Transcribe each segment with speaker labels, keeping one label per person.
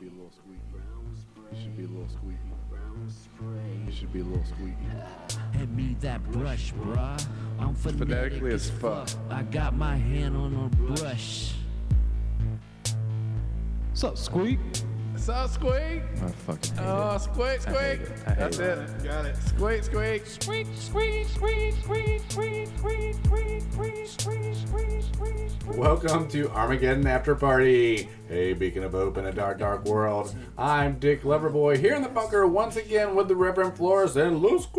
Speaker 1: be a little squeaky. You should be a little squeaky. You should be a little squeaky.
Speaker 2: Hand me that brush, bruh. I'm phonetic,
Speaker 1: Phonetically
Speaker 2: as
Speaker 1: as fuck.
Speaker 2: I got my hand on a brush.
Speaker 3: What's up, Squeak?
Speaker 4: What's up, Squeak?
Speaker 3: I fucking hate
Speaker 4: Oh, Squeak,
Speaker 3: I hate
Speaker 4: Squeak.
Speaker 3: it. I hate
Speaker 4: That's
Speaker 3: it.
Speaker 4: it. Got it. Squeak, Squeak.
Speaker 5: Sweet, sweet, sweet, sweet, sweet, sweet, sweet, sweet, sweet, sweet, sweet, sweet.
Speaker 4: Welcome to Armageddon After Party. Hey, beacon of hope in a dark, dark world. I'm Dick Loverboy here in the bunker once again with the Reverend Flores and Lil Squeak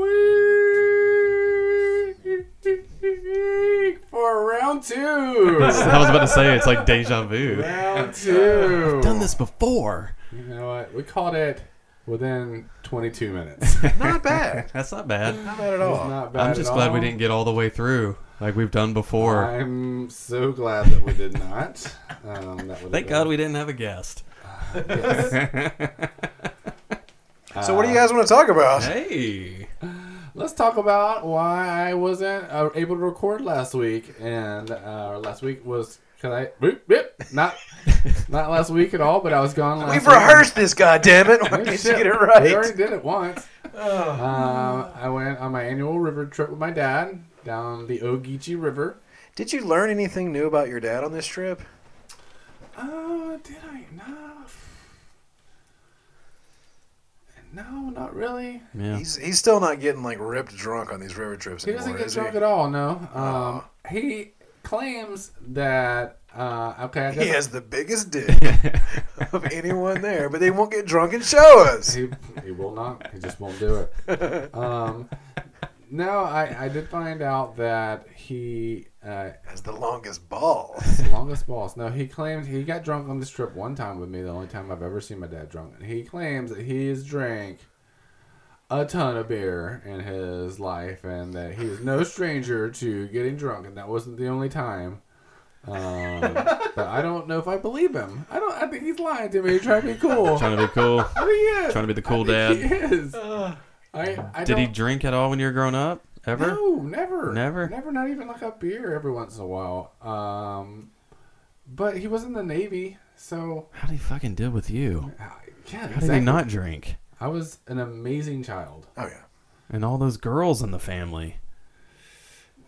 Speaker 4: for round two.
Speaker 6: I was about to say it's like deja vu.
Speaker 4: round two.
Speaker 6: Done this before.
Speaker 4: You know what? We caught it within 22 minutes.
Speaker 6: Not bad. That's not bad.
Speaker 4: Not bad at all. Not bad
Speaker 6: I'm just
Speaker 4: at
Speaker 6: glad we
Speaker 4: all.
Speaker 6: didn't get all the way through like we've done before.
Speaker 4: I'm so glad that we did not. Um, that would've
Speaker 6: Thank
Speaker 4: been-
Speaker 6: God we didn't have a guest.
Speaker 7: So what do you guys want to talk about?
Speaker 6: Hey.
Speaker 4: Let's talk about why I wasn't uh, able to record last week, and uh, or last week was because I boop, boop, not not last week at all, but I was gone last.
Speaker 7: We've
Speaker 4: week.
Speaker 7: rehearsed this, goddammit. Why
Speaker 4: Oh,
Speaker 7: can't you
Speaker 4: shit.
Speaker 7: get it
Speaker 4: We
Speaker 7: right?
Speaker 4: already did it once. Um, I went on my annual river trip with my dad down the Ogeechee River.
Speaker 7: Did you learn anything new about your dad on this trip?
Speaker 4: Oh, did I? No. No, not really.
Speaker 6: Yeah.
Speaker 7: He's he's still not getting like ripped drunk on these river trips
Speaker 4: He
Speaker 7: anymore.
Speaker 4: doesn't get
Speaker 7: is
Speaker 4: drunk
Speaker 7: he?
Speaker 4: at all. No. Um, he claims that. Uh, okay, I guess
Speaker 7: He has the biggest dick of anyone there, but they won't get drunk and show us.
Speaker 4: he, he will not. He just won't do it. Um, no, I, I did find out that he uh,
Speaker 7: Has the longest ball.
Speaker 4: the longest balls. No, he claimed he got drunk on this trip one time with me. The only time I've ever seen my dad drunk. And he claims that he has drank a ton of beer in his life, and that he is no stranger to getting drunk. And that wasn't the only time. Um, but I don't know if I believe him. I don't. I think he's lying to me. He's trying to be cool.
Speaker 6: Trying to be cool.
Speaker 4: I think he is.
Speaker 6: Trying to be the cool
Speaker 4: I think
Speaker 6: dad.
Speaker 4: He is. I, I
Speaker 6: Did he
Speaker 4: don't-
Speaker 6: drink at all when you were growing up? Ever?
Speaker 4: No, never.
Speaker 6: Never?
Speaker 4: Never, not even like a beer every once in a while. Um, but he was in the Navy, so.
Speaker 6: How did he fucking deal with you?
Speaker 4: uh, Yeah,
Speaker 6: How did he not drink?
Speaker 4: I was an amazing child.
Speaker 7: Oh yeah.
Speaker 6: And all those girls in the family.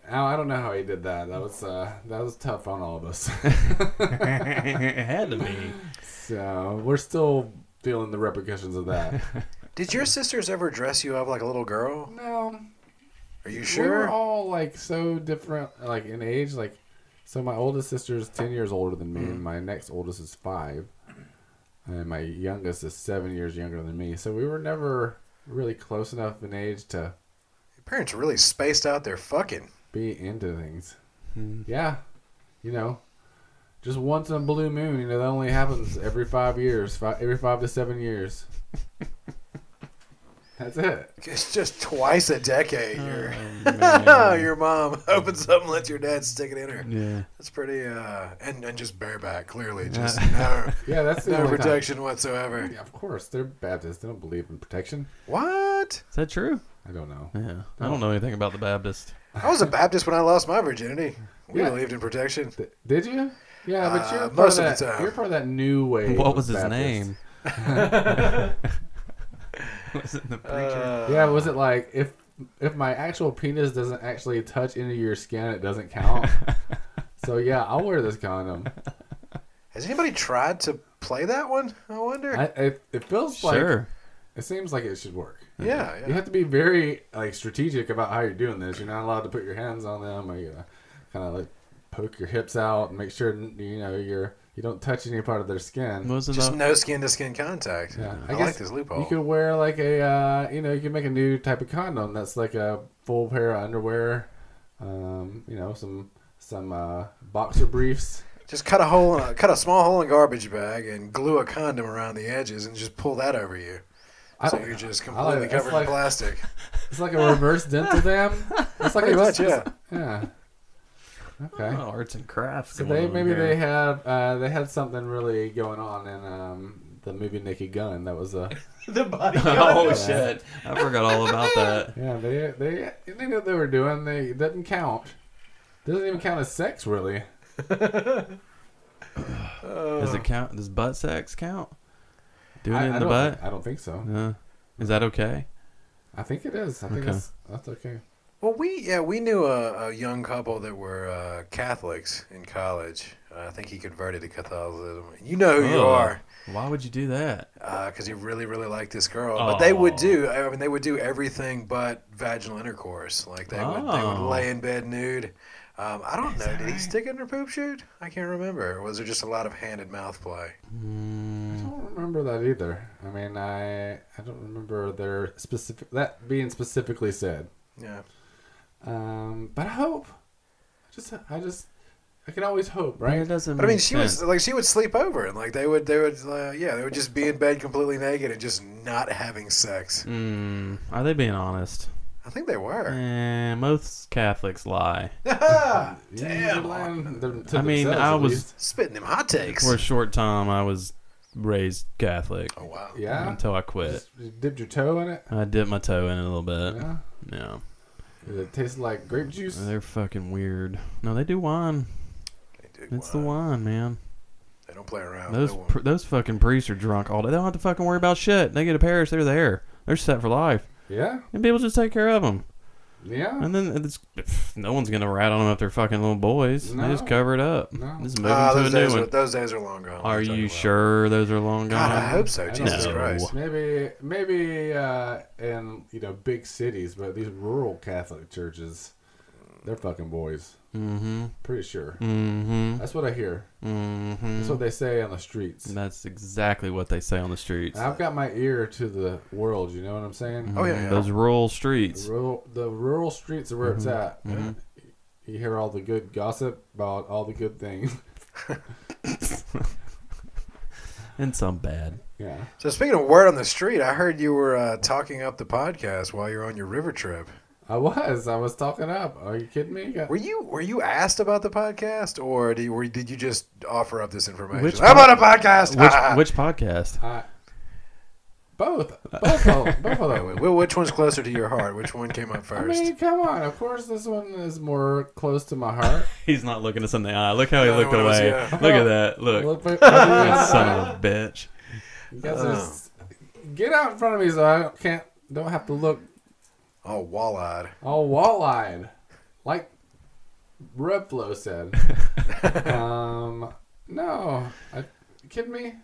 Speaker 4: Now, I don't know how he did that. That was uh, that was tough on all of us.
Speaker 6: it had to be.
Speaker 4: so we're still feeling the repercussions of that.
Speaker 7: Did your sisters ever dress you up like a little girl?
Speaker 4: no,
Speaker 7: Are you
Speaker 4: we
Speaker 7: sure?
Speaker 4: were all like so different, like in age. Like, so my oldest sister is ten years older than me,
Speaker 7: Mm-hmm.
Speaker 4: and my next oldest is five, and my youngest is seven years younger than me. So we were never really close enough in age to
Speaker 7: your parents really spaced out their fucking.
Speaker 4: be into things.
Speaker 7: Hmm.
Speaker 4: Yeah, you know, just once in a blue moon. You know, that only happens every five years, five, every five to seven years. That's it.
Speaker 7: It's just twice a decade.
Speaker 4: Oh,
Speaker 7: Your your mom opens up and lets your dad stick it in her.
Speaker 6: Yeah.
Speaker 7: That's pretty, uh, and and just bareback, clearly, just no,
Speaker 4: Yeah, that's the
Speaker 7: no
Speaker 4: only time.
Speaker 7: protection whatsoever.
Speaker 4: Yeah, of course, they're Baptists. They don't believe in protection.
Speaker 7: What?
Speaker 6: Is that true?
Speaker 4: I don't know.
Speaker 6: Yeah. I don't know anything about the Baptist.
Speaker 7: I was a Baptist when I lost my virginity. We
Speaker 4: Yeah.
Speaker 7: believed in protection.
Speaker 4: Th- Did you? Yeah, but you're
Speaker 7: Uh,
Speaker 4: part
Speaker 7: most
Speaker 4: of
Speaker 7: of
Speaker 4: that.
Speaker 7: the time.
Speaker 4: You're part of that new way.
Speaker 6: What was his
Speaker 4: Baptist.
Speaker 6: name? was it the preacher?
Speaker 7: Uh,
Speaker 4: Yeah, was it like if if my actual penis doesn't actually touch into your skin, it doesn't count. so yeah, I'll wear this condom.
Speaker 7: Has anybody tried to play that one? I wonder.
Speaker 4: I, it, it feels like
Speaker 6: sure.
Speaker 4: it seems like it should work.
Speaker 7: yeah,
Speaker 4: You
Speaker 7: yeah.
Speaker 4: have to be very like strategic about how you're doing this. You're not allowed to put your hands on them, or you kind of like poke your hips out and make sure you know you're you don't touch any part of their skin.
Speaker 6: What was it
Speaker 7: Just
Speaker 6: about-
Speaker 7: no skin to skin contact.
Speaker 4: Yeah,
Speaker 7: I, like this loophole.
Speaker 4: You could wear like a, uh, you know, you could make a new type of condom that's like a full pair of underwear, um, you know, some some uh, boxer briefs.
Speaker 7: Just cut a hole, in a, cut a small hole in a garbage bag, and glue a condom around the edges, and just pull that over you.
Speaker 4: I
Speaker 7: So
Speaker 4: don't-
Speaker 7: you're just
Speaker 4: I like
Speaker 7: completely
Speaker 4: it. That's
Speaker 7: covered
Speaker 4: like-
Speaker 7: in plastic.
Speaker 4: It's like a reverse dental dam. It's like
Speaker 7: Pretty
Speaker 4: a,
Speaker 7: much, yeah.
Speaker 4: yeah. Okay.
Speaker 6: Oh, arts and crafts.
Speaker 4: So
Speaker 6: going
Speaker 4: they
Speaker 6: on
Speaker 4: maybe
Speaker 6: here.
Speaker 4: they had uh, they had something really going on in um, the movie Naked Gun. That was a
Speaker 6: Oh shit! I forgot all about that.
Speaker 4: yeah. They they they knew what they were doing. They it doesn't count. Doesn't even count as sex, really.
Speaker 6: Does it count? Does butt sex count? Doing it in
Speaker 4: I
Speaker 6: the
Speaker 4: don't,
Speaker 6: butt?
Speaker 4: I don't think so.
Speaker 6: Uh, is that okay?
Speaker 4: I think it is. I think
Speaker 6: Okay.
Speaker 4: it's, that's okay.
Speaker 7: Well, we yeah we knew a, a young couple that were uh, Catholics in college. Uh, I think he converted to Catholicism. You know who you
Speaker 6: Oh.
Speaker 7: are
Speaker 6: Why would you do that?
Speaker 7: because he really really liked this girl. But they would
Speaker 6: Oh.
Speaker 7: do I mean they would do everything but vaginal intercourse. Like they would they would
Speaker 6: Oh.
Speaker 7: lay in bed nude. Um, I don't know.
Speaker 6: that
Speaker 7: Did he
Speaker 6: right?
Speaker 7: stick it in her poop shoot? I can't remember. Or was there just a lot of hand and mouth play? Hmm.
Speaker 4: I
Speaker 6: Mm,
Speaker 4: don't remember that either. I mean, I I don't remember their specific that being specifically said.
Speaker 7: Yeah.
Speaker 4: Um, but I hope. I just I just I can always hope,
Speaker 6: right. It
Speaker 4: right?
Speaker 6: doesn't.
Speaker 7: But I mean,
Speaker 6: make
Speaker 7: she was
Speaker 6: sense.
Speaker 7: like she would sleep over and like they would they would uh, yeah they would just be in bed completely naked and just not having sex.
Speaker 6: Mm, are they being honest?
Speaker 7: I think they were.
Speaker 6: Eh, most Catholics lie.
Speaker 4: Damn.
Speaker 6: I mean, I was-
Speaker 7: Spitting them hot takes.
Speaker 6: For a short time, I was raised Catholic
Speaker 7: Oh wow.
Speaker 4: yeah.
Speaker 6: until I quit.
Speaker 4: Just, you dipped your toe in it.
Speaker 6: I dipped my toe in it a little bit.
Speaker 4: Yeah.
Speaker 6: No,
Speaker 4: It tasted like grape juice.
Speaker 6: they're fucking weird. No, they do wine.
Speaker 7: They do uh,
Speaker 6: It's the wine, man.
Speaker 7: They don't play around.
Speaker 6: Those
Speaker 7: They won't.
Speaker 6: pr- those fucking priests are drunk all day. They don't have to fucking worry about shit. They get to Paris, they're there. They're set for life,
Speaker 4: Yeah.
Speaker 6: and people just take care of them.
Speaker 4: Yeah.
Speaker 6: And then it's, pff, no one's gonna rat on them if they're fucking little boys. They just
Speaker 4: No.
Speaker 6: cover it up.
Speaker 4: No.
Speaker 6: Just move
Speaker 7: Ah,
Speaker 6: 'em
Speaker 7: those,
Speaker 6: to a
Speaker 7: days
Speaker 6: new
Speaker 7: are,
Speaker 6: one.
Speaker 7: those days are long gone.
Speaker 6: Are
Speaker 7: I'll tell
Speaker 6: you
Speaker 7: what.
Speaker 6: sure those are long gone?
Speaker 7: God, I hope so.
Speaker 4: I
Speaker 7: Oh, Jesus
Speaker 6: don't know.
Speaker 7: Christ.
Speaker 4: Maybe maybe uh, in you know big cities, but these rural Catholic churches, they're fucking boys.
Speaker 6: Mm-hmm.
Speaker 4: Pretty sure.
Speaker 6: Mm-hmm.
Speaker 4: That's what I hear. That's
Speaker 6: Mm-hmm.
Speaker 4: what they say on the streets.
Speaker 6: That's exactly what they say on the streets.
Speaker 4: I've got my ear to the world. You know what I'm saying?
Speaker 6: Mm-hmm.
Speaker 7: Oh yeah. yeah.
Speaker 6: Mm, Those rural
Speaker 4: The
Speaker 6: streets.
Speaker 4: rural, the rural streets are where it's at.
Speaker 6: Mhm.
Speaker 4: You hear all the good gossip about all the good things.
Speaker 6: And some bad.
Speaker 4: yeah.
Speaker 7: so speaking of word on the street, I heard you were uh, talking up the podcast while you were on your river trip.
Speaker 4: I was. I was talking up. Are you kidding me?
Speaker 7: Were you were you asked about the podcast, or did you, were, did you just offer up this information?
Speaker 6: Which
Speaker 7: I'm on a podcast.
Speaker 6: Which,
Speaker 7: Ah!
Speaker 6: which podcast?
Speaker 4: I, both. Both of, both of them.
Speaker 7: Wh- which one's closer to your heart? Which one came up
Speaker 4: I
Speaker 7: first?
Speaker 4: mean, come on. Of course, this one is more close to my heart.
Speaker 6: He's not looking us in the eye. Look how he
Speaker 7: The other
Speaker 6: looked
Speaker 7: one was,
Speaker 6: away.
Speaker 7: yeah.
Speaker 6: Look at that. Look.
Speaker 4: Look, look, look,
Speaker 6: Son of a bitch.
Speaker 4: you guys are s- get out in front of me so I don't, can't don't have to look
Speaker 7: oh, wall-eyed.
Speaker 4: all wall-eyed, like Replo said. um, no, I, you kidding me?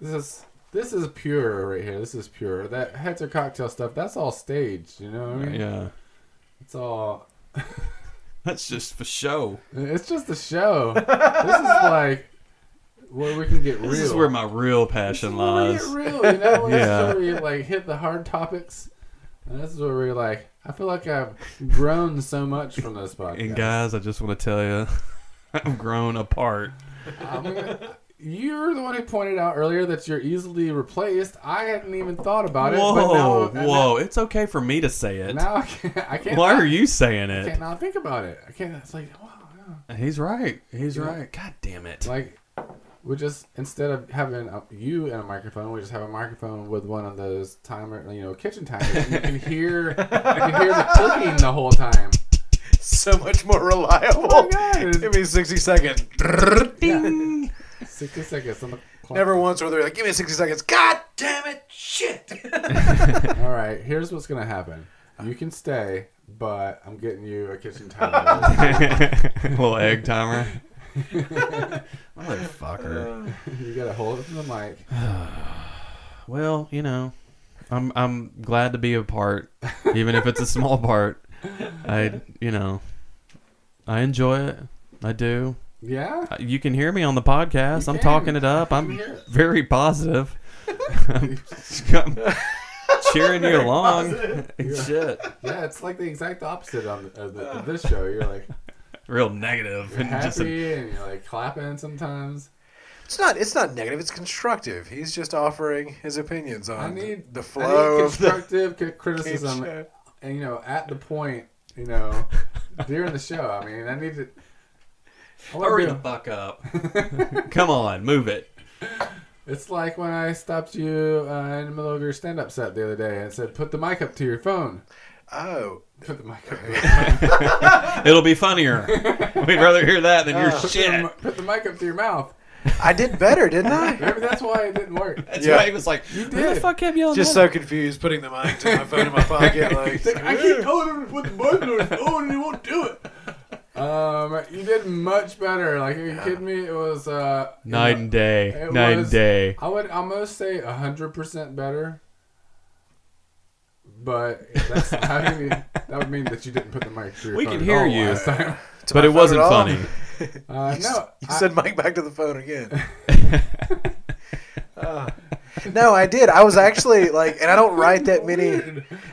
Speaker 4: This is this is pure right here. This is pure. That Hector cocktail stuff. That's all staged. You know what I mean?
Speaker 6: Yeah.
Speaker 4: It's all
Speaker 6: That's just for show.
Speaker 4: It's just a show. this is like where we can get real.
Speaker 6: This is where my real passion lies.
Speaker 4: This is where we get real. You know, This is
Speaker 6: Yeah.
Speaker 4: where we like hit the hard topics, and this is where we're like, I feel like I've grown so much from this podcast.
Speaker 6: And guys, I just want to tell you, I'm grown apart.
Speaker 4: I'm gonna- you're the one who pointed out earlier that you're easily replaced. I hadn't even thought about it. but now-
Speaker 6: Whoa,
Speaker 4: and now-
Speaker 6: whoa! It's okay for me to say it.
Speaker 4: Now I can't. I can't
Speaker 6: Why
Speaker 4: not-
Speaker 6: are you saying
Speaker 4: I
Speaker 6: it?
Speaker 4: can't not think about it. I can't. It's like, wow. yeah.
Speaker 6: He's right. He's
Speaker 4: Yeah.
Speaker 6: right. God damn it!
Speaker 4: Like, we just instead of having a, you and a microphone, we just have a microphone with one of those timer, you know, kitchen timers. and you can hear, you can hear the clicking the whole time.
Speaker 7: So much more reliable.
Speaker 4: Oh my God.
Speaker 7: Give me 60 seconds.
Speaker 4: Yeah. Sixty seconds on the clock.
Speaker 7: Never once were they like, give me 60 seconds. God damn it. Shit.
Speaker 4: All right, here's what's gonna happen. You can stay, but I'm getting you a kitchen timer.
Speaker 6: Little egg timer. Motherfucker.
Speaker 4: you gotta hold it to the mic.
Speaker 6: Well, you know, I'm I'm glad to be a part, even if it's a small part. I you know, I enjoy it. I do.
Speaker 4: Yeah.
Speaker 6: Uh, You can hear me on the podcast.
Speaker 4: You
Speaker 6: I'm
Speaker 4: can.
Speaker 6: talking it up. I'm
Speaker 4: hear it.
Speaker 6: very positive. I'm, I'm cheering you along. and
Speaker 4: Yeah.
Speaker 6: Shit.
Speaker 4: Yeah, it's like the exact opposite on of the, of this show. You're like
Speaker 6: Real negative
Speaker 4: you're
Speaker 6: and just a-
Speaker 4: happy and you're like clapping sometimes.
Speaker 7: It's not it's not negative, it's constructive. He's just offering his opinions on
Speaker 4: I need
Speaker 7: the
Speaker 4: I need
Speaker 7: flow of the
Speaker 4: constructive c- criticism,
Speaker 7: show.
Speaker 4: and you know, at the point, you know, during the show. I mean, I need to. I wanna
Speaker 6: Hurry
Speaker 4: be-
Speaker 6: the fuck up. Come on, move it.
Speaker 4: It's like when I stopped you uh, in the middle of your stand-up set the other day and said, "Put the mic up to your phone."
Speaker 7: Oh.
Speaker 4: Put the mic up. To your phone.
Speaker 6: It'll be funnier. We'd rather hear that than your
Speaker 4: Put,
Speaker 6: shit.
Speaker 4: the, put the mic up to your mouth.
Speaker 7: I did better, didn't I?
Speaker 4: Maybe that's why it didn't work.
Speaker 6: That's
Speaker 7: Yeah.
Speaker 6: why he was like,
Speaker 4: You
Speaker 6: who the
Speaker 4: did.
Speaker 6: fuck kept yelling
Speaker 7: Just
Speaker 6: that?
Speaker 7: so confused, putting the mic to my phone in my pocket. Like,
Speaker 4: It's like, I keep telling him to put the button on his phone and he won't do it. Um, you did much better. Like, are you kidding me? It was uh,
Speaker 6: Night and day.
Speaker 4: It
Speaker 6: Night and
Speaker 4: was-
Speaker 6: day.
Speaker 4: I would almost say hundred percent better. But that's how do you, that would mean that you didn't put the mic through. your
Speaker 6: We
Speaker 4: phone
Speaker 6: can
Speaker 4: at
Speaker 6: hear
Speaker 4: all
Speaker 6: you.
Speaker 4: last time.
Speaker 6: But
Speaker 7: to my
Speaker 6: it
Speaker 7: phone
Speaker 6: wasn't
Speaker 7: at all.
Speaker 6: funny.
Speaker 4: Uh, no,
Speaker 7: You
Speaker 4: I-
Speaker 7: said Mike back to the phone again. Uh, no, I did. I was actually like, and I don't write that many.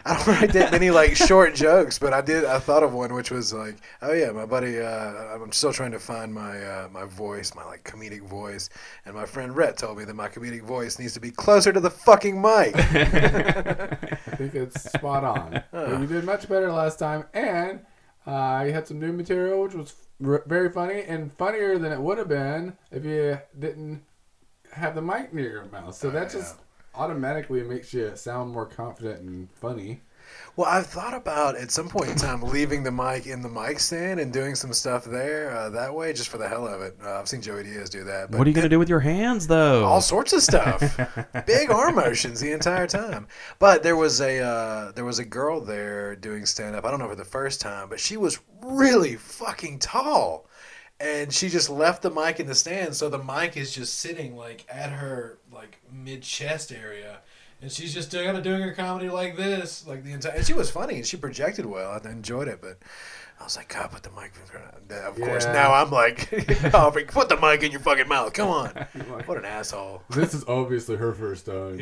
Speaker 7: I don't write that many like short jokes, but I did. I thought of one, which was like, oh yeah, my buddy. Uh, I'm still trying to find my uh, my voice, my like comedic voice, and my friend Rhett told me that my comedic voice needs to be closer to the fucking mic.
Speaker 4: I think it's spot on. But you did much better last time, and uh, you had some new material, which was r- very funny and funnier than it would have been if you didn't have the mic near your mouth.
Speaker 7: Oh,
Speaker 4: So that just automatically makes you sound more confident and funny.
Speaker 7: Well, I've thought about at some point in time leaving the mic in the mic stand and doing some stuff there uh, that way, just for the hell of it. Uh, I've seen Joey Diaz do that. But
Speaker 6: What are you gonna do with your hands, though?
Speaker 7: all sorts of stuff big arm motions the entire time but there was a uh, there was a girl there doing stand up i don't know her the first time but she was really fucking tall and she just left the mic in the stand so the mic is just sitting like at her like mid chest area and she's just doing, kinda doing her comedy like this like the entire and she was funny and she projected well i enjoyed it but I was like, God, put the mic in front of Of course,
Speaker 4: Yeah.
Speaker 7: now I'm like, offering, put the mic in your fucking mouth. Come on. What an asshole.
Speaker 4: This is obviously her first time.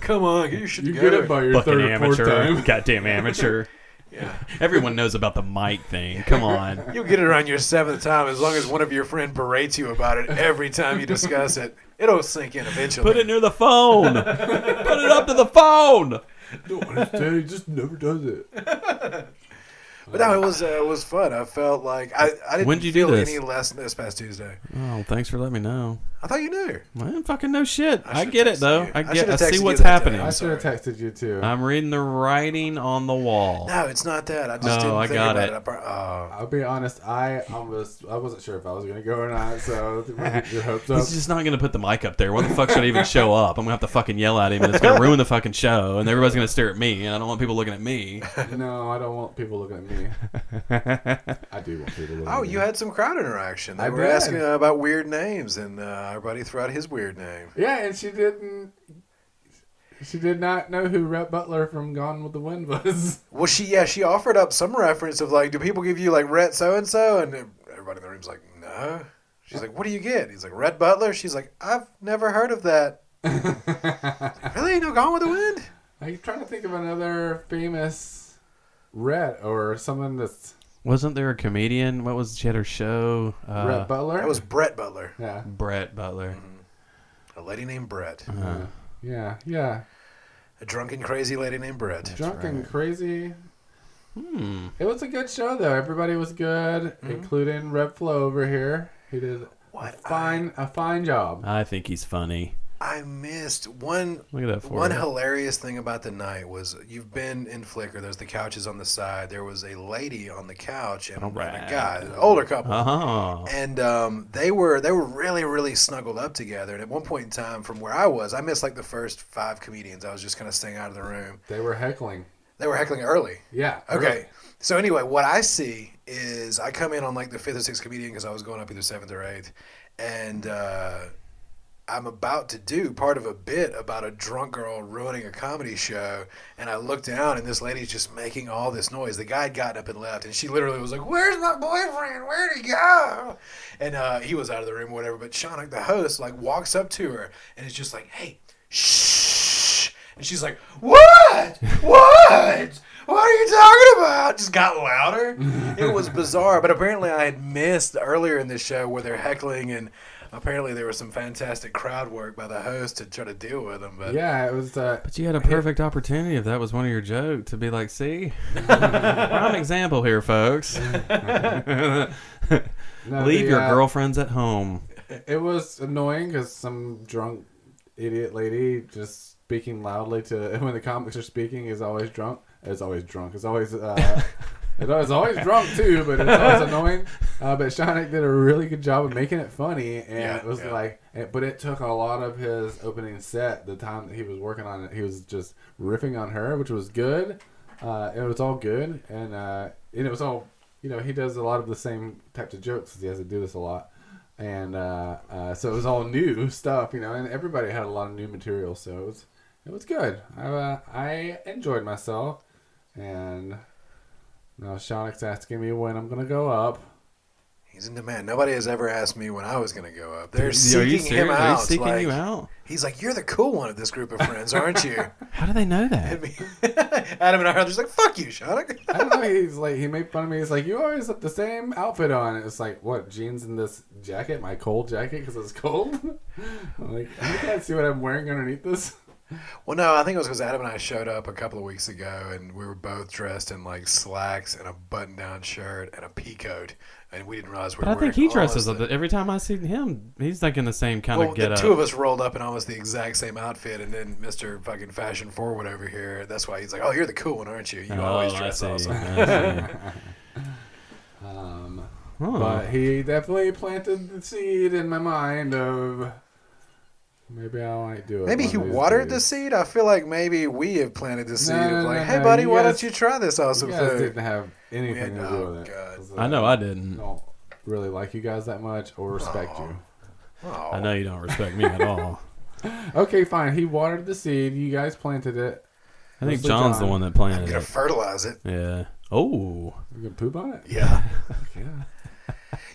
Speaker 7: Come on, get your shit
Speaker 4: You get
Speaker 7: together.
Speaker 4: it by your
Speaker 6: Fucking
Speaker 4: third, fourth
Speaker 6: amateur.
Speaker 4: time.
Speaker 6: Goddamn amateur.
Speaker 7: Yeah.
Speaker 6: Everyone knows about the mic thing. Come on.
Speaker 7: You'll get it around your seventh time as long as one of your friend berates you about it every time you discuss it. It'll sink in eventually.
Speaker 6: Put it near the phone. Put it up to the phone.
Speaker 4: Don't understand. He just never does it.
Speaker 7: but no, it was uh, it was fun. I felt like I, I didn't
Speaker 6: When'd you do
Speaker 7: feel
Speaker 6: this?
Speaker 7: any less this past Tuesday.
Speaker 6: Oh, thanks for letting me know.
Speaker 7: I thought you knew.
Speaker 6: I didn't fucking know shit.
Speaker 7: I
Speaker 6: I,
Speaker 7: should've
Speaker 6: get it
Speaker 7: texted
Speaker 6: though.
Speaker 7: you.
Speaker 6: I
Speaker 7: I
Speaker 6: get. I,
Speaker 7: should've texted
Speaker 6: see
Speaker 7: you
Speaker 6: what's
Speaker 7: that day.
Speaker 6: happening.
Speaker 4: I
Speaker 7: I'm
Speaker 4: should have
Speaker 7: sorry.
Speaker 4: texted you too.
Speaker 6: I'm reading the writing on the wall.
Speaker 7: No, it's not that. I just
Speaker 6: No,
Speaker 7: didn't
Speaker 6: I
Speaker 7: think
Speaker 6: got
Speaker 7: about
Speaker 6: it.
Speaker 7: it. I pro- oh.
Speaker 4: I'll be honest. I almost I wasn't sure if I was gonna go or not. So your hopes up.
Speaker 6: He's just not gonna put the mic up there. Why the fuck should I even show up? I'm gonna have to fucking yell at him, and it's gonna ruin the fucking show, and everybody's gonna stare at me, and I don't want people looking at me.
Speaker 4: No, I don't want people looking at me. I do want people looking at
Speaker 7: Oh,
Speaker 4: me.
Speaker 7: you had some crowd interaction. They
Speaker 4: I
Speaker 7: were
Speaker 4: did.
Speaker 7: asking uh, about weird names, and uh, everybody threw out his weird name.
Speaker 4: Yeah, and she didn't. She did not know who Rhett Butler from Gone with the Wind was.
Speaker 7: Well, she yeah, she offered up some reference of like, do people give you like Rhett so and so? And everybody in the room's like, no. She's like, what do you get? He's like, Rhett Butler. She's like, I've never heard of that. really? No, Gone with the Wind.
Speaker 4: I'm trying to think of another famous Rhett or someone that's
Speaker 6: Wasn't there a comedian? What was she had her show? Uh,
Speaker 4: Rhett Butler.
Speaker 7: That was Brett Butler,
Speaker 4: yeah,
Speaker 6: Brett Butler.
Speaker 7: a lady named Brett,
Speaker 6: Uh,
Speaker 4: yeah, yeah.
Speaker 7: a drunken crazy lady named Brett.
Speaker 4: Drunk and crazy.
Speaker 7: Mm-hmm.
Speaker 6: hmm.
Speaker 4: It was a good show though. Everybody was good, including Rhett Flow over here. He did
Speaker 7: What?
Speaker 4: a fine a fine job.
Speaker 6: I think he's funny.
Speaker 7: I missed one
Speaker 6: Look at that for
Speaker 7: One hilarious thing about the night was you've been in Flickr. There's the couches on the side. There was a lady on the couch and, and
Speaker 6: Alright.
Speaker 7: a guy, an older couple.
Speaker 6: Oh,
Speaker 7: and um, they were they were really really snuggled up together. And at one point in time, from where I was, I missed like the first five comedians. I was just kind of staying out of the room.
Speaker 4: They were heckling.
Speaker 7: They were heckling early.
Speaker 4: Yeah.
Speaker 7: Okay. So anyway, what I see is I come in on like the fifth or sixth comedian because I was going up either seventh or eighth, and uh, I'm about to do part of a bit about a drunk girl ruining a comedy show, and I look down and this lady's just making all this noise. The guy had gotten up and left, and she literally was like, "Where's my boyfriend? Where'd he go?" And uh, he was out of the room, or whatever. But Shauna, the host, like walks up to her and is just like, "Hey, shh." And she's like, What? What? What are you talking about? Just got louder. It was bizarre, but apparently I had missed earlier in the show where they're heckling, and apparently there was some fantastic crowd work by the host to try to deal with them. But
Speaker 4: Yeah, it was. Uh,
Speaker 6: But you had a perfect opportunity if that was one of your jokes to be like, see, prime example here, folks.
Speaker 4: no,
Speaker 6: Leave
Speaker 4: the,
Speaker 6: your
Speaker 4: uh,
Speaker 6: girlfriends at home.
Speaker 4: It was annoying because some drunk idiot lady just speaking loudly to when the comics are speaking is always drunk. Is always drunk. Is always uh, It's always, it's always drunk too, but it's always annoying. Uh, but Shonick did a really good job of making it funny, and
Speaker 7: Yeah,
Speaker 4: it was
Speaker 7: yeah.
Speaker 4: like, it, but it took a lot of his opening set. The time that he was working on it, he was just riffing on her, which was good. Uh, it was all good, and uh, and it was all, you know, he does a lot of the same types of jokes. 'cause He has to do this a lot, and uh, uh, so it was all new stuff, you know. And everybody had a lot of new material, so it was it was good. I uh, I enjoyed myself, and. Now Shonik's asking me when I'm gonna go up.
Speaker 7: He's in demand. Nobody has ever asked me when I was going to go up.
Speaker 6: Are
Speaker 7: They're
Speaker 6: you
Speaker 7: seeking
Speaker 6: serious?
Speaker 7: him out.
Speaker 6: Are you seeking
Speaker 7: like,
Speaker 6: you out?
Speaker 7: He's like, you're the cool one of this group of friends, aren't you?
Speaker 6: How do they know that?
Speaker 7: And me- Adam and I are just like, fuck you, Sean.
Speaker 4: I don't know. He's like he made fun of me. He's like, you always have the same outfit on. It's like what jeans and this jacket, my cold jacket because it's cold. I'm like you can't see what I'm wearing underneath this.
Speaker 7: Well, no, I think it was because Adam and I showed up a couple of weeks ago, and we were both dressed in like slacks and a button-down shirt and a pea coat, and we didn't realize we were.
Speaker 6: But I think
Speaker 7: wearing
Speaker 6: he
Speaker 7: all
Speaker 6: dresses
Speaker 7: of
Speaker 6: up. Every time I see him, he's like in the same kind
Speaker 7: Well,
Speaker 6: of get
Speaker 7: the
Speaker 6: up.
Speaker 7: two of us rolled up in almost the exact same outfit, and then Mister Fucking Fashion Forward over here. That's why he's like, "Oh, you're the cool one, aren't you? You
Speaker 6: Oh,
Speaker 7: always
Speaker 6: I
Speaker 7: dress
Speaker 6: see,
Speaker 7: awesome."
Speaker 6: I see.
Speaker 4: Um,
Speaker 6: Huh.
Speaker 4: but he definitely planted the seed in my mind of maybe I might do it.
Speaker 7: Maybe
Speaker 4: one
Speaker 7: he
Speaker 4: of these
Speaker 7: watered the
Speaker 4: days.
Speaker 7: seed. I feel like maybe we have planted the seed
Speaker 4: no,
Speaker 7: of like,
Speaker 4: no,
Speaker 7: "Hey,
Speaker 4: no,
Speaker 7: buddy,
Speaker 4: you
Speaker 7: why
Speaker 4: guys-
Speaker 7: don't you try this
Speaker 4: You
Speaker 7: awesome
Speaker 4: guys
Speaker 7: food?"
Speaker 4: didn't have anything
Speaker 7: had-
Speaker 4: to do
Speaker 7: oh,
Speaker 4: with it.
Speaker 7: God.
Speaker 4: 'Cause,
Speaker 6: I know
Speaker 4: uh,
Speaker 6: I didn't.
Speaker 4: don't really like you guys that much or respect
Speaker 7: Aw.
Speaker 4: you.
Speaker 7: Oh,
Speaker 6: I know you don't respect me at all.
Speaker 4: Okay, fine. He watered the seed. You guys planted it.
Speaker 6: I think
Speaker 4: Mostly
Speaker 6: John's
Speaker 4: John.
Speaker 6: the one that
Speaker 7: I'm
Speaker 6: planted
Speaker 7: gonna
Speaker 6: it.
Speaker 7: fertilize it.
Speaker 6: Yeah. Oh,
Speaker 4: You can poop on it.
Speaker 7: Yeah,
Speaker 4: Yeah.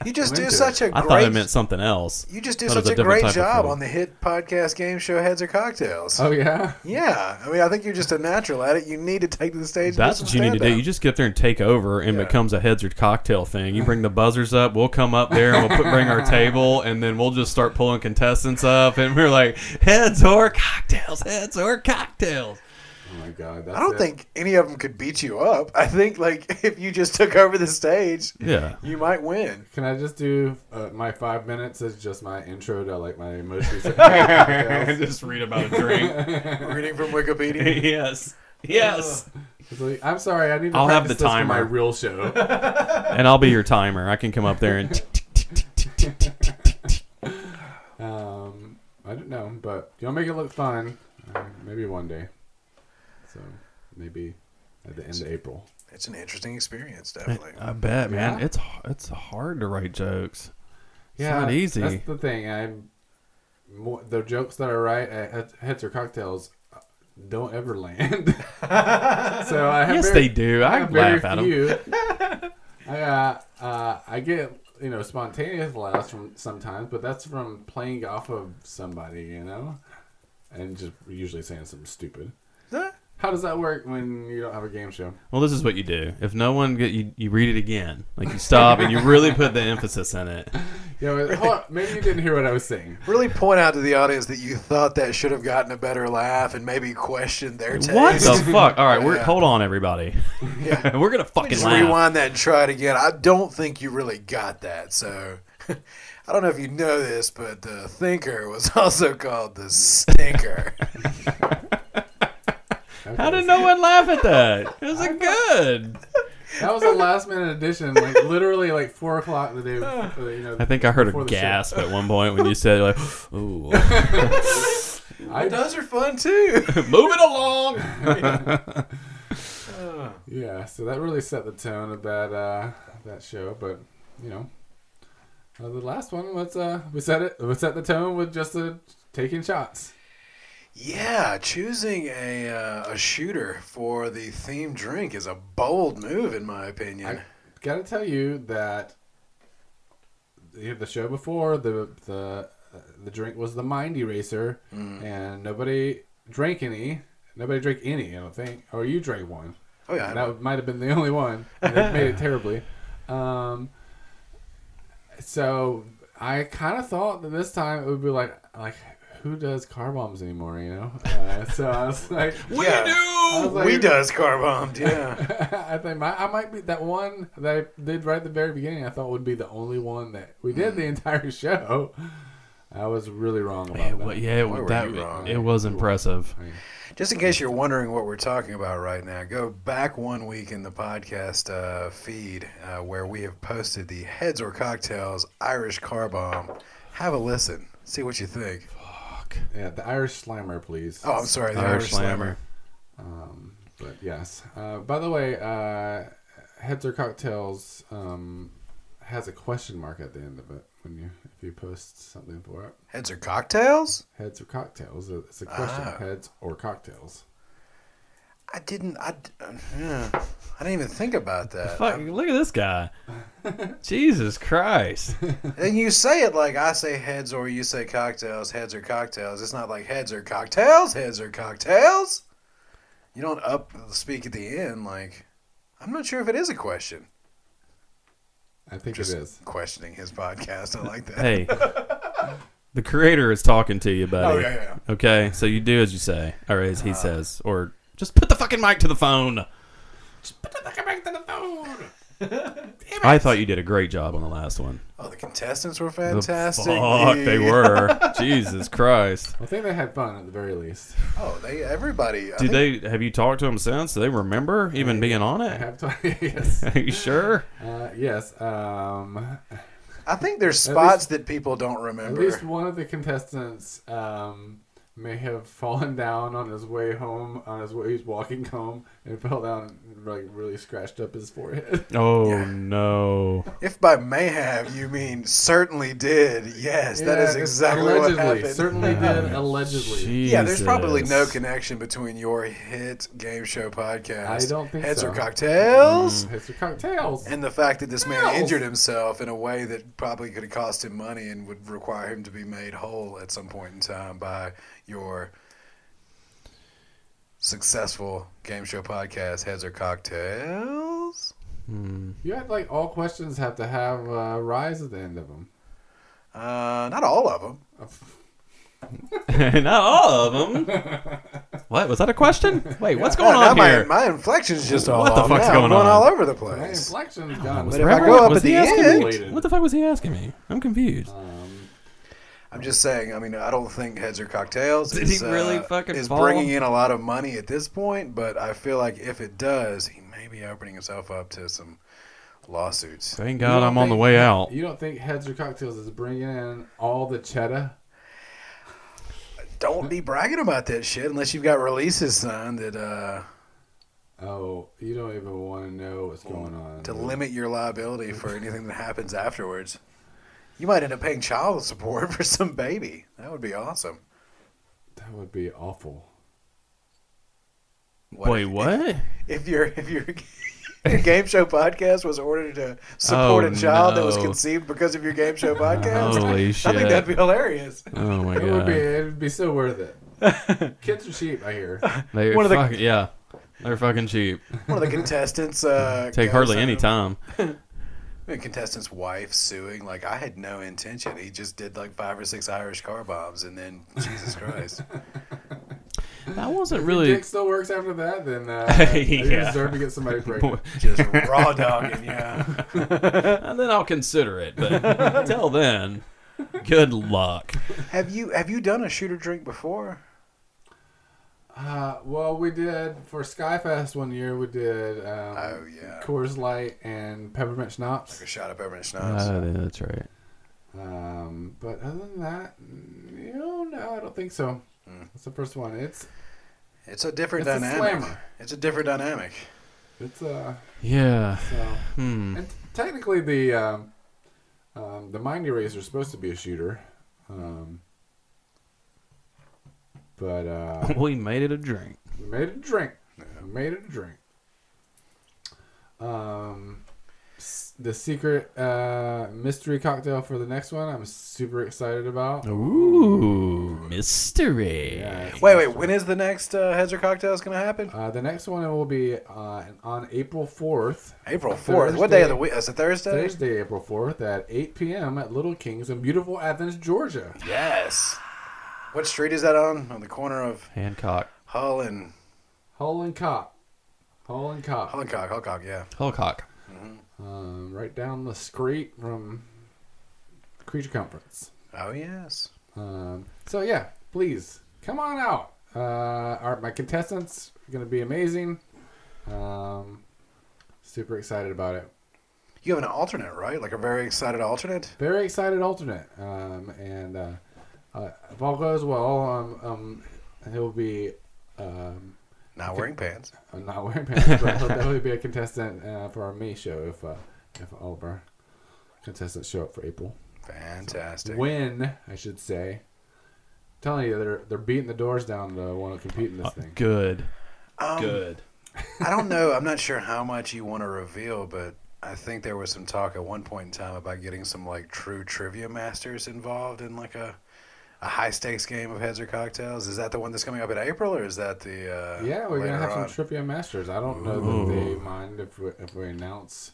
Speaker 7: you just
Speaker 4: Me
Speaker 7: do
Speaker 4: too.
Speaker 7: such a
Speaker 6: I
Speaker 7: great.
Speaker 6: thought it meant something else.
Speaker 7: You just do
Speaker 6: Thought it was
Speaker 7: such a,
Speaker 6: a different
Speaker 7: great
Speaker 6: type of Uh,
Speaker 7: job
Speaker 6: food.
Speaker 7: on the hit podcast game show Heads or Cocktails.
Speaker 4: Oh yeah.
Speaker 7: yeah, I mean, I think you're just a natural at it. You need to take to the stage. and
Speaker 6: That's
Speaker 7: do
Speaker 6: what
Speaker 7: some
Speaker 6: you need to do.
Speaker 7: stand-up.
Speaker 6: You just get up there and take over, and
Speaker 7: Yeah.
Speaker 6: it becomes a heads or cocktail thing. You bring the buzzers up. We'll come up there and we'll put, bring our table, and then we'll just start pulling contestants up, and we're like heads or cocktails, heads or cocktails.
Speaker 4: Oh my god. That's
Speaker 7: I don't
Speaker 4: it.
Speaker 7: think any of them could beat you up. I think like if you just took over the stage,
Speaker 6: Yeah.
Speaker 7: you might win.
Speaker 4: Can I just do uh, my five minutes as just my intro to like my most recent? cocktails?
Speaker 6: just read about a drink.
Speaker 7: Reading from Wikipedia.
Speaker 6: yes. Yes.
Speaker 4: It's like, I'm sorry. I need. To
Speaker 6: I'll have
Speaker 4: practice
Speaker 6: the
Speaker 4: this for my
Speaker 6: timer.
Speaker 4: real show.
Speaker 6: And I'll be your timer. I can come up there and. tick, tick, tick, tick, tick, tick, tick, tick, tick.
Speaker 4: um, I don't know, but you'll make it look fun. Uh, maybe one day. So maybe at the end of April.
Speaker 7: It's an interesting experience, definitely.
Speaker 6: I bet, man.
Speaker 4: Yeah.
Speaker 6: It's it's hard to write jokes. not easy.
Speaker 4: That's the thing. I'm more, the jokes that I write at Heads- heads or cocktails uh, don't ever land. so I have
Speaker 6: Yes,
Speaker 4: very-
Speaker 6: they do. I
Speaker 4: have
Speaker 6: laugh at 'em.
Speaker 4: few. I uh, uh, I get you know spontaneous laughs from sometimes, but that's from playing off of somebody, you know, and just usually saying something stupid.
Speaker 7: Huh?
Speaker 4: How does that work when you don't have a game show?
Speaker 6: Well, this is what you do. If no one get you, you read it again. Like you stop and you really put the emphasis in it.
Speaker 4: Yeah, but- hold on, maybe you didn't hear what I was saying.
Speaker 7: Really point out to the audience that you thought that should have gotten a better laugh and maybe question their taste.
Speaker 6: What the fuck? All right, we're
Speaker 7: Yeah.
Speaker 6: hold on, everybody.
Speaker 7: Yeah.
Speaker 6: we're gonna fucking
Speaker 7: Just
Speaker 6: laugh.
Speaker 7: rewind that and try it again. I don't think you really got that. So I don't know if you know this, but the thinker was also called the stinker.
Speaker 6: How did no one laugh at that? It was a good.
Speaker 4: That was a last minute addition, like literally like four o'clock the day. uh, You know,
Speaker 6: I think I heard
Speaker 4: Before
Speaker 6: a
Speaker 4: the show.
Speaker 6: gasp at one point when you said like, "Ooh, uh,
Speaker 4: I
Speaker 7: Those are fun too.
Speaker 6: moving along."
Speaker 4: Yeah, so that really set the tone of that uh, that show. But you know, uh, the last one was uh, we set it we set the tone with just uh, taking shots.
Speaker 7: Yeah, choosing a uh, a shooter for the theme drink is a bold move, in my opinion.
Speaker 4: I gotta tell you that the the show before the the uh, the drink was the mind eraser, and nobody drank any. Nobody drank any, I don't think. Or you drank one.
Speaker 7: oh yeah,
Speaker 4: And that might have been the only one. And they made it terribly. Um, so I kind of thought that this time it would be like like who does car bombs anymore? You know. Uh, so I was like,
Speaker 7: we do.
Speaker 4: I was like-
Speaker 7: we does car bombed. Yeah,
Speaker 4: I think my, I might be that one that I did right at the very beginning. I thought would be the only one that we did the entire show. I was really wrong about
Speaker 6: It
Speaker 4: that.
Speaker 6: wa- yeah, it,
Speaker 7: Why
Speaker 6: wa-
Speaker 7: were
Speaker 6: that,
Speaker 7: you wrong?
Speaker 6: it was impressive.
Speaker 7: Just in case you're wondering what we're talking about right now, go back one week in the podcast uh, feed uh, where we have posted the Heads or Cocktails Irish Car Bomb. Have a listen. See what you think.
Speaker 4: Yeah, the Irish Slammer, please.
Speaker 7: Oh, I'm sorry, the Irish, Slammer.
Speaker 4: Um, but yes. Uh, by the way, uh, Heads or Cocktails um, has a question mark at the end of it when you if you post something for it.
Speaker 7: Heads or Cocktails?
Speaker 4: Heads or cocktails? It's a question.
Speaker 7: Ah.
Speaker 4: Heads or cocktails?
Speaker 7: I didn't. I, d- uh, yeah. I didn't even think about that.
Speaker 6: Fuck, look at this guy. Jesus Christ.
Speaker 7: And you say it like I say heads or you say cocktails, heads or cocktails. It's not like heads or cocktails, heads or cocktails. You don't up speak at the end like I'm not sure if it is a question.
Speaker 4: I think
Speaker 7: Just
Speaker 4: it is.
Speaker 7: questioning his podcast. I like that.
Speaker 6: Hey, the creator is talking to you, buddy.
Speaker 7: oh yeah, yeah, yeah.
Speaker 6: Okay, so you do as you say, or as
Speaker 7: Uh-huh.
Speaker 6: he says, or just put the fucking mic to the phone. I thought you did a great job on the last one.
Speaker 7: Oh, the contestants were
Speaker 6: The
Speaker 7: fantastic.
Speaker 6: fuck, they were. Jesus Christ.
Speaker 4: I think they had fun at the very least.
Speaker 7: Oh, they everybody. I
Speaker 6: Did
Speaker 7: think-
Speaker 6: they? Have you talked to them since? Do they remember even being on
Speaker 4: I
Speaker 6: it?
Speaker 4: have to, yes,
Speaker 6: Are you sure?
Speaker 4: uh, yes. Um,
Speaker 7: I think there's
Speaker 4: At
Speaker 7: spots that people don't
Speaker 4: at
Speaker 7: remember.
Speaker 4: least one of the contestants um, may have fallen down on his way home. On his way, he's walking home and fell down, and, like really scratched up his forehead.
Speaker 6: Oh
Speaker 7: Yeah.
Speaker 6: no.
Speaker 7: if by may have you mean certainly did, yes, that
Speaker 4: Yeah,
Speaker 7: is
Speaker 4: it's
Speaker 7: exactly
Speaker 4: allegedly,
Speaker 7: what happened.
Speaker 4: Certainly did allegedly.
Speaker 7: Yeah, there's probably no
Speaker 6: Jesus.
Speaker 7: connection between your hit game show podcast,
Speaker 4: I don't think
Speaker 7: Heads
Speaker 4: so.
Speaker 7: or Cocktails,
Speaker 4: It's your
Speaker 6: Mm-hmm.
Speaker 4: cocktails.
Speaker 7: and the fact that this man
Speaker 4: Cocktails.
Speaker 7: injured himself in a way that probably could have cost him money and would require him to be made whole at some point in time by your successful game show podcast, Heads or Cocktails.
Speaker 4: you had like all questions have to have uh, rise at the end of them.
Speaker 7: Uh, not all of them.
Speaker 6: Not all of them. What was that a question? Wait, what's going
Speaker 7: Uh, Now
Speaker 6: on
Speaker 7: my,
Speaker 6: here?
Speaker 7: my inflection's just all
Speaker 6: What the
Speaker 7: off
Speaker 6: fuck's
Speaker 7: now.
Speaker 6: going
Speaker 7: I'm
Speaker 6: on?
Speaker 7: going all over the
Speaker 4: My
Speaker 7: place.
Speaker 4: inflection's gone.
Speaker 6: Was
Speaker 7: But if I
Speaker 6: Reverend-
Speaker 7: go up
Speaker 6: was
Speaker 7: at the
Speaker 6: he asking
Speaker 7: end- Uh,
Speaker 6: me- What the fuck was he asking me? I'm confused.
Speaker 7: I'm just saying. I mean, I don't think heads or cocktails
Speaker 6: Did
Speaker 7: is,
Speaker 6: he really
Speaker 7: uh,
Speaker 6: fucking
Speaker 7: is
Speaker 6: fall?
Speaker 7: bringing in a lot of money at this point. But I feel like if it does, he may be opening himself up to some lawsuits.
Speaker 6: Thank
Speaker 4: You
Speaker 6: God
Speaker 4: don't
Speaker 6: I'm on the
Speaker 4: think-
Speaker 6: way out.
Speaker 4: You don't think Heads or Cocktails is bringing in all the cheddar?
Speaker 7: Don't be bragging about that shit unless you've got releases signed that uh,
Speaker 4: Oh, you don't even want to know what's going on.
Speaker 7: to
Speaker 6: Mm-hmm.
Speaker 7: limit your liability for anything that happens afterwards. You might end up paying child support for some baby. That would be awesome.
Speaker 4: That would be awful.
Speaker 6: Wait,
Speaker 7: if-
Speaker 6: what?
Speaker 7: If your if your your game show podcast was ordered to support
Speaker 6: Oh,
Speaker 7: a child that was
Speaker 6: no.
Speaker 7: conceived because of your game show podcast.
Speaker 6: Holy
Speaker 7: I think that'd
Speaker 6: shit!
Speaker 7: be hilarious.
Speaker 6: Oh my
Speaker 4: It would be.
Speaker 6: God!
Speaker 4: It would be so worth it. Kids are cheap, I hear.
Speaker 6: They
Speaker 7: One of the-
Speaker 6: fuck, yeah, they're fucking cheap.
Speaker 7: One of the contestants uh,
Speaker 6: Take
Speaker 7: goes
Speaker 6: hardly
Speaker 7: in-
Speaker 6: any time.
Speaker 7: A contestant's wife suing. Like I had no intention. He just did like five or six Irish car bombs, and then Jesus Christ.
Speaker 6: That wasn't
Speaker 4: If
Speaker 6: really.
Speaker 4: Dick still works after that, then uh, you
Speaker 6: Yeah.
Speaker 4: deserve to get somebody pregnant.
Speaker 7: Just raw dogging, yeah.
Speaker 6: And then I'll consider it. But until then, good luck.
Speaker 7: Have you have you done a shooter drink before?
Speaker 4: Uh, well, we did for Skyfest one year. We did um,
Speaker 7: Oh, yeah.
Speaker 4: Coors Light and peppermint schnapps.
Speaker 7: A shot of peppermint schnapps.
Speaker 6: Oh, yeah, that's right.
Speaker 4: Um, but other than that, mm, you know, no, I don't think so.
Speaker 7: Hmm.
Speaker 4: That's the first one. It's
Speaker 7: it's a different
Speaker 4: it's a
Speaker 7: dynamic.
Speaker 4: slammer.
Speaker 7: it's a different dynamic.
Speaker 4: it's uh
Speaker 6: Yeah.
Speaker 4: so
Speaker 6: Hmm.
Speaker 4: and technically the um, um the mind eraser is supposed to be a shooter, um, but uh,
Speaker 6: We made it a drink.
Speaker 4: we made it a drink. We made it a drink. Um, s- the secret uh mystery cocktail for the next one. I'm super excited about.
Speaker 6: Ooh, mystery.
Speaker 4: Yeah, it's-
Speaker 7: Wait, wait. When is the next uh, heads or cocktails going to happen?
Speaker 4: Uh, the next one will be uh, on April 4th,
Speaker 7: April fourth. What day of the
Speaker 4: Thursday.
Speaker 7: week? Is it Thursday?
Speaker 4: Thursday, April 4th at 8 p.m. at Little Kings in beautiful Athens, Georgia.
Speaker 7: Yes. What street is that on? On the corner of
Speaker 6: Hancock.
Speaker 7: Hull and
Speaker 4: Hull and Cop. Hull and Cop.
Speaker 7: Hullencock, Hulcock, yeah.
Speaker 6: Hancock.
Speaker 4: Um, right down the street from Creature Conference.
Speaker 7: Oh yes.
Speaker 4: Um, so, yeah, please come on out. Uh, are my contestants going to be amazing? Um, super excited about it.
Speaker 7: You have an alternate, right? Like a very excited alternate.
Speaker 4: Very excited alternate. Um, and uh, uh, if all goes well, um, um, he'll be. Um,
Speaker 7: Not wearing pants.
Speaker 4: I'm not wearing pants, but he'll definitely be a contestant uh, for our May show if uh, if all of our contestants show up for April.
Speaker 7: Fantastic.
Speaker 4: When I should say, I'm telling you they're they're beating the doors down to want to compete in
Speaker 6: Uh,
Speaker 4: this thing.
Speaker 6: Good.
Speaker 7: Um,
Speaker 6: Good.
Speaker 7: I don't know. I'm not sure how much you want to reveal, but I think there was some talk at one point in time about getting some like true trivia masters involved in like a a high stakes game of heads or cocktails. Is that the one that's coming up in April, or is that the uh,
Speaker 4: Yeah, we're
Speaker 7: later
Speaker 4: gonna have
Speaker 7: on?
Speaker 4: some trivia masters. I don't know that they mind if we, if we announce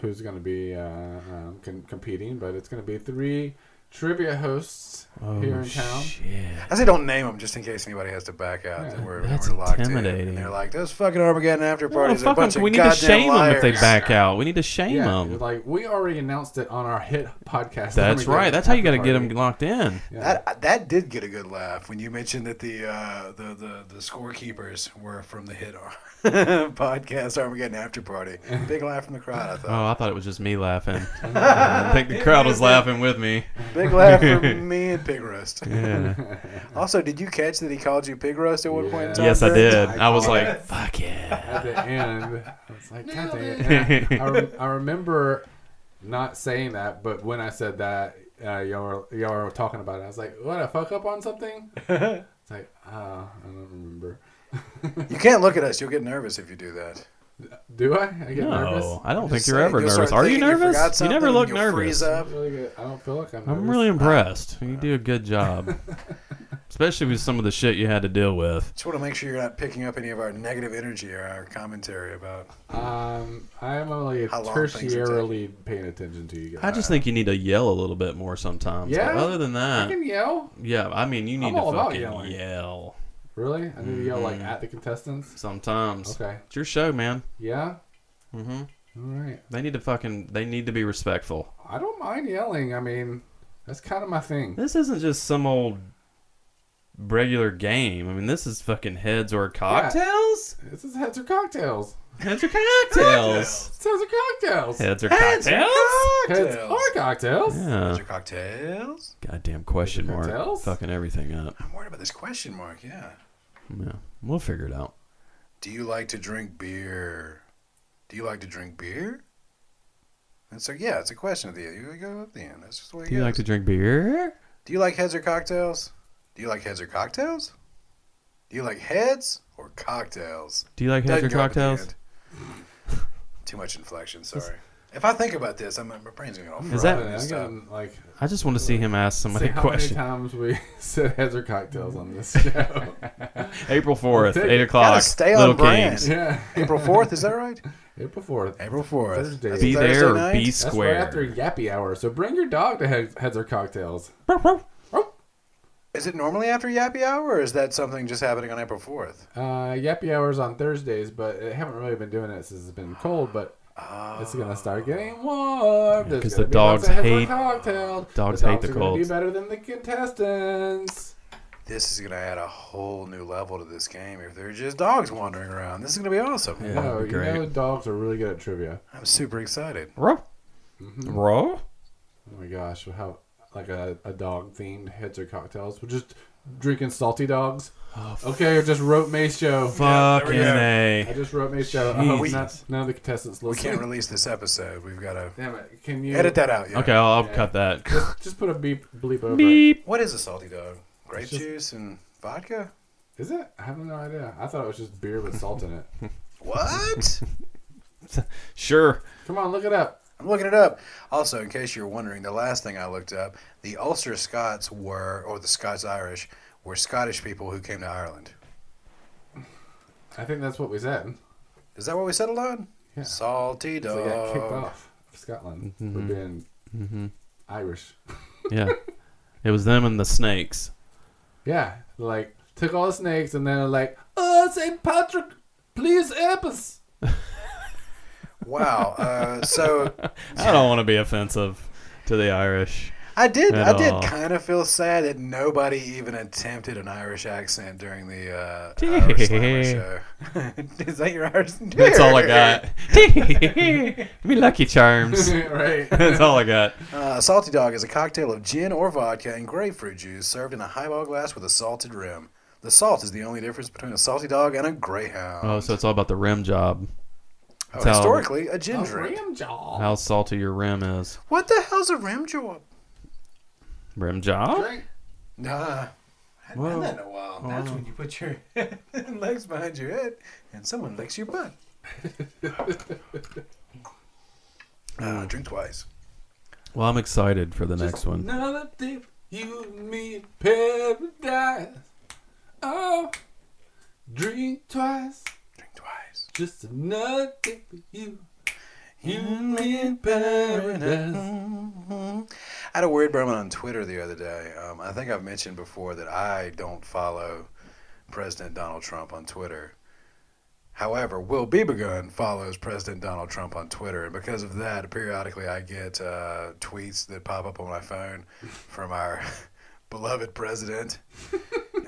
Speaker 4: who's gonna be uh, um, com- competing, but it's gonna be three trivia hosts
Speaker 6: Oh,
Speaker 4: here in town.
Speaker 6: Shit.
Speaker 7: I say don't name them just in case anybody has to back out. Then we're,
Speaker 6: That's
Speaker 7: we're locked in.
Speaker 6: intimidating.
Speaker 7: And they're like, those fucking Armageddon after
Speaker 6: Well,
Speaker 7: parties are a
Speaker 6: fuck
Speaker 7: bunch
Speaker 6: 'em.
Speaker 7: of
Speaker 6: We need to
Speaker 7: goddamn
Speaker 6: shame them if they
Speaker 7: liars."
Speaker 6: back out. We need to shame
Speaker 4: Yeah,
Speaker 6: them.
Speaker 4: like we already announced it on our hit podcast.
Speaker 6: That's right. That's how you got to get them
Speaker 4: Party.
Speaker 6: locked in.
Speaker 4: Yeah.
Speaker 7: That uh, that did get a good laugh when you mentioned that the uh, the, the the scorekeepers were from the hit Ar- podcast Armageddon after party. Big laugh from the crowd, I thought.
Speaker 6: Oh, I thought it was just me laughing. I think the crowd was laughing with me.
Speaker 7: Big laugh from me and Pig Roast.
Speaker 6: Yeah.
Speaker 7: Also, did you catch that he called you Pig Roast at one point in
Speaker 4: Yeah.
Speaker 7: time?
Speaker 6: Yes, I
Speaker 7: Brent?
Speaker 6: did. I was like,
Speaker 4: Yes.
Speaker 6: fuck yeah.
Speaker 4: at the end. I was like, God dang it. And I, I, rem- I remember not saying that, but when I said that, uh, y'all, were, y'all were talking about it. I was like, what, I fuck up on something? It's like, uh, I don't remember.
Speaker 7: You can't look at us. You'll get nervous if you do that.
Speaker 4: Do I? I get nervous.
Speaker 6: No, I don't think
Speaker 7: Just
Speaker 6: you're
Speaker 7: saying,
Speaker 6: ever
Speaker 7: you'll
Speaker 6: nervous.
Speaker 7: start
Speaker 6: Are you
Speaker 7: thinking
Speaker 6: nervous?
Speaker 7: forgot
Speaker 6: You, never
Speaker 7: something,
Speaker 6: look
Speaker 7: you'll
Speaker 6: nervous.
Speaker 7: Freeze up.
Speaker 4: Really good. I don't feel like I'm nervous.
Speaker 6: I'm really impressed. You do a good job, especially with some of the shit you had to deal with.
Speaker 7: Just want to make sure you're not picking up any of our negative energy or our commentary about.
Speaker 4: Um, I'm only
Speaker 7: How long things will
Speaker 4: tertiarily paying attention to you guys.
Speaker 6: I just think you need to yell a little bit more sometimes. Like,
Speaker 4: Yeah?
Speaker 6: other than
Speaker 4: I
Speaker 6: that,
Speaker 4: can yell.
Speaker 6: yeah, I mean, you need
Speaker 4: I'm
Speaker 6: to
Speaker 4: all about
Speaker 6: fucking
Speaker 4: yelling.
Speaker 6: yell
Speaker 4: Really? I need to yell
Speaker 6: Mm-hmm.
Speaker 4: like at the contestants.
Speaker 6: sometimes.
Speaker 4: Okay.
Speaker 6: It's your show, man.
Speaker 4: Yeah.
Speaker 6: hmm
Speaker 4: All right.
Speaker 6: They need to fucking. They need to be respectful.
Speaker 4: I don't mind yelling. I mean, that's kind of my thing.
Speaker 6: This isn't just some old regular game. I mean, this is fucking heads or cocktails.
Speaker 4: This is heads or cocktails.
Speaker 6: Heads or cocktails.
Speaker 4: It's heads or cocktails.
Speaker 6: Heads or cocktails.
Speaker 7: Heads or
Speaker 4: Heads
Speaker 7: cocktails.
Speaker 4: or cocktails.
Speaker 6: Yeah.
Speaker 7: Those are cocktails.
Speaker 6: Goddamn question mark.
Speaker 4: Cocktails?
Speaker 6: Fucking everything up.
Speaker 7: I'm worried about this question mark. Yeah.
Speaker 6: Yeah. We'll figure it out.
Speaker 7: Do you like to drink beer? Do you like to drink beer? And so yeah, it's a question at the end. You go at the end. That's just the way it
Speaker 6: Do you like
Speaker 7: goes.
Speaker 6: to drink beer?
Speaker 7: Do you like heads or cocktails? Do you like heads or cocktails? Do you like heads or cocktails?
Speaker 6: Do you like heads
Speaker 7: Doesn't
Speaker 6: or
Speaker 7: go up at the
Speaker 6: cocktails?
Speaker 7: end. Too much inflection. Sorry. If I think about this, I'm, my brain's gonna go.
Speaker 6: Is
Speaker 7: fried
Speaker 6: that-
Speaker 7: and
Speaker 4: I'm
Speaker 7: stuff.
Speaker 4: getting, like,
Speaker 6: I just want to see him ask somebody
Speaker 4: see
Speaker 6: a
Speaker 4: how
Speaker 6: question.
Speaker 4: many times we said heads or cocktails on this show.
Speaker 6: April 4th,
Speaker 4: Take
Speaker 6: 8
Speaker 4: it.
Speaker 6: o'clock.
Speaker 7: stay on
Speaker 6: Little
Speaker 7: brand.
Speaker 6: Kings.
Speaker 4: yeah.
Speaker 7: April fourth? Is that right?
Speaker 4: April 4th.
Speaker 7: April fourth.
Speaker 4: Thursday.
Speaker 7: That's a
Speaker 6: Be
Speaker 7: Thursday
Speaker 6: there or
Speaker 7: night?
Speaker 6: be
Speaker 4: That's
Speaker 6: square.
Speaker 4: right after Yappy Hour. So bring your dog to heads, heads or cocktails.
Speaker 7: Is it normally after Yappy Hour, or is that something just happening on April fourth?
Speaker 4: Uh, Yappy Hour's on Thursdays, but I haven't really been doing it since it's been cold, but it's gonna start getting warm. There's
Speaker 6: Oh. 'cause
Speaker 4: gonna
Speaker 6: the
Speaker 4: be lots
Speaker 6: dogs
Speaker 4: of heads or
Speaker 6: hate-
Speaker 4: cocktails.
Speaker 6: dogs
Speaker 4: the
Speaker 6: hate
Speaker 4: dogs
Speaker 6: the
Speaker 4: are gonna
Speaker 6: colds.
Speaker 4: Be better than the contestants.
Speaker 7: This is gonna add a whole new level to this game. If there are just dogs wandering around, this is gonna be awesome.
Speaker 4: No,
Speaker 6: Yeah. that'd
Speaker 4: Oh, you
Speaker 6: be great.
Speaker 4: know dogs are really good at trivia.
Speaker 7: I'm super excited.
Speaker 6: Row. Row?
Speaker 4: Oh my gosh, how like a, a dog themed heads or cocktails. We're just drinking salty dogs. okay, I just wrote May's show.
Speaker 7: there we
Speaker 6: Fucking
Speaker 7: go.
Speaker 4: I
Speaker 6: A.
Speaker 4: just wrote May's show. I hope
Speaker 6: Jesus.
Speaker 4: not, none of the contestants
Speaker 7: We
Speaker 4: listen.
Speaker 7: can't release this episode. We've got to
Speaker 4: Damn it! Can you
Speaker 7: edit that out. Yeah.
Speaker 6: Okay, I'll, I'll
Speaker 4: Yeah.
Speaker 6: cut that.
Speaker 4: Just, just put a beep bleep over. It.
Speaker 6: Beep.
Speaker 7: What is a salty dog? Grape
Speaker 4: It's just-
Speaker 7: juice and vodka?
Speaker 4: Is it? I have no idea. I thought it was just beer with salt in it.
Speaker 7: What?
Speaker 6: Sure.
Speaker 4: Come on, look it up.
Speaker 7: I'm looking it up. Also, in case you're wondering, the last thing I looked up, the Ulster Scots were, or the Scots Irish, were Scottish people who came to Ireland.
Speaker 4: I think that's what we said.
Speaker 7: Is that what we settled on?
Speaker 4: Yeah.
Speaker 7: Salty
Speaker 4: So they got kicked
Speaker 7: dog.
Speaker 4: off of Scotland for being Irish.
Speaker 6: Yeah. it was them and the snakes.
Speaker 4: Yeah, like took all the snakes and then like, oh Saint Patrick, please help us.
Speaker 7: Wow. Uh, so
Speaker 6: I don't want to be offensive to the Irish.
Speaker 7: I did.
Speaker 6: At
Speaker 7: I did
Speaker 6: all.
Speaker 7: kind of feel sad that nobody even attempted an Irish accent during the uh, Irish Slammer
Speaker 6: Gee.
Speaker 7: show. Is that your Irish?
Speaker 6: That's all I got. Me lucky charms.
Speaker 4: right.
Speaker 6: That's all I got.
Speaker 7: Uh, salty Dog is a cocktail of gin or vodka and grapefruit juice served in a highball glass with a salted rim. The salt is the only difference between a salty dog and a greyhound.
Speaker 6: Oh, so it's all about the rim job.
Speaker 7: Oh,
Speaker 6: how-
Speaker 7: historically, a gin
Speaker 4: A
Speaker 7: drink.
Speaker 4: rim job.
Speaker 6: How salty your rim is.
Speaker 7: What the hell's a rim job?
Speaker 6: Rim job?
Speaker 4: Drink.
Speaker 7: Nah. I haven't
Speaker 6: Whoa.
Speaker 7: done that in a while. That's when you put your legs behind your head and someone licks your butt. uh, drink twice.
Speaker 6: Well, I'm excited for the next one.
Speaker 4: Another dip. You and me in paradise. Oh, drink twice.
Speaker 7: Drink twice.
Speaker 4: Just another dip for you. You and me in paradise.
Speaker 7: I had a weird moment on Twitter the other day. Um, I think I've mentioned before that I don't follow President Donald Trump on Twitter. However, Will Bebegun follows President Donald Trump on Twitter, and because of that, periodically I get uh, tweets that pop up on my phone from our beloved president.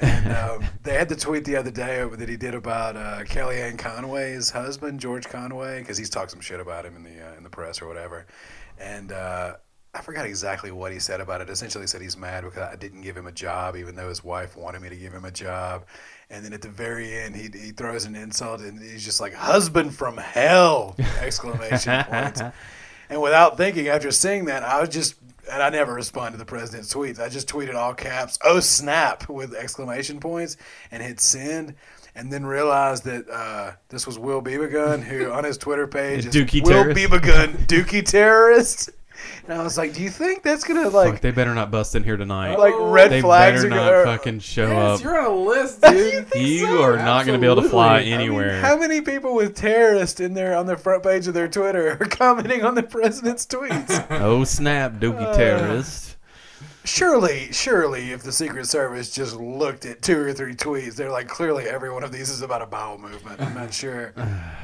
Speaker 7: and um, they had the tweet the other day over that he did about uh, Kellyanne Conway's husband, George Conway, because he's talked some shit about him in the uh, in the press or whatever. And uh, I forgot exactly what he said about it. Essentially, he said he's mad because I didn't give him a job, even though his wife wanted me to give him a job. And then at the very end, he, he throws an insult and he's just like, "Husband from hell!" exclamation point. And without thinking, after seeing that, I was just, and I never respond to the president's tweets. I just tweeted all caps, oh snap, with exclamation points and hit send. And then realized that uh, this was Will Bebegun, who on his Twitter page is
Speaker 6: Dookie
Speaker 7: Will
Speaker 6: terrorist.
Speaker 7: Bebegun, Dookie terrorist. And I was like, do you think that's gonna
Speaker 6: Fuck,
Speaker 7: like,
Speaker 6: they better not bust in here tonight.
Speaker 7: like red
Speaker 6: they
Speaker 7: flags
Speaker 6: better
Speaker 7: are
Speaker 6: not
Speaker 7: gonna?
Speaker 6: fucking show
Speaker 4: Yes,
Speaker 6: up.
Speaker 4: you're on a list, dude.
Speaker 6: You are not going to be able to fly
Speaker 4: Absolutely. I mean,
Speaker 6: anywhere.
Speaker 7: How many people with terrorist in there on the front page of their Twitter are commenting on the president's tweets?
Speaker 6: oh snap,
Speaker 7: Uh,
Speaker 6: Dookie terrorist.
Speaker 7: Surely, surely, if the Secret Service just looked at two or three tweets, they're like, clearly every one of these is about a bowel movement. I'm not sure.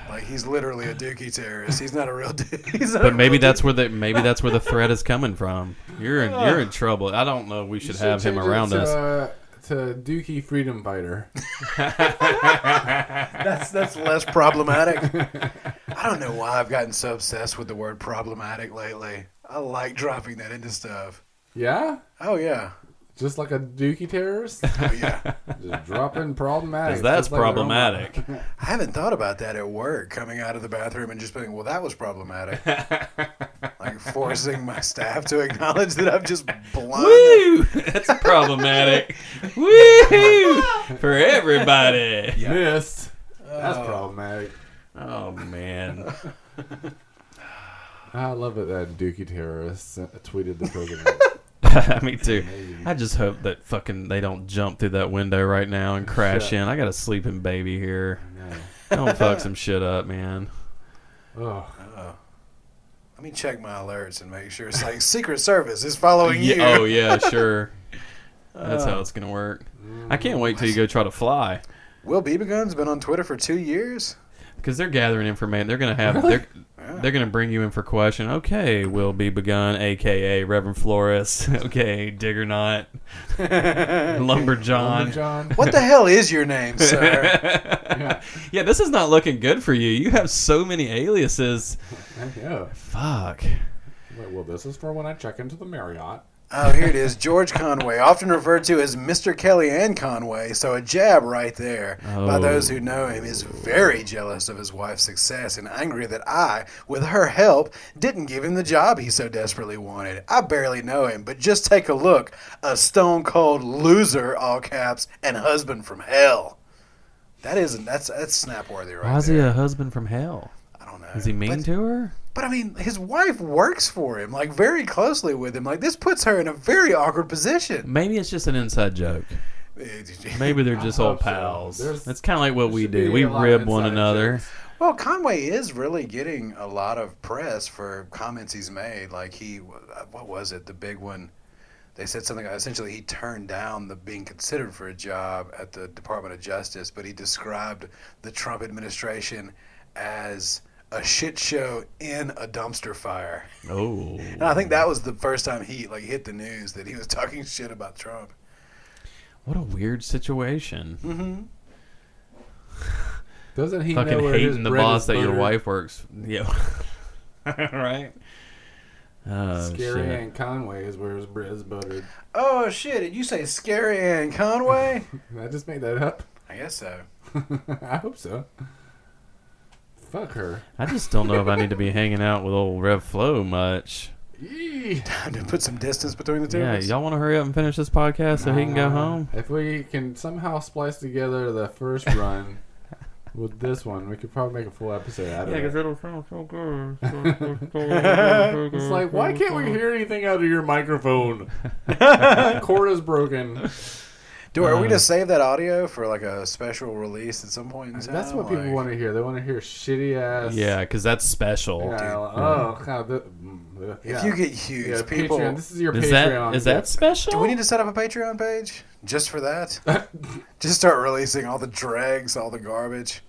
Speaker 7: Like he's literally a dookie terrorist. He's not a real. d- He's not a
Speaker 6: But maybe
Speaker 7: real
Speaker 6: that's where the maybe that's where the threat is coming from. You're in you're in trouble. I don't know. We should have him
Speaker 4: change it
Speaker 6: around
Speaker 4: to,
Speaker 6: us.
Speaker 4: Uh, to Dookie Freedom Fighter.
Speaker 7: dookie. that's that's less problematic. I don't know why I've gotten so obsessed with the word problematic lately. I like dropping that into stuff.
Speaker 4: Yeah?
Speaker 7: Oh yeah,
Speaker 4: Just like a Dookie terrorist?
Speaker 7: oh yeah.
Speaker 4: Just dropping problematic.
Speaker 6: 'Cause that's
Speaker 4: just like their own-
Speaker 6: problematic.
Speaker 7: I haven't thought about that at work, coming out of the bathroom and just being, well, that was problematic. like forcing my staff to acknowledge that I've just blown.
Speaker 6: Woo! That's problematic. Woo! For everybody.
Speaker 4: Missed. That's problematic.
Speaker 6: Oh man.
Speaker 4: I love it that Dookie terrorist sent- tweeted the program.
Speaker 6: Me too. I just hope that fucking they don't jump through that window right now and crash in. I got a sleeping baby here. Don't fuck some shit up, man.
Speaker 4: oh,
Speaker 7: Let me check my alerts and make sure it's like Secret Service is following you.
Speaker 6: Yeah, Uh. oh yeah, sure. That's how it's gonna work. I can't wait till you go try to fly
Speaker 7: Will Bebegun's been on Twitter for two years.
Speaker 6: because they're gathering information. They're gonna have they're they're gonna bring you in for question. Okay, will be begun, aka Reverend Flores. okay, Digger Knot, Lumberjohn.
Speaker 4: John.
Speaker 7: What the hell is your name, sir?
Speaker 6: Yeah, this is not looking good for you. You have so many aliases.
Speaker 4: Yeah.
Speaker 6: Fuck.
Speaker 4: Wait, well, this is for when I check into the Marriott.
Speaker 7: oh, here it is. George Conway, often referred to as Mr. Kellyanne Conway. So a jab right there by
Speaker 6: Oh.
Speaker 7: those who know him is very jealous of his wife's success and angry that I, with her help, didn't give him the job he so desperately wanted. I barely know him, but just take a look. A stone cold loser, all caps, and husband from hell. That isn't that's that's snap worthy right
Speaker 6: Why is he
Speaker 7: there.
Speaker 6: a husband from hell?
Speaker 7: I don't know.
Speaker 6: Is he mean
Speaker 7: But-
Speaker 6: to her?
Speaker 7: but I mean, his wife works for him, like very closely with him. Like this puts her in a very awkward position.
Speaker 6: Maybe it's just an inside joke. Maybe they're just
Speaker 4: I
Speaker 6: old
Speaker 4: hope so.
Speaker 6: pals.
Speaker 4: There's-
Speaker 6: That's kind of like what we
Speaker 4: should
Speaker 6: do.
Speaker 4: be
Speaker 6: We
Speaker 4: a lot of
Speaker 6: rib one
Speaker 4: inside
Speaker 6: another.
Speaker 4: jokes.
Speaker 7: Well, Conway is really getting a lot of press for comments he's made. Like he, what was it? The big one. They said something. Essentially, he turned down the being considered for a job at the Department of Justice, but he described the Trump administration as a shit show in a dumpster fire.
Speaker 6: Oh.
Speaker 7: And I think that was the first time he like hit the news that he was talking shit about Trump.
Speaker 6: What a weird situation.
Speaker 4: Doesn't he know
Speaker 6: Fucking
Speaker 4: where his
Speaker 6: hating the
Speaker 4: bread
Speaker 6: boss
Speaker 4: is
Speaker 6: that your
Speaker 4: buttered?
Speaker 6: wife works. Yeah. right? Oh,
Speaker 4: Scary
Speaker 6: shit.
Speaker 4: and Conway is where his bread is buttered.
Speaker 7: Oh shit! Did you say Scary Ann Conway?
Speaker 4: Did I just make that up?
Speaker 7: I guess so.
Speaker 4: I hope so. Fuck her.
Speaker 6: I just don't know if I need to be hanging out with old Rev Flow much.
Speaker 4: Yee.
Speaker 7: Time to put some distance between the two.
Speaker 6: Yeah,
Speaker 7: of us.
Speaker 6: y'all want to hurry up and finish this podcast so he can go
Speaker 4: Uh,
Speaker 6: home?
Speaker 4: If we can somehow splice together the first run with this one, we could probably make a full episode out of it.
Speaker 6: it'll sound so good.
Speaker 4: It's like, why can't we hear anything out of your microphone? Cord is broken.
Speaker 7: Do are we
Speaker 4: Um,
Speaker 7: to save that audio for like a special release at some point? In time?
Speaker 4: That's what people
Speaker 7: Like-
Speaker 4: want to hear. They want to hear shitty ass.
Speaker 6: Yeah, because that's special.
Speaker 4: Yeah, oh, God. the- mm,
Speaker 7: Hmm. If
Speaker 4: yeah.
Speaker 7: you get huge,
Speaker 4: yeah,
Speaker 7: people.
Speaker 4: Patreon. This is your
Speaker 6: Is
Speaker 4: Patreon.
Speaker 6: that is that special?
Speaker 7: Do we need to set up a Patreon page just for that? just start releasing all the dregs, all the garbage.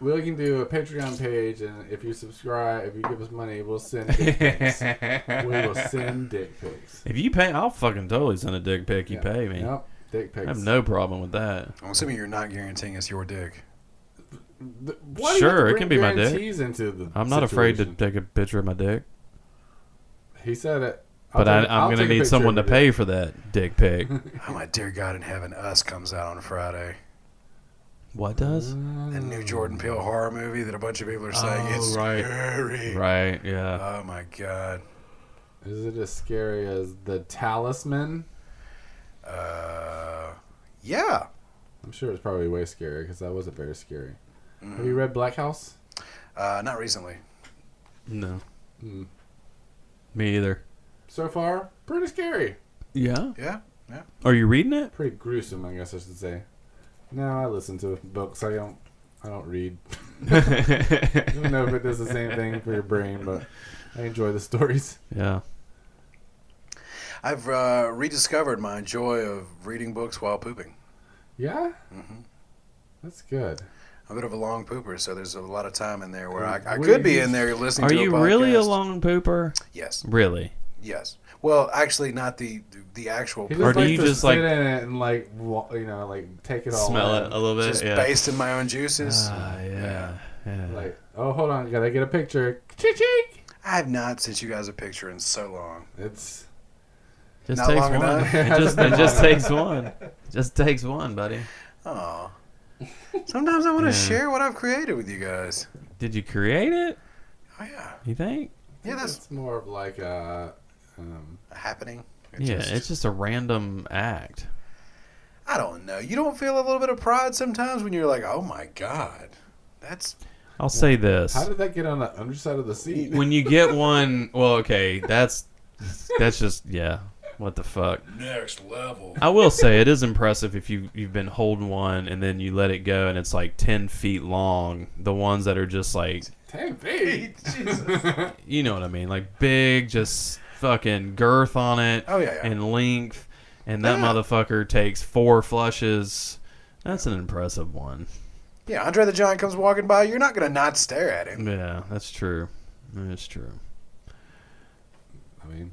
Speaker 4: We can do a Patreon page, and if you subscribe, if you give us money, we'll send dick pics. we will send dick pics.
Speaker 6: if you pay, I'll fucking totally send a dick pic. You
Speaker 4: Yeah.
Speaker 6: pay me.
Speaker 4: Yep, dick pics.
Speaker 6: I have no problem with that.
Speaker 7: I'm assuming you're not guaranteeing us your dick.
Speaker 4: Th- why do you
Speaker 6: Sure,
Speaker 4: have to
Speaker 6: it
Speaker 4: bring
Speaker 6: can be my dick.
Speaker 4: guarantees Into the
Speaker 6: I'm not afraid to
Speaker 4: situation?
Speaker 6: take a picture of my dick,
Speaker 4: He said it. I'll
Speaker 6: but I,
Speaker 4: take- I'll
Speaker 6: I'm gonna
Speaker 4: take a
Speaker 6: need
Speaker 4: picture
Speaker 6: someone to
Speaker 4: of
Speaker 6: pay
Speaker 4: it.
Speaker 6: for that dick pic.
Speaker 7: Oh my dear God in heaven, Us comes out on Friday.
Speaker 6: what does?
Speaker 7: The
Speaker 4: Mm. Hmm.
Speaker 7: new Jordan Peele horror movie that a bunch of people are saying
Speaker 6: Oh,
Speaker 7: it's
Speaker 6: right.
Speaker 7: scary.
Speaker 6: Right? Yeah.
Speaker 7: Oh my God.
Speaker 4: Is it as scary as the Talisman?
Speaker 7: Uh, yeah.
Speaker 4: I'm sure it's probably way scarier because that wasn't very scary. Have
Speaker 7: Mm.
Speaker 4: you read Black House?
Speaker 7: Uh, not recently.
Speaker 6: No.
Speaker 4: Mm.
Speaker 6: Me either.
Speaker 4: So far, pretty scary.
Speaker 6: Yeah.
Speaker 7: Yeah.
Speaker 6: Are you reading it?
Speaker 4: Pretty gruesome, I guess I should say. No, I listen to books. I don't. I don't read. I don't know if it does the same thing for your brain, but I enjoy the stories.
Speaker 6: yeah.
Speaker 7: I've uh, rediscovered my joy of reading books while pooping.
Speaker 4: Yeah,
Speaker 7: Mhm.
Speaker 4: that's good.
Speaker 7: I'm a bit of a long pooper, so there's a lot of time in there where I, I
Speaker 4: Where
Speaker 7: could be
Speaker 4: you-
Speaker 7: in there listening
Speaker 6: Are
Speaker 7: to a
Speaker 6: you really a
Speaker 7: podcast.
Speaker 6: long pooper?
Speaker 7: Yes,
Speaker 6: Really?
Speaker 7: yes. Well, actually, not the the actual
Speaker 4: He
Speaker 7: poop,
Speaker 4: just
Speaker 6: Or do
Speaker 4: likes
Speaker 6: you
Speaker 4: to
Speaker 6: just,
Speaker 4: sit
Speaker 6: like-
Speaker 4: in it and like wa- you know like take it all
Speaker 6: Smell
Speaker 4: in.
Speaker 6: it a little bit.
Speaker 7: just
Speaker 6: yeah.
Speaker 7: based in my own juices.
Speaker 6: Ah, yeah. Yeah.
Speaker 4: Like oh hold on, gotta get a picture. Ching.
Speaker 7: I have not sent you guys a picture in so long.
Speaker 4: It's
Speaker 6: just
Speaker 7: not
Speaker 6: takes
Speaker 7: long
Speaker 6: one.
Speaker 7: enough.
Speaker 6: It just it just takes one. Just takes one, buddy.
Speaker 7: Oh, sometimes I want to
Speaker 6: Yeah.
Speaker 7: share what I've created with you guys.
Speaker 6: Did you create it?
Speaker 7: Oh yeah,
Speaker 6: You think?
Speaker 7: yeah. That's
Speaker 4: it's more of like a. Um,
Speaker 7: happening. It
Speaker 6: yeah,
Speaker 7: just-
Speaker 6: it's just a random act.
Speaker 7: I don't know. You don't feel a little bit of pride sometimes when you're like, oh my god, that's
Speaker 6: I'll say
Speaker 4: how
Speaker 6: this:
Speaker 4: did that get on the underside of the seat?
Speaker 6: when you get one, well, okay, that's that's just yeah. What the fuck?
Speaker 7: next level.
Speaker 6: I will say it is impressive if you you've been holding one and then you let it go and it's like ten feet long. The ones that are just like
Speaker 4: Damn feet.
Speaker 6: you know what I mean, like big, just fucking girth on it.
Speaker 7: Oh, yeah, yeah.
Speaker 6: and length. And that
Speaker 7: Yeah.
Speaker 6: motherfucker takes four flushes. That's an impressive one.
Speaker 7: Yeah, Andre the Giant comes walking by. You're not gonna not stare at him.
Speaker 6: Yeah, that's true. That's true.
Speaker 4: I mean,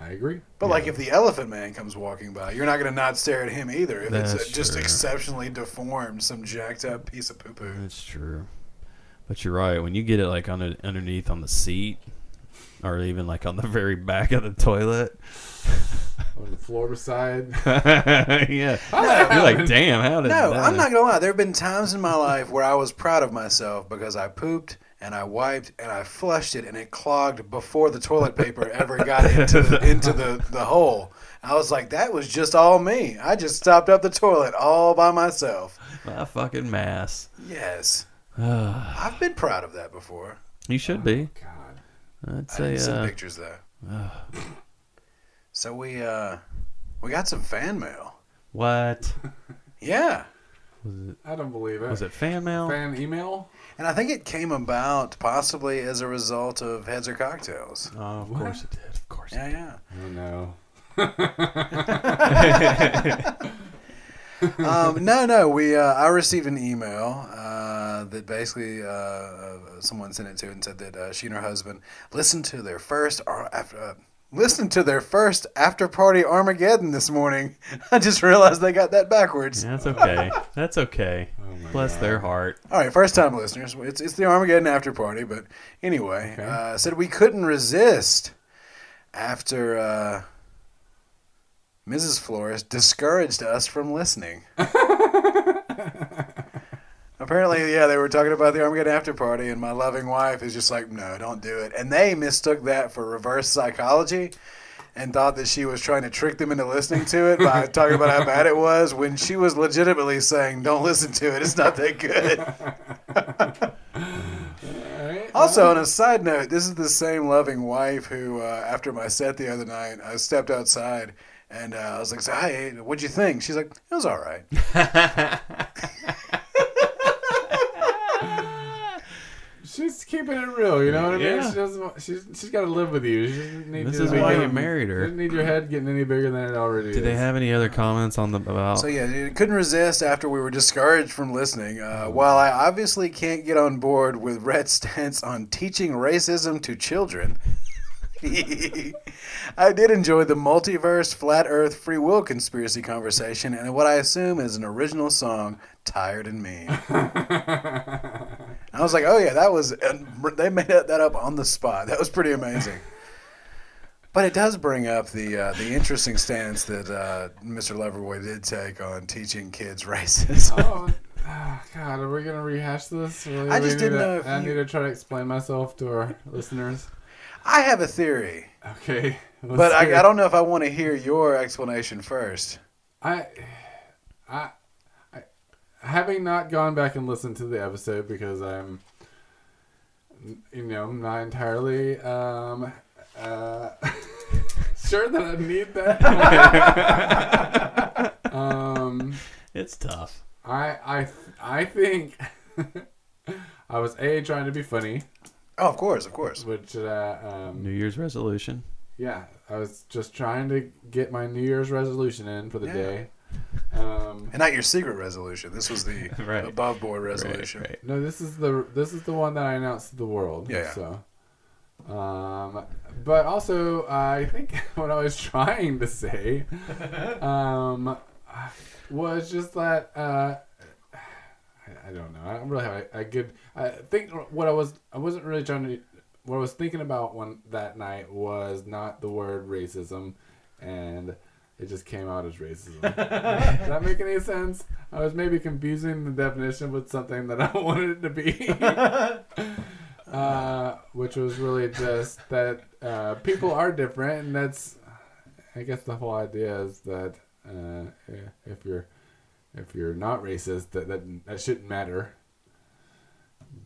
Speaker 4: I agree.
Speaker 7: But like, if the Elephant Man comes walking by, you're not gonna not stare at him either. If
Speaker 6: That's
Speaker 7: it's uh, just
Speaker 6: true.
Speaker 7: exceptionally deformed, some jacked up piece of poo poo.
Speaker 6: That's true. But you're right. When you get it like under underneath on the seat, or even like on the very back of the toilet,
Speaker 4: On the floor beside.
Speaker 6: yeah, you're like, damn, how did
Speaker 7: No,
Speaker 6: that?
Speaker 7: I'm not gonna lie. There have been times in my life where I was proud of myself because I pooped and I wiped and I flushed it and it clogged before the toilet paper ever got into the, into the, the hole. I was like, that was just all me. I just stopped up the toilet all by myself.
Speaker 6: My fucking mass.
Speaker 7: Yes, I've been proud of that before.
Speaker 6: you should
Speaker 4: Oh,
Speaker 6: be.
Speaker 4: God.
Speaker 6: I'd
Speaker 7: I
Speaker 6: say.
Speaker 7: didn't
Speaker 6: uh,
Speaker 7: send pictures though. so we uh, we got some fan mail.
Speaker 6: what
Speaker 7: Yeah,
Speaker 4: I don't believe it.
Speaker 6: was it? Fan mail.
Speaker 4: Fan email?
Speaker 7: and I think it came about possibly as a result of heads or cocktails.
Speaker 6: oh, of course it did. Of course. it
Speaker 7: Yeah, yeah.
Speaker 4: Oh no.
Speaker 7: um, no, no. We uh, I received an email uh, that basically uh, uh, someone sent it to and said that uh, she and her husband listened to their first or after. Uh, Listen to their first after party Armageddon this morning. I just realized they got that backwards.
Speaker 6: That's okay. That's okay.
Speaker 4: Oh my
Speaker 6: Bless
Speaker 4: God.
Speaker 6: their heart.
Speaker 7: All right, first time listeners, it's, it's the Armageddon after party, but anyway,
Speaker 4: Okay.
Speaker 7: uh, said we couldn't resist after uh, Mrs. Flores discouraged us from listening. Apparently, yeah, they were talking about the Armageddon after party, and my loving wife is just like, no, don't do it. And they mistook that for reverse psychology and thought that she was trying to trick them into listening to it by talking about how bad it was when she was legitimately saying, don't listen to it, it's not that good.
Speaker 4: Alright,
Speaker 7: Also, on a side note, this is the same loving wife who, uh, after my set the other night, I stepped outside and uh, I was like, so, "Hey, what'd you think?" She's like, "It was all right."
Speaker 4: She's keeping it real, you know what I mean?
Speaker 6: Yeah.
Speaker 4: She doesn't want, she's, she's got to live with you. She doesn't need
Speaker 6: This
Speaker 4: your
Speaker 6: is why
Speaker 4: head-
Speaker 6: you married her.
Speaker 4: Doesn't need your head getting any bigger than it already is.
Speaker 6: Did they have any other comments on the about?
Speaker 7: So yeah, it couldn't resist after we were discouraged from listening. Uh, while I obviously can't get on board with Red's stance on teaching racism to children, I did enjoy the multiverse, flat Earth, free will conspiracy conversation, and what I assume is an original song, "Tired and Mean." I was like, oh yeah, that was. And they made that that up on the spot. That was pretty amazing. But it does bring up the uh, the interesting stance that uh, Mr. Leverway did take on teaching kids racism.
Speaker 4: Oh, ah, God, are we gonna rehash this? Really?
Speaker 7: I
Speaker 4: We
Speaker 7: just
Speaker 4: need
Speaker 7: didn't
Speaker 4: to-
Speaker 7: know if
Speaker 4: I
Speaker 7: you-
Speaker 4: need to try to explain myself to our listeners.
Speaker 7: I have a theory,
Speaker 4: Okay, let's
Speaker 7: but
Speaker 4: hear
Speaker 7: I,
Speaker 4: it.
Speaker 7: I don't know if I want to hear your explanation first.
Speaker 4: I, I, I, having not gone back and listened to the episode because I'm, you know, not entirely um, uh, sure that I need that. um,
Speaker 6: It's tough.
Speaker 4: I, I, I think I was a trying to be funny,
Speaker 7: Oh, of course, of course.
Speaker 4: which uh, um,
Speaker 6: New Year's resolution.
Speaker 4: Yeah, I was just trying to get my New Year's resolution in for the
Speaker 7: Yeah.
Speaker 4: day. Um,
Speaker 7: And not your secret resolution. This was the
Speaker 6: Right.
Speaker 7: above board resolution.
Speaker 6: Right, right.
Speaker 4: no, this is the this is the one that I announced to the world.
Speaker 7: Yeah, yeah.
Speaker 4: So, um, but also I think what I was trying to say, um, was just that uh, I, I don't know. I don't really have a, a good. I think what I was I wasn't really trying to. What I was thinking about one that night was not the word racism, and it just came out as racism. Does that make any sense? I was maybe confusing the definition with something that I wanted it to be, uh, which was really just that uh, people are different, and that's. I guess the whole idea is that uh, if you're if you're not racist, that that, that shouldn't matter.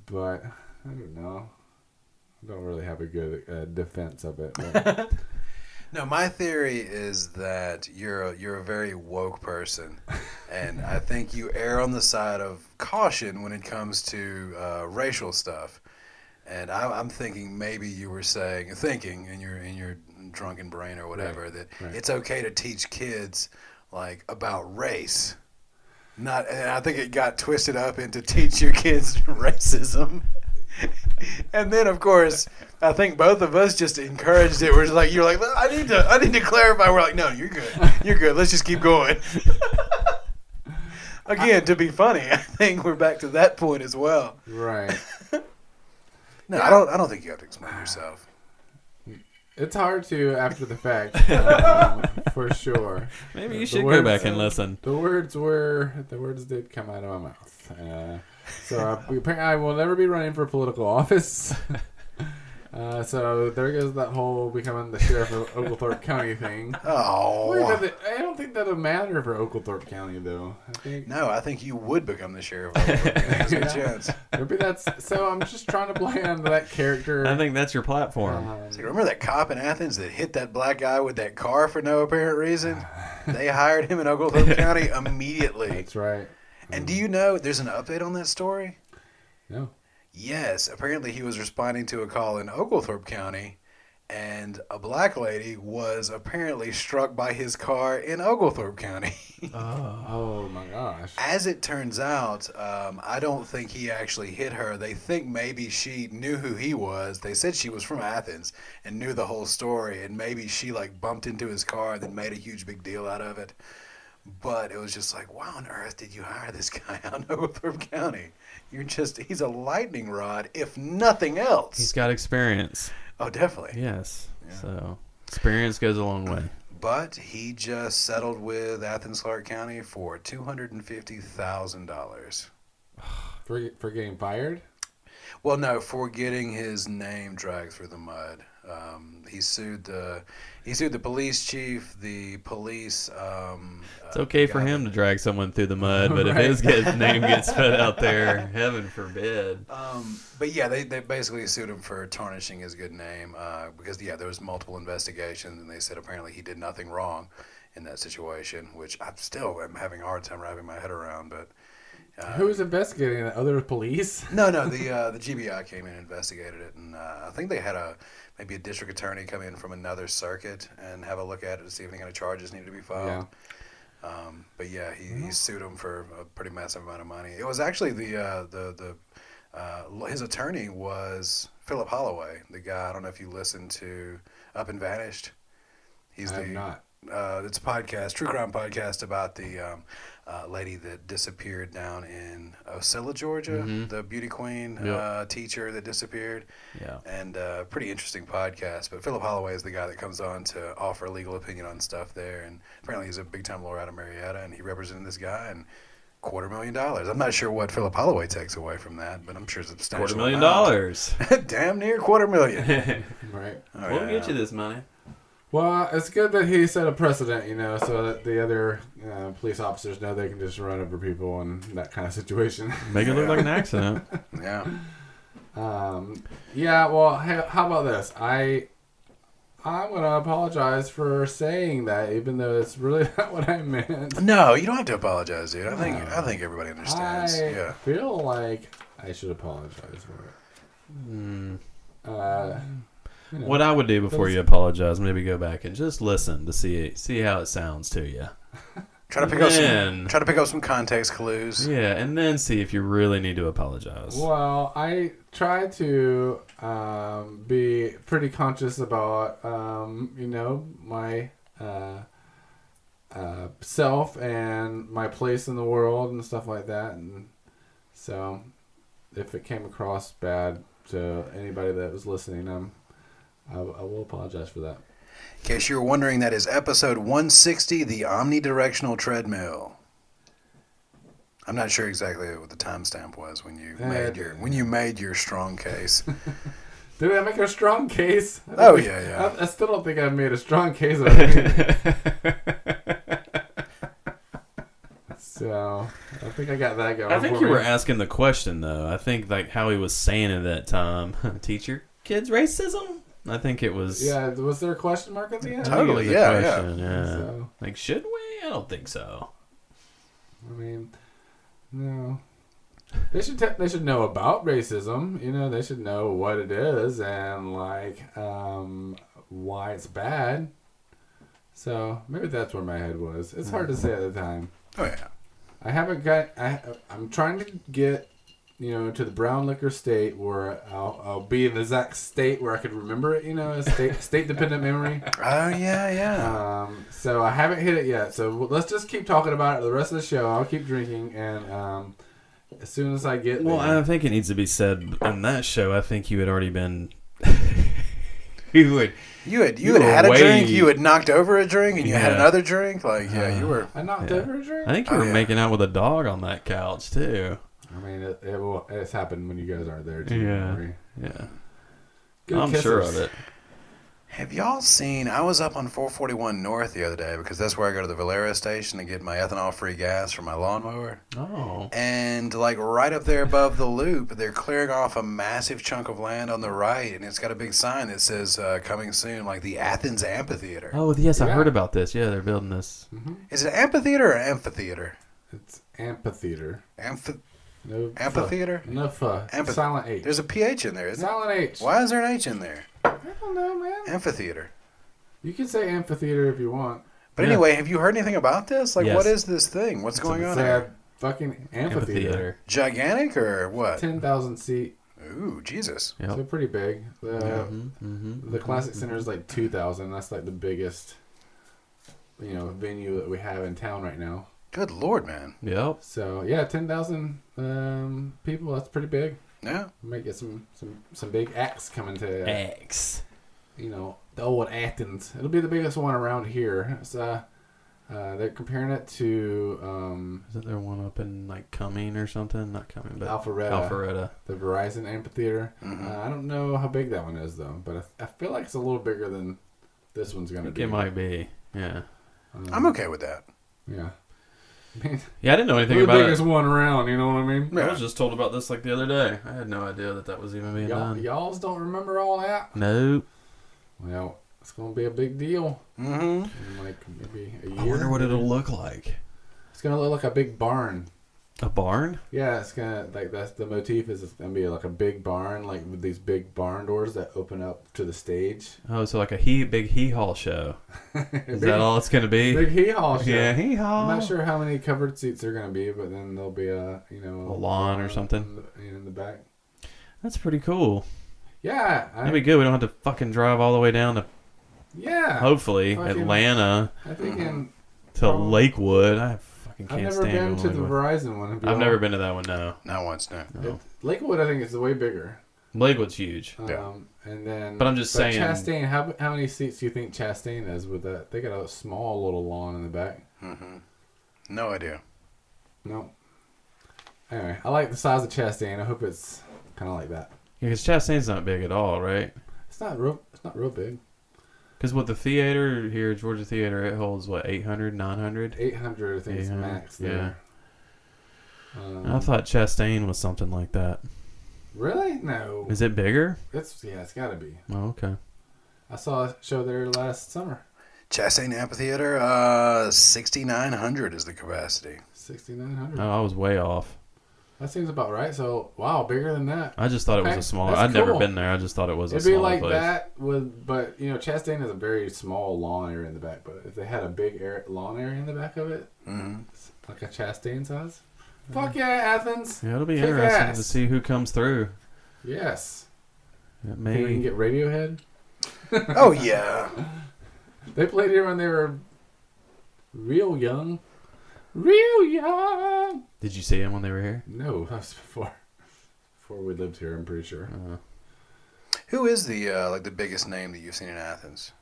Speaker 4: But I don't know. I don't really have a good uh, defense of it. But
Speaker 7: No, my theory is that you're a, you're a very woke person, and I think you err on the side of caution when it comes to uh, racial stuff. And I, I'm thinking maybe you were saying, thinking in your in your drunken brain or whatever, that
Speaker 4: right.
Speaker 7: it's okay to teach kids like about race. Not, and I think it got twisted up into teach your kids racism. and then, of course, I think both of us just encouraged it. We're just like, you're like, I need to, I need to clarify. We're like, no, you're good, you're good. Let's just keep going. Again, to be funny, I think we're back to that point as well.
Speaker 4: right.
Speaker 7: No, I don't, I don't think you have to explain yourself.
Speaker 4: It's hard to after the fact, um, for sure.
Speaker 6: Maybe
Speaker 4: The
Speaker 6: you should go
Speaker 4: words-
Speaker 6: back and listen.
Speaker 4: The words were the words did come out of my mouth. Uh, so I, apparently I will never be running for political office. Uh, so there goes that whole becoming the sheriff of Oglethorpe County thing. Wait, does
Speaker 7: Oh
Speaker 4: it- I don't think that'll matter for Oglethorpe County though. I think
Speaker 7: no, I think you would become the sheriff. There's a good
Speaker 4: Yeah.
Speaker 7: chance.
Speaker 4: maybe that's so. I'm just trying to play on that character.
Speaker 6: I think that's your platform.
Speaker 4: Um,
Speaker 7: It's like, remember that cop in Athens that hit that black guy with that car for no apparent reason? They hired him in Oklahoma County immediately.
Speaker 4: that's right.
Speaker 7: And do you know there's an update on that story?
Speaker 4: No.
Speaker 7: Yes, apparently he was responding to a call in Oglethorpe County and a black lady was apparently struck by his car in Oglethorpe County.
Speaker 4: Oh my gosh.
Speaker 7: As it turns out, um, I don't think he actually hit her. They think maybe she knew who he was. They said she was from Athens and knew the whole story, and maybe she like bumped into his car and then made a huge big deal out of it. But it was just like, why on earth did you hire this guy out in Oglethorpe County? You're just—he's a lightning rod, if nothing else.
Speaker 6: He's got experience.
Speaker 7: oh, definitely.
Speaker 6: Yes. So experience goes a long way.
Speaker 7: But he just settled with Athens Clark County for two hundred and fifty thousand dollars.
Speaker 4: For, for getting fired?
Speaker 7: Well, no, for getting his name dragged through the mud. Um, he sued the he sued the police chief, the police. Um,
Speaker 6: It's okay for him to drag someone through the mud, but if his get, name gets put out there, heaven forbid.
Speaker 7: Um, but yeah, they, they basically sued him for tarnishing his good name uh, because yeah, there was multiple investigations, and they said apparently he did nothing wrong in that situation, which I'm still am having a hard time wrapping my head around. But
Speaker 4: Who was investigating it? Other police?
Speaker 7: No, no. The uh, the GBI came in and investigated it, and uh, I think they had a maybe a district attorney come in from another circuit and have a look at it to see if any kind of charges needed to be filed. Um, but yeah, he, he sued him for a pretty massive amount of money. It was actually the uh, the the uh, l- his attorney was Philip Holloway, the guy. I don't know if you listened to Up and Vanished. He's
Speaker 4: I
Speaker 7: the
Speaker 4: have not.
Speaker 7: uh, it's a podcast, true crime podcast about the um, uh, lady that disappeared down in Osceola, Georgia, the beauty queen
Speaker 6: Mm-hmm. Yep.
Speaker 7: uh, teacher that disappeared,
Speaker 6: Yeah.
Speaker 7: and uh, pretty interesting podcast. But Philip Holloway is the guy that comes on to offer legal opinion on stuff there, and apparently he's a big time lawyer out of Marietta, and he represented this guy and quarter million dollars. I'm not sure what Philip Holloway takes away from that, but I'm sure it's a substantial
Speaker 6: Quarter million
Speaker 7: amount.
Speaker 6: dollars.
Speaker 7: damn near quarter million.
Speaker 4: Right.
Speaker 7: Oh,
Speaker 6: We'll
Speaker 7: yeah.
Speaker 6: get you this money.
Speaker 4: Well, it's good that he set a precedent, you know, so that the other uh, police officers know they can just run over people in that kind of situation.
Speaker 6: Make it look like an accident.
Speaker 7: yeah.
Speaker 4: Um, yeah, well, ha- how about this? I I'm gonna apologize for saying that, even though it's really not what I meant.
Speaker 7: No, you don't have to apologize, dude. I think I think everybody understands.
Speaker 4: I
Speaker 7: Yeah.
Speaker 4: feel like I should apologize for it.
Speaker 7: Hmm.
Speaker 4: Uh,
Speaker 6: What I would do before you apologize, maybe go back and just listen to see see how it sounds to you.
Speaker 7: Try to pick up some
Speaker 6: Man.
Speaker 7: try to pick up some context clues.
Speaker 6: Yeah, and then see if you really need to apologize.
Speaker 4: well, I try to um, be pretty conscious about um, you know my uh, uh, self and my place in the world and stuff like that, and so if it came across bad to anybody that was listening, um, I, I will apologize for that.
Speaker 7: In case you were wondering, that is episode 160, the omnidirectional treadmill. I'm not sure exactly what the timestamp was when you
Speaker 4: Uh,
Speaker 7: made your when you made your strong case.
Speaker 4: Did I make a strong case? I don't
Speaker 7: Oh,
Speaker 4: think-
Speaker 7: yeah, yeah.
Speaker 4: I, I still don't think I've made a strong case. Of anything. so I think I got that going.
Speaker 6: I think
Speaker 4: for
Speaker 6: you
Speaker 4: me.
Speaker 6: were asking the question though. I think like how he was saying at that time, teacher, kids racism. I think it was
Speaker 4: Yeah, was there a question mark at the end?
Speaker 6: I think it was
Speaker 7: Totally,
Speaker 6: a
Speaker 7: yeah, yeah.
Speaker 6: question, yeah. uh,
Speaker 4: So-
Speaker 6: Like should we? I don't think so.
Speaker 4: I mean, no. They should te- they should know about racism. You know, they should know what it is and like um, why it's bad. So maybe that's where my head was. It's hard to say at the time.
Speaker 7: Oh yeah.
Speaker 4: I haven't got. I, I'm trying to get, you know, to the brown liquor state where I'll, I'll be in the exact state where I could remember it. You know, state state dependent memory.
Speaker 7: Oh yeah, yeah.
Speaker 4: Um, so I haven't hit it yet. So w- let's just keep talking about it the rest of the show. I'll keep drinking, and um, as soon as I get
Speaker 6: Well,
Speaker 4: there,
Speaker 6: I think it needs to be said on that show. I think you had already been. you would.
Speaker 7: You had
Speaker 6: you
Speaker 7: you, had
Speaker 6: were
Speaker 7: had a
Speaker 6: way-
Speaker 7: drink, you had knocked over a drink, and you had
Speaker 6: Yeah. Uh-huh.
Speaker 7: another drink. Like yeah, you were.
Speaker 4: I knocked
Speaker 6: yeah.
Speaker 4: over a drink.
Speaker 6: I think you
Speaker 7: Oh,
Speaker 6: were
Speaker 7: yeah.
Speaker 6: making out with a dog on that couch too.
Speaker 4: I mean, it, it will, it's happened when you guys aren't there. Too,
Speaker 6: Yeah.
Speaker 4: don't worry.
Speaker 6: Yeah,
Speaker 4: Good
Speaker 6: I'm sure
Speaker 4: kissers.
Speaker 6: of it.
Speaker 7: Have y'all seen? I was up on 441 North the other day because that's where I go to the Valero station to get my ethanol-free gas for my lawnmower.
Speaker 6: Oh,
Speaker 7: and like right up there above the loop, they're clearing off a massive chunk of land on the right, and it's got a big sign that says uh, "Coming soon," like the Athens Amphitheater.
Speaker 6: oh yes, I
Speaker 4: Yeah.
Speaker 6: heard about this. Yeah, they're building this.
Speaker 7: Is it amphitheater or amphitheater?
Speaker 4: It's amphitheater.
Speaker 7: Amphi-
Speaker 4: No, fuh.
Speaker 7: amphitheater.
Speaker 4: No fuh.
Speaker 7: Amphi-
Speaker 4: Silent eight.
Speaker 7: There's a ph in there, isn't it?
Speaker 4: Silent H.
Speaker 7: Why is there an H in there?
Speaker 4: I don't know, man.
Speaker 7: amphitheater.
Speaker 4: You can say amphitheater if you want.
Speaker 7: But
Speaker 6: Yeah.
Speaker 7: anyway, have you heard anything about this? Like,
Speaker 6: Yes.
Speaker 7: what is this thing? What's going
Speaker 4: It's
Speaker 7: on?
Speaker 4: a
Speaker 7: Here?
Speaker 4: fucking amphitheater.
Speaker 7: Gigantic or what?
Speaker 4: Ten thousand seat.
Speaker 7: Ooh, Jesus.
Speaker 6: Yep.
Speaker 4: So pretty big. Uh, The
Speaker 6: Mm-hmm.
Speaker 4: the classic center is like two thousand. That's like the biggest, you know, venue that we have in town right now.
Speaker 7: Good Lord, man.
Speaker 6: Yep.
Speaker 4: So yeah, ten thousand um, people. That's pretty big.
Speaker 7: Yeah.
Speaker 4: We might get some some some big acts coming to
Speaker 6: X.
Speaker 4: you know the old Athens. It'll be the biggest one around here. It's, uh, uh, they're comparing it to um,
Speaker 6: Isn't there one up in like Cumming or something? Not Cumming, but
Speaker 4: Alpharetta,
Speaker 6: Alpharetta.
Speaker 4: the Verizon Amphitheater.
Speaker 7: Mhm.
Speaker 4: Uh, I don't know how big that one is though, but I, I feel like it's a little bigger than this one's
Speaker 6: I
Speaker 4: gonna
Speaker 6: think
Speaker 4: be.
Speaker 6: it might be. Yeah.
Speaker 4: Um,
Speaker 7: I'm okay with that.
Speaker 4: Yeah. I mean,
Speaker 6: Yeah, I didn't know anything
Speaker 4: we're the
Speaker 6: about it.
Speaker 4: biggest one around. You know what I mean?
Speaker 6: I was just told about this like the other day. I had no idea that that was even being
Speaker 4: Y'all,
Speaker 6: done.
Speaker 4: y'all's don't remember all that.
Speaker 6: Nope.
Speaker 4: Well, it's gonna be a big deal.
Speaker 7: Mm-hmm.
Speaker 4: in, like maybe a year.
Speaker 6: I wonder what it'll look like.
Speaker 4: It's gonna look like a big barn.
Speaker 6: A barn?
Speaker 4: Yeah, it's gonna like that's the motif is it's gonna be like a big barn, like with these big barn doors that open up to the stage.
Speaker 6: Oh, so like a he big hee haw show.
Speaker 4: big,
Speaker 6: Is that all it's gonna be?
Speaker 4: Big hee haw show.
Speaker 6: yeah, hee haw.
Speaker 4: I'm not sure how many covered seats are gonna be, but then there'll be a you know
Speaker 6: A lawn or something.
Speaker 4: in the, in the back.
Speaker 6: That's pretty cool.
Speaker 4: Yeah, I,
Speaker 6: That'd be good. We don't have to fucking drive all the way down to
Speaker 4: yeah.
Speaker 6: hopefully
Speaker 4: Fucking-
Speaker 6: Atlanta
Speaker 4: I think in,
Speaker 6: to
Speaker 4: Oh.
Speaker 6: Lakewood. I fucking
Speaker 4: I've
Speaker 6: can't
Speaker 4: never
Speaker 6: stand
Speaker 4: been to the
Speaker 6: Lakewood.
Speaker 4: Verizon one. Have you
Speaker 6: I've
Speaker 4: all?
Speaker 6: never been to that one. No,
Speaker 7: Not once, no.
Speaker 6: no.
Speaker 4: Lakewood. I think is way bigger.
Speaker 6: Lakewood's huge.
Speaker 4: Um,
Speaker 7: Yeah.
Speaker 4: And then,
Speaker 6: But I'm just saying-
Speaker 4: Chastain. How, how many seats do you think Chastain has with that? They got a small little lawn in the back.
Speaker 7: Mm-hmm. No idea.
Speaker 4: No. Anyway, I like the size of Chastain. I hope it's kind of like that.
Speaker 6: Because Chastain's not big at all, right?
Speaker 4: It's not real. It's not real big.
Speaker 6: Because with the theater here, Georgia Theater, it holds what 800, 900?
Speaker 4: Eight hundred, I think, is
Speaker 6: 800,
Speaker 4: max. There. Um,
Speaker 6: I thought Chastain was something like that.
Speaker 4: Really? No.
Speaker 6: Is it bigger?
Speaker 4: It's yeah. It's got to be.
Speaker 6: Oh, okay.
Speaker 4: I saw a show there last summer.
Speaker 7: Chastain Amphitheater, uh, 6,900 is the capacity.
Speaker 4: Sixty nine hundred.
Speaker 6: Oh, I was way off.
Speaker 4: That seems about right. So wow, bigger than that.
Speaker 6: I just thought it was
Speaker 4: Okay,
Speaker 6: a smaller.
Speaker 4: that's
Speaker 6: I'd never
Speaker 4: cool.
Speaker 6: been there. I just thought it was
Speaker 4: It'd
Speaker 6: a
Speaker 4: be
Speaker 6: smaller
Speaker 4: like
Speaker 6: place.
Speaker 4: that with, but you know, Chastain has a very small lawn area in the back. But if they had a big air, lawn area in the back of it,
Speaker 7: Mm-hmm.
Speaker 4: it's like a Chastain size, fuck yeah, Athens.
Speaker 6: Yeah, it'll be
Speaker 4: Kick
Speaker 6: interesting to
Speaker 4: ass.
Speaker 6: see who comes through. Uh,
Speaker 4: Yes,
Speaker 6: It
Speaker 4: Think we
Speaker 6: may.
Speaker 4: can get Radiohead.
Speaker 7: Oh, yeah.
Speaker 4: They played here when they were real young, real young.
Speaker 6: Did you see him when they were here?
Speaker 4: No, that was before before we lived here. I'm pretty sure.
Speaker 6: Uh,
Speaker 7: Who is the, uh, like, the biggest name that you've seen in Athens?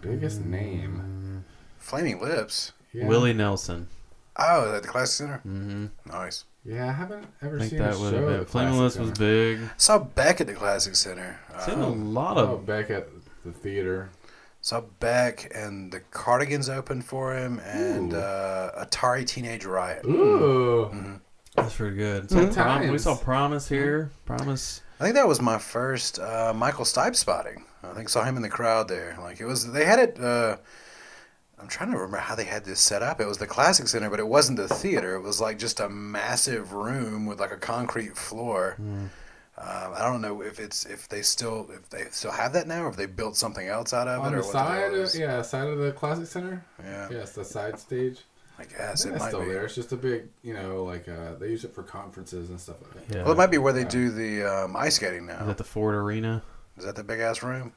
Speaker 4: Biggest name,
Speaker 7: Flaming Lips.
Speaker 4: yeah.
Speaker 6: Mm. Mm-hmm. Willie Nelson.
Speaker 7: Oh, is that the Classic Center?
Speaker 6: Mm-hmm.
Speaker 7: Nice.
Speaker 4: Yeah, I haven't ever
Speaker 6: I think
Speaker 4: seen a
Speaker 6: that would have
Speaker 4: show.
Speaker 6: been.
Speaker 4: at Classic
Speaker 6: Flaming Lips was
Speaker 4: Center.
Speaker 6: big.
Speaker 7: Saw Beck at the Classic Center.
Speaker 6: Seen a
Speaker 7: Uh,
Speaker 6: lot
Speaker 4: Oh,
Speaker 6: of.
Speaker 4: back at the theater.
Speaker 7: saw Beck and the Cardigans opened for him and
Speaker 4: Ooh.
Speaker 7: uh, Atari Teenage Riot.
Speaker 4: Ooh.
Speaker 6: That's pretty good.
Speaker 4: Good
Speaker 6: Saw Prom- we
Speaker 4: times.
Speaker 6: saw Promise here. Promise.
Speaker 7: I think that was my first uh, Michael Stipe spotting. I think saw him in the crowd there. Like it was, they had it. Uh, I'm trying to remember how they had this set up. It was the Classic Center, but it wasn't the theater. It was like just a massive room with like a concrete floor.
Speaker 6: Mm.
Speaker 7: Um, I don't know if it's if they still if they still have that now, or if they built something else out of
Speaker 4: on
Speaker 7: it, or
Speaker 4: the
Speaker 7: what the hell
Speaker 4: side,
Speaker 7: it
Speaker 4: of,
Speaker 7: is.
Speaker 4: yeah, side of the classic center.
Speaker 7: Yeah.
Speaker 4: Yes, the side stage.
Speaker 7: I
Speaker 4: I
Speaker 7: guess
Speaker 4: think
Speaker 7: it
Speaker 4: it's
Speaker 7: might
Speaker 4: still
Speaker 7: be.
Speaker 4: there. It's just a big, you know, like uh, they use it for conferences and stuff like that.
Speaker 6: Yeah.
Speaker 7: Well, it might be where they do the um, ice skating
Speaker 6: Is
Speaker 7: now.
Speaker 6: that the Ford Arena?
Speaker 7: Is that the big ass room?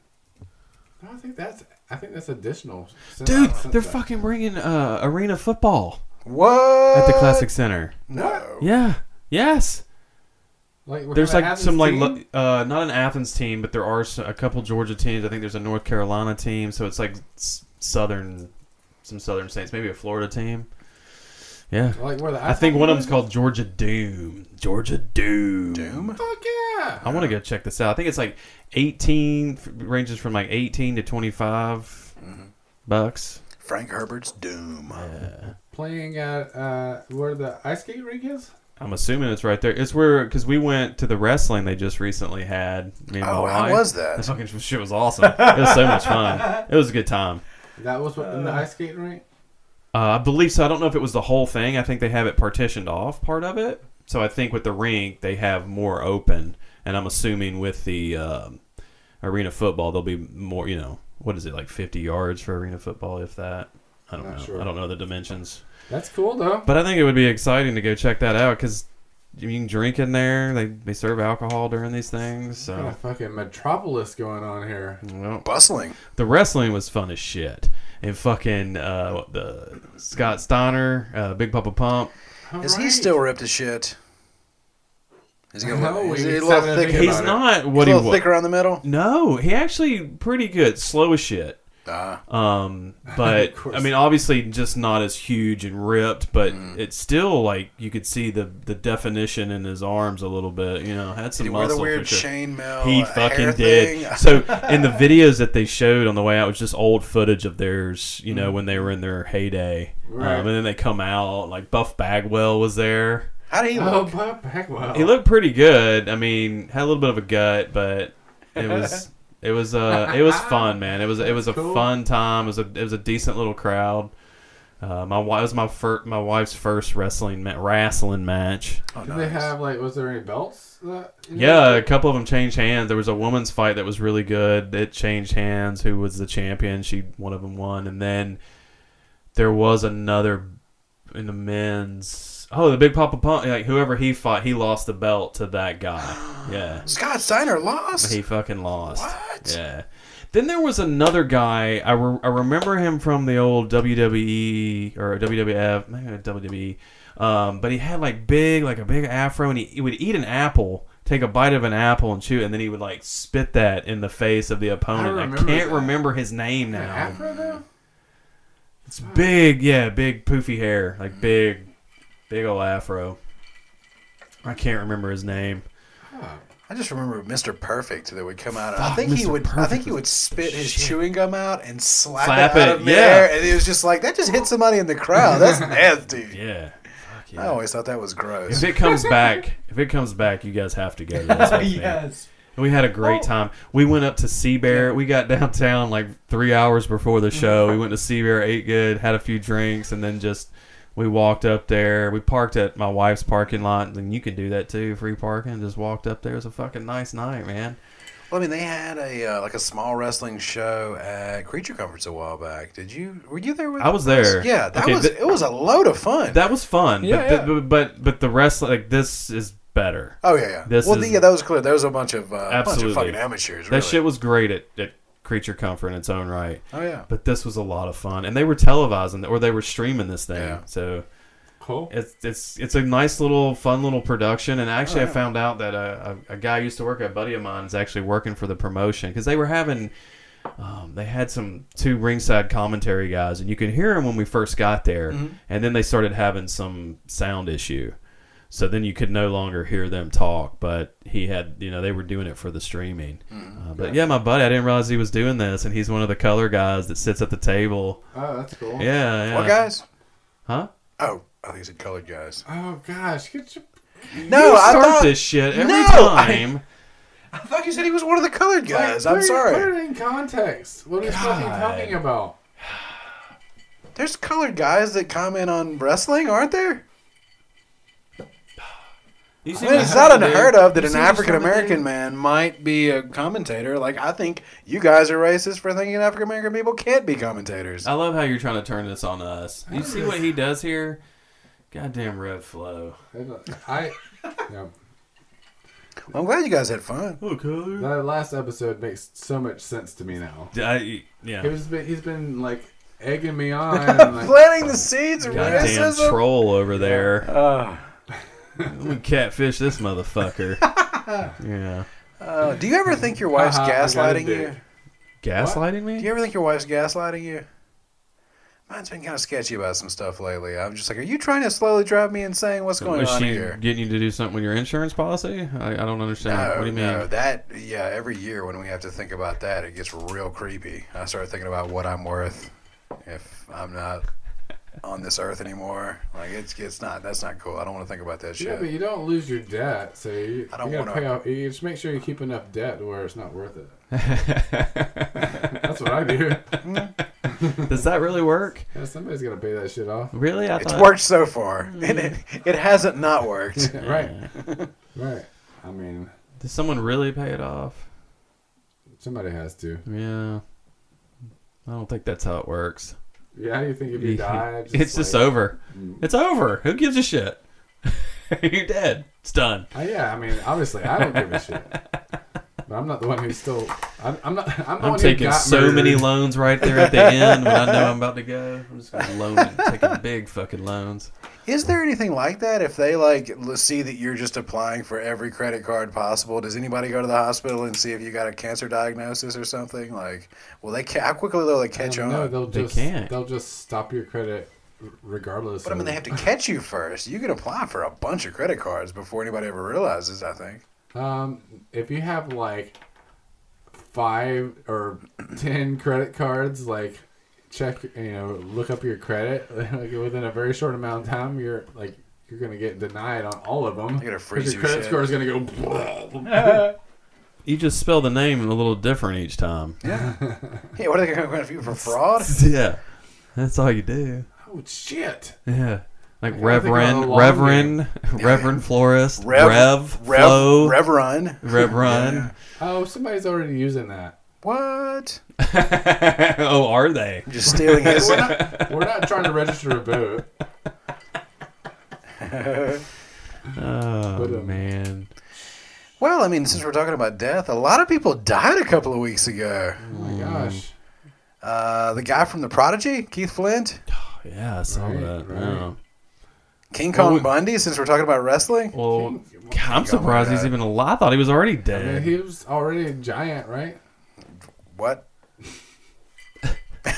Speaker 4: No, I think that's, I think that's additional. since-
Speaker 6: Dude,
Speaker 4: since
Speaker 6: they're
Speaker 4: that.
Speaker 6: fucking bringing uh, arena football
Speaker 7: What?
Speaker 6: at the Classic Center.
Speaker 7: No.
Speaker 6: Yeah. Yes.
Speaker 4: Like we're
Speaker 6: There's
Speaker 4: gonna
Speaker 6: like
Speaker 4: have
Speaker 6: some
Speaker 4: this
Speaker 6: like
Speaker 4: team?
Speaker 6: lo- uh, not an Athens team, but there are s- a couple Georgia teams. I think there's a North Carolina team, so it's like s- southern, some southern states, maybe a Florida team. Yeah,
Speaker 4: like where the
Speaker 6: I think one of them's
Speaker 4: called.
Speaker 6: called Georgia Doom. Georgia Doom.
Speaker 7: Doom.
Speaker 4: Fuck yeah!
Speaker 6: I want to go check this out. I think it's like 18 f- ranges from like 18 to 25
Speaker 4: Mm-hmm.
Speaker 6: bucks.
Speaker 7: Frank Herbert's Doom.
Speaker 4: Playing at uh, where the ice skate rink is.
Speaker 6: I'm assuming it's right there. It's where because we went to the wrestling they just recently had. Me and
Speaker 7: Oh,
Speaker 6: my
Speaker 7: how
Speaker 6: wife.
Speaker 7: was
Speaker 6: That
Speaker 7: that?
Speaker 6: fucking shit was awesome. It was so much fun. It was a good time.
Speaker 4: That was what in the ice skate rink.
Speaker 6: Uh, I believe so. I don't know if it was the whole thing. I think they have it partitioned off part of it. So I think with the rink, they have more open. and I'm assuming with the um arena football, there'll be more. You know, what is it like 50 yards for arena football, if that? I don't
Speaker 4: Not
Speaker 6: know.
Speaker 4: sure.
Speaker 6: I don't know the dimensions,
Speaker 4: That's cool though.
Speaker 6: but I think it would be exciting to go check that out because you can drink in there. They they serve alcohol during these things, so.
Speaker 4: What a fucking metropolis going on here.
Speaker 6: Well,
Speaker 7: Bustling.
Speaker 6: the wrestling was fun as shit, and fucking uh, the Scott Steiner, uh, Big Papa Pump,
Speaker 7: Is he
Speaker 4: Alright.
Speaker 7: still ripped to shit? Is he a little,
Speaker 4: No,
Speaker 7: is he
Speaker 4: he's
Speaker 7: a little
Speaker 4: having a
Speaker 7: thick?
Speaker 4: big-
Speaker 6: He's
Speaker 4: about it.
Speaker 6: not
Speaker 7: he's
Speaker 6: what
Speaker 7: a
Speaker 6: he
Speaker 7: little
Speaker 6: was.
Speaker 7: thick around the middle.
Speaker 6: No, he actually pretty good, slow as shit.
Speaker 7: Ah,
Speaker 6: Um, but
Speaker 4: Of course.
Speaker 6: I mean, obviously, just not as huge and ripped, but
Speaker 7: Mm.
Speaker 6: it's still like you could see the the definition in his arms a little bit. You know, had
Speaker 7: did
Speaker 6: some
Speaker 7: he wear
Speaker 6: muscle.
Speaker 7: the weird
Speaker 6: for sure.
Speaker 7: chainmail?
Speaker 6: He
Speaker 7: uh, hair
Speaker 6: fucking did.
Speaker 7: thing?
Speaker 6: So in the videos that they showed on the way out was just old footage of theirs, you know, when they were in their heyday.
Speaker 4: Right.
Speaker 6: Um, and then they come out like Buff Bagwell was there.
Speaker 7: How did he
Speaker 4: Oh,
Speaker 7: look?
Speaker 4: Bob Bagwell.
Speaker 6: He looked pretty good. I mean, had a little bit of a gut, but it was it was uh it was fun, man. It was it was a
Speaker 4: Cool.
Speaker 6: fun time. It was a it was a decent little crowd. Uh, my wife was my fir- my wife's first wrestling ma- wrestling match.
Speaker 7: Oh,
Speaker 4: Did they
Speaker 7: nice.
Speaker 4: have like? Was there any belts? That, you know,
Speaker 6: Yeah, a couple of them changed hands. There was a woman's fight that was really good. It changed hands. Who was the champion? She one of them won, and then there was another in the men's. Oh, the big Papa Pump. Like whoever he fought, he lost the belt to that guy. Yeah,
Speaker 7: Scott Steiner lost.
Speaker 6: he fucking lost.
Speaker 7: What?
Speaker 6: Yeah. Then there was another guy. I, re- I remember him from the old WWE or WWF, maybe not WWE. Um, but he had like big, like a big afro, and he, he would eat an apple, take a bite of an apple and chew, and then he would like spit that in the face of the opponent. I,
Speaker 4: remember
Speaker 6: can't
Speaker 4: that.
Speaker 6: remember his name
Speaker 4: the
Speaker 6: now.
Speaker 4: Afro though.
Speaker 6: It's big, yeah, big poofy hair, like big, big old afro. I can't remember his name.
Speaker 7: I just remember Mr. Perfect that would come out. I
Speaker 6: Fuck,
Speaker 7: think he
Speaker 6: Mr.
Speaker 7: would. I
Speaker 6: Perfect
Speaker 7: think he
Speaker 6: was
Speaker 7: would spit his
Speaker 6: shit.
Speaker 7: chewing gum out and slap,
Speaker 6: Slap
Speaker 7: it out
Speaker 6: it,
Speaker 7: of midair,
Speaker 6: yeah.
Speaker 7: and it was just like that. Just hit somebody in the crowd. That's nasty.
Speaker 6: Yeah. Fuck yeah.
Speaker 7: I always thought that was
Speaker 6: If
Speaker 7: gross.
Speaker 6: it comes back, if it comes back, you guys have to go. To this with me. We had a great
Speaker 4: Oh.
Speaker 6: time. We went up to Sea Bear. We got downtown like three hours before the show. We went to Sea Bear, ate good, had a few drinks, and then just we walked up there. We parked at my wife's parking lot, and you can do that too, free parking. Just walked up there. It was a fucking nice night, man.
Speaker 7: Well, I mean, they had a uh, like a small wrestling show at Creature Comforts a while back. Did you? Were you there with?
Speaker 6: I was there.
Speaker 7: Yeah, that
Speaker 6: Okay,
Speaker 7: was.
Speaker 6: th-
Speaker 7: it was a load of fun.
Speaker 6: That was fun.
Speaker 4: Yeah,
Speaker 6: but, The, but but the rest like this is better.
Speaker 7: oh yeah, yeah.
Speaker 6: This
Speaker 7: well,
Speaker 6: is-
Speaker 7: yeah, that was clear. There was a bunch of uh, bunch
Speaker 6: Absolutely.
Speaker 7: of fucking amateurs.
Speaker 6: That
Speaker 7: really.
Speaker 6: shit was great at, at Creature Comfort in its own right.
Speaker 7: Oh yeah.
Speaker 6: But this was a lot of fun, and they were televising or they were streaming this thing.
Speaker 7: Yeah.
Speaker 6: So
Speaker 4: Cool.
Speaker 6: it's it's it's a nice little fun little production. And
Speaker 7: Oh,
Speaker 6: actually, I found out that a, a, a guy I used to work at, a buddy of mine, is actually working for the promotion because they were having. Um, they had some two ringside commentary guys, and you could hear them when we first got there.
Speaker 7: Mm-hmm.
Speaker 6: And then they started having some sound issue, so then you could no longer hear them talk. But he had, you know, they were doing it for the streaming.
Speaker 7: Mm-hmm.
Speaker 6: Uh, but yeah, my buddy, I didn't realize he was doing this, and he's one of the color guys that sits at the table.
Speaker 4: Oh, that's cool.
Speaker 6: Yeah, yeah.
Speaker 7: What guys?
Speaker 6: Huh?
Speaker 7: Oh, I think he said colored guys.
Speaker 4: Oh gosh, get your.
Speaker 7: No,
Speaker 6: you
Speaker 7: I
Speaker 6: start
Speaker 7: thought
Speaker 6: this shit every
Speaker 7: No, I-
Speaker 6: time.
Speaker 7: I thought you said he was one of the colored guys.
Speaker 4: Like,
Speaker 7: I'm
Speaker 4: put it- Put
Speaker 7: sorry.
Speaker 4: it in context. What are you fucking
Speaker 6: God.
Speaker 4: talking about?
Speaker 7: There's colored guys that comment on wrestling, aren't there?
Speaker 6: You see
Speaker 7: I mean,
Speaker 6: what
Speaker 7: it's not
Speaker 6: happened,
Speaker 7: unheard
Speaker 6: dude?
Speaker 7: of that
Speaker 6: You
Speaker 7: an
Speaker 6: see what's
Speaker 7: African American
Speaker 6: happening?
Speaker 7: man might be a commentator. Like, I think you guys are racist for thinking African American people can't be commentators.
Speaker 6: I love how you're trying to turn this on us. You see what he does here? Goddamn red flow.
Speaker 4: I. Yeah.
Speaker 7: I'm glad you guys had fun.
Speaker 6: Okay.
Speaker 4: That last episode makes so much sense to me now.
Speaker 6: I, yeah.
Speaker 4: He was been, he's been like egging me on. and, like,
Speaker 7: Planting the seeds of
Speaker 6: Goddamn
Speaker 7: racism.
Speaker 6: troll over there.
Speaker 7: Uh,
Speaker 6: Let me catfish this motherfucker. yeah.
Speaker 7: uh, do you ever think your wife's
Speaker 6: Uh-huh,
Speaker 4: Haha, I got a
Speaker 7: gaslighting
Speaker 4: dick.
Speaker 7: you?
Speaker 6: Gaslighting me?
Speaker 7: Do you ever think your wife's gaslighting you? Mine's been kind of sketchy about some stuff lately. I'm just like, are you trying to slowly drive me insane? What's going
Speaker 6: Was
Speaker 7: on
Speaker 6: she
Speaker 7: here?
Speaker 6: getting you to do something with your insurance policy? I, I don't understand.
Speaker 7: No,
Speaker 6: what do you mean?
Speaker 7: Oh, no, that yeah. Every year when we have to think about that, it gets real creepy. I start thinking about what I'm worth if I'm not on this earth anymore. Like it's it's not that's not cool. I don't want to think about that
Speaker 4: Yeah,
Speaker 7: shit.
Speaker 4: but you don't lose your debt, so you,
Speaker 7: I don't
Speaker 4: you gotta
Speaker 7: wanna-
Speaker 4: pay off. You just make sure you keep enough debt to where it's not worth it. That's what I do.
Speaker 6: Does that really work?
Speaker 4: Yeah, somebody's gonna pay that shit off.
Speaker 6: Really? I
Speaker 7: it's
Speaker 6: thought-
Speaker 7: worked so
Speaker 4: Mm.
Speaker 7: far. It, it, it hasn't not worked.
Speaker 4: right, right. I mean,
Speaker 6: Did someone really pay it off?
Speaker 4: Somebody has to.
Speaker 6: Yeah. I don't think that's how it works.
Speaker 4: Yeah, how do you think if you die?
Speaker 6: it's just
Speaker 4: like- Mm.
Speaker 6: over. It's over. Who gives a shit? You're dead. It's done.
Speaker 4: Oh, yeah, I mean, obviously, I don't give a shit. But I'm not the one who's still. I'm, I'm not. I'm, the
Speaker 6: I'm
Speaker 4: one who
Speaker 6: taking
Speaker 4: got
Speaker 6: so
Speaker 4: murdered.
Speaker 6: many loans right there at the end when I know I'm about to go. I'm just gonna loan it, taking big fucking loans.
Speaker 7: Is there anything like that? If they like l- see that you're just applying for every credit card possible, does anybody go to the hospital and see if you got a cancer diagnosis or something? Like, well, they ca- how quickly will they catch on?
Speaker 4: No, they'll
Speaker 6: They
Speaker 4: just.
Speaker 6: can't.
Speaker 4: They'll just stop your credit, r- regardless.
Speaker 7: But I mean,
Speaker 4: of-
Speaker 7: they have to catch you first. You can apply for a bunch of credit cards before anybody ever realizes. I think.
Speaker 4: Um, if you have like five or ten credit cards, like check, you know, look up your credit. Like within a very short amount of time, you're like you're gonna get denied on all of them.
Speaker 7: They're gonna freeze
Speaker 4: your
Speaker 7: your
Speaker 4: credit
Speaker 7: shit.
Speaker 4: score is gonna go.
Speaker 6: You just spell the name a little different each time.
Speaker 7: Hey, what are they going to do for fraud?
Speaker 6: Yeah. That's all you do.
Speaker 4: oh shit!
Speaker 6: Yeah. Like
Speaker 4: gotta think about the
Speaker 6: Reverend,
Speaker 4: long
Speaker 6: Reverend, Reverend Florist, Rev,
Speaker 7: Rev,
Speaker 6: Rev,
Speaker 7: Rev,
Speaker 6: Flo, Rev,
Speaker 7: Reverend.
Speaker 6: Run.
Speaker 4: Oh, somebody's already using that.
Speaker 7: What?
Speaker 6: oh, are they?
Speaker 7: I'm just stealing his.
Speaker 4: We're not, we're not trying to register a vote.
Speaker 6: Oh
Speaker 4: But, um,
Speaker 6: man.
Speaker 7: well, I mean, since we're talking about death, a lot of people died a couple of weeks ago.
Speaker 4: Oh my gosh!
Speaker 7: Uh, the guy from The Prodigy, Keith Flint,
Speaker 6: Yeah, I saw
Speaker 4: Right,
Speaker 6: that.
Speaker 4: right.
Speaker 6: Yeah.
Speaker 7: King Kong
Speaker 6: we-
Speaker 7: Bundy. Since we're talking about wrestling,
Speaker 6: Well,
Speaker 4: King-
Speaker 6: God, I'm surprised he's
Speaker 7: God.
Speaker 6: even alive. I thought he was already
Speaker 4: I mean,
Speaker 6: dead.
Speaker 4: he was already a giant, right?
Speaker 7: what?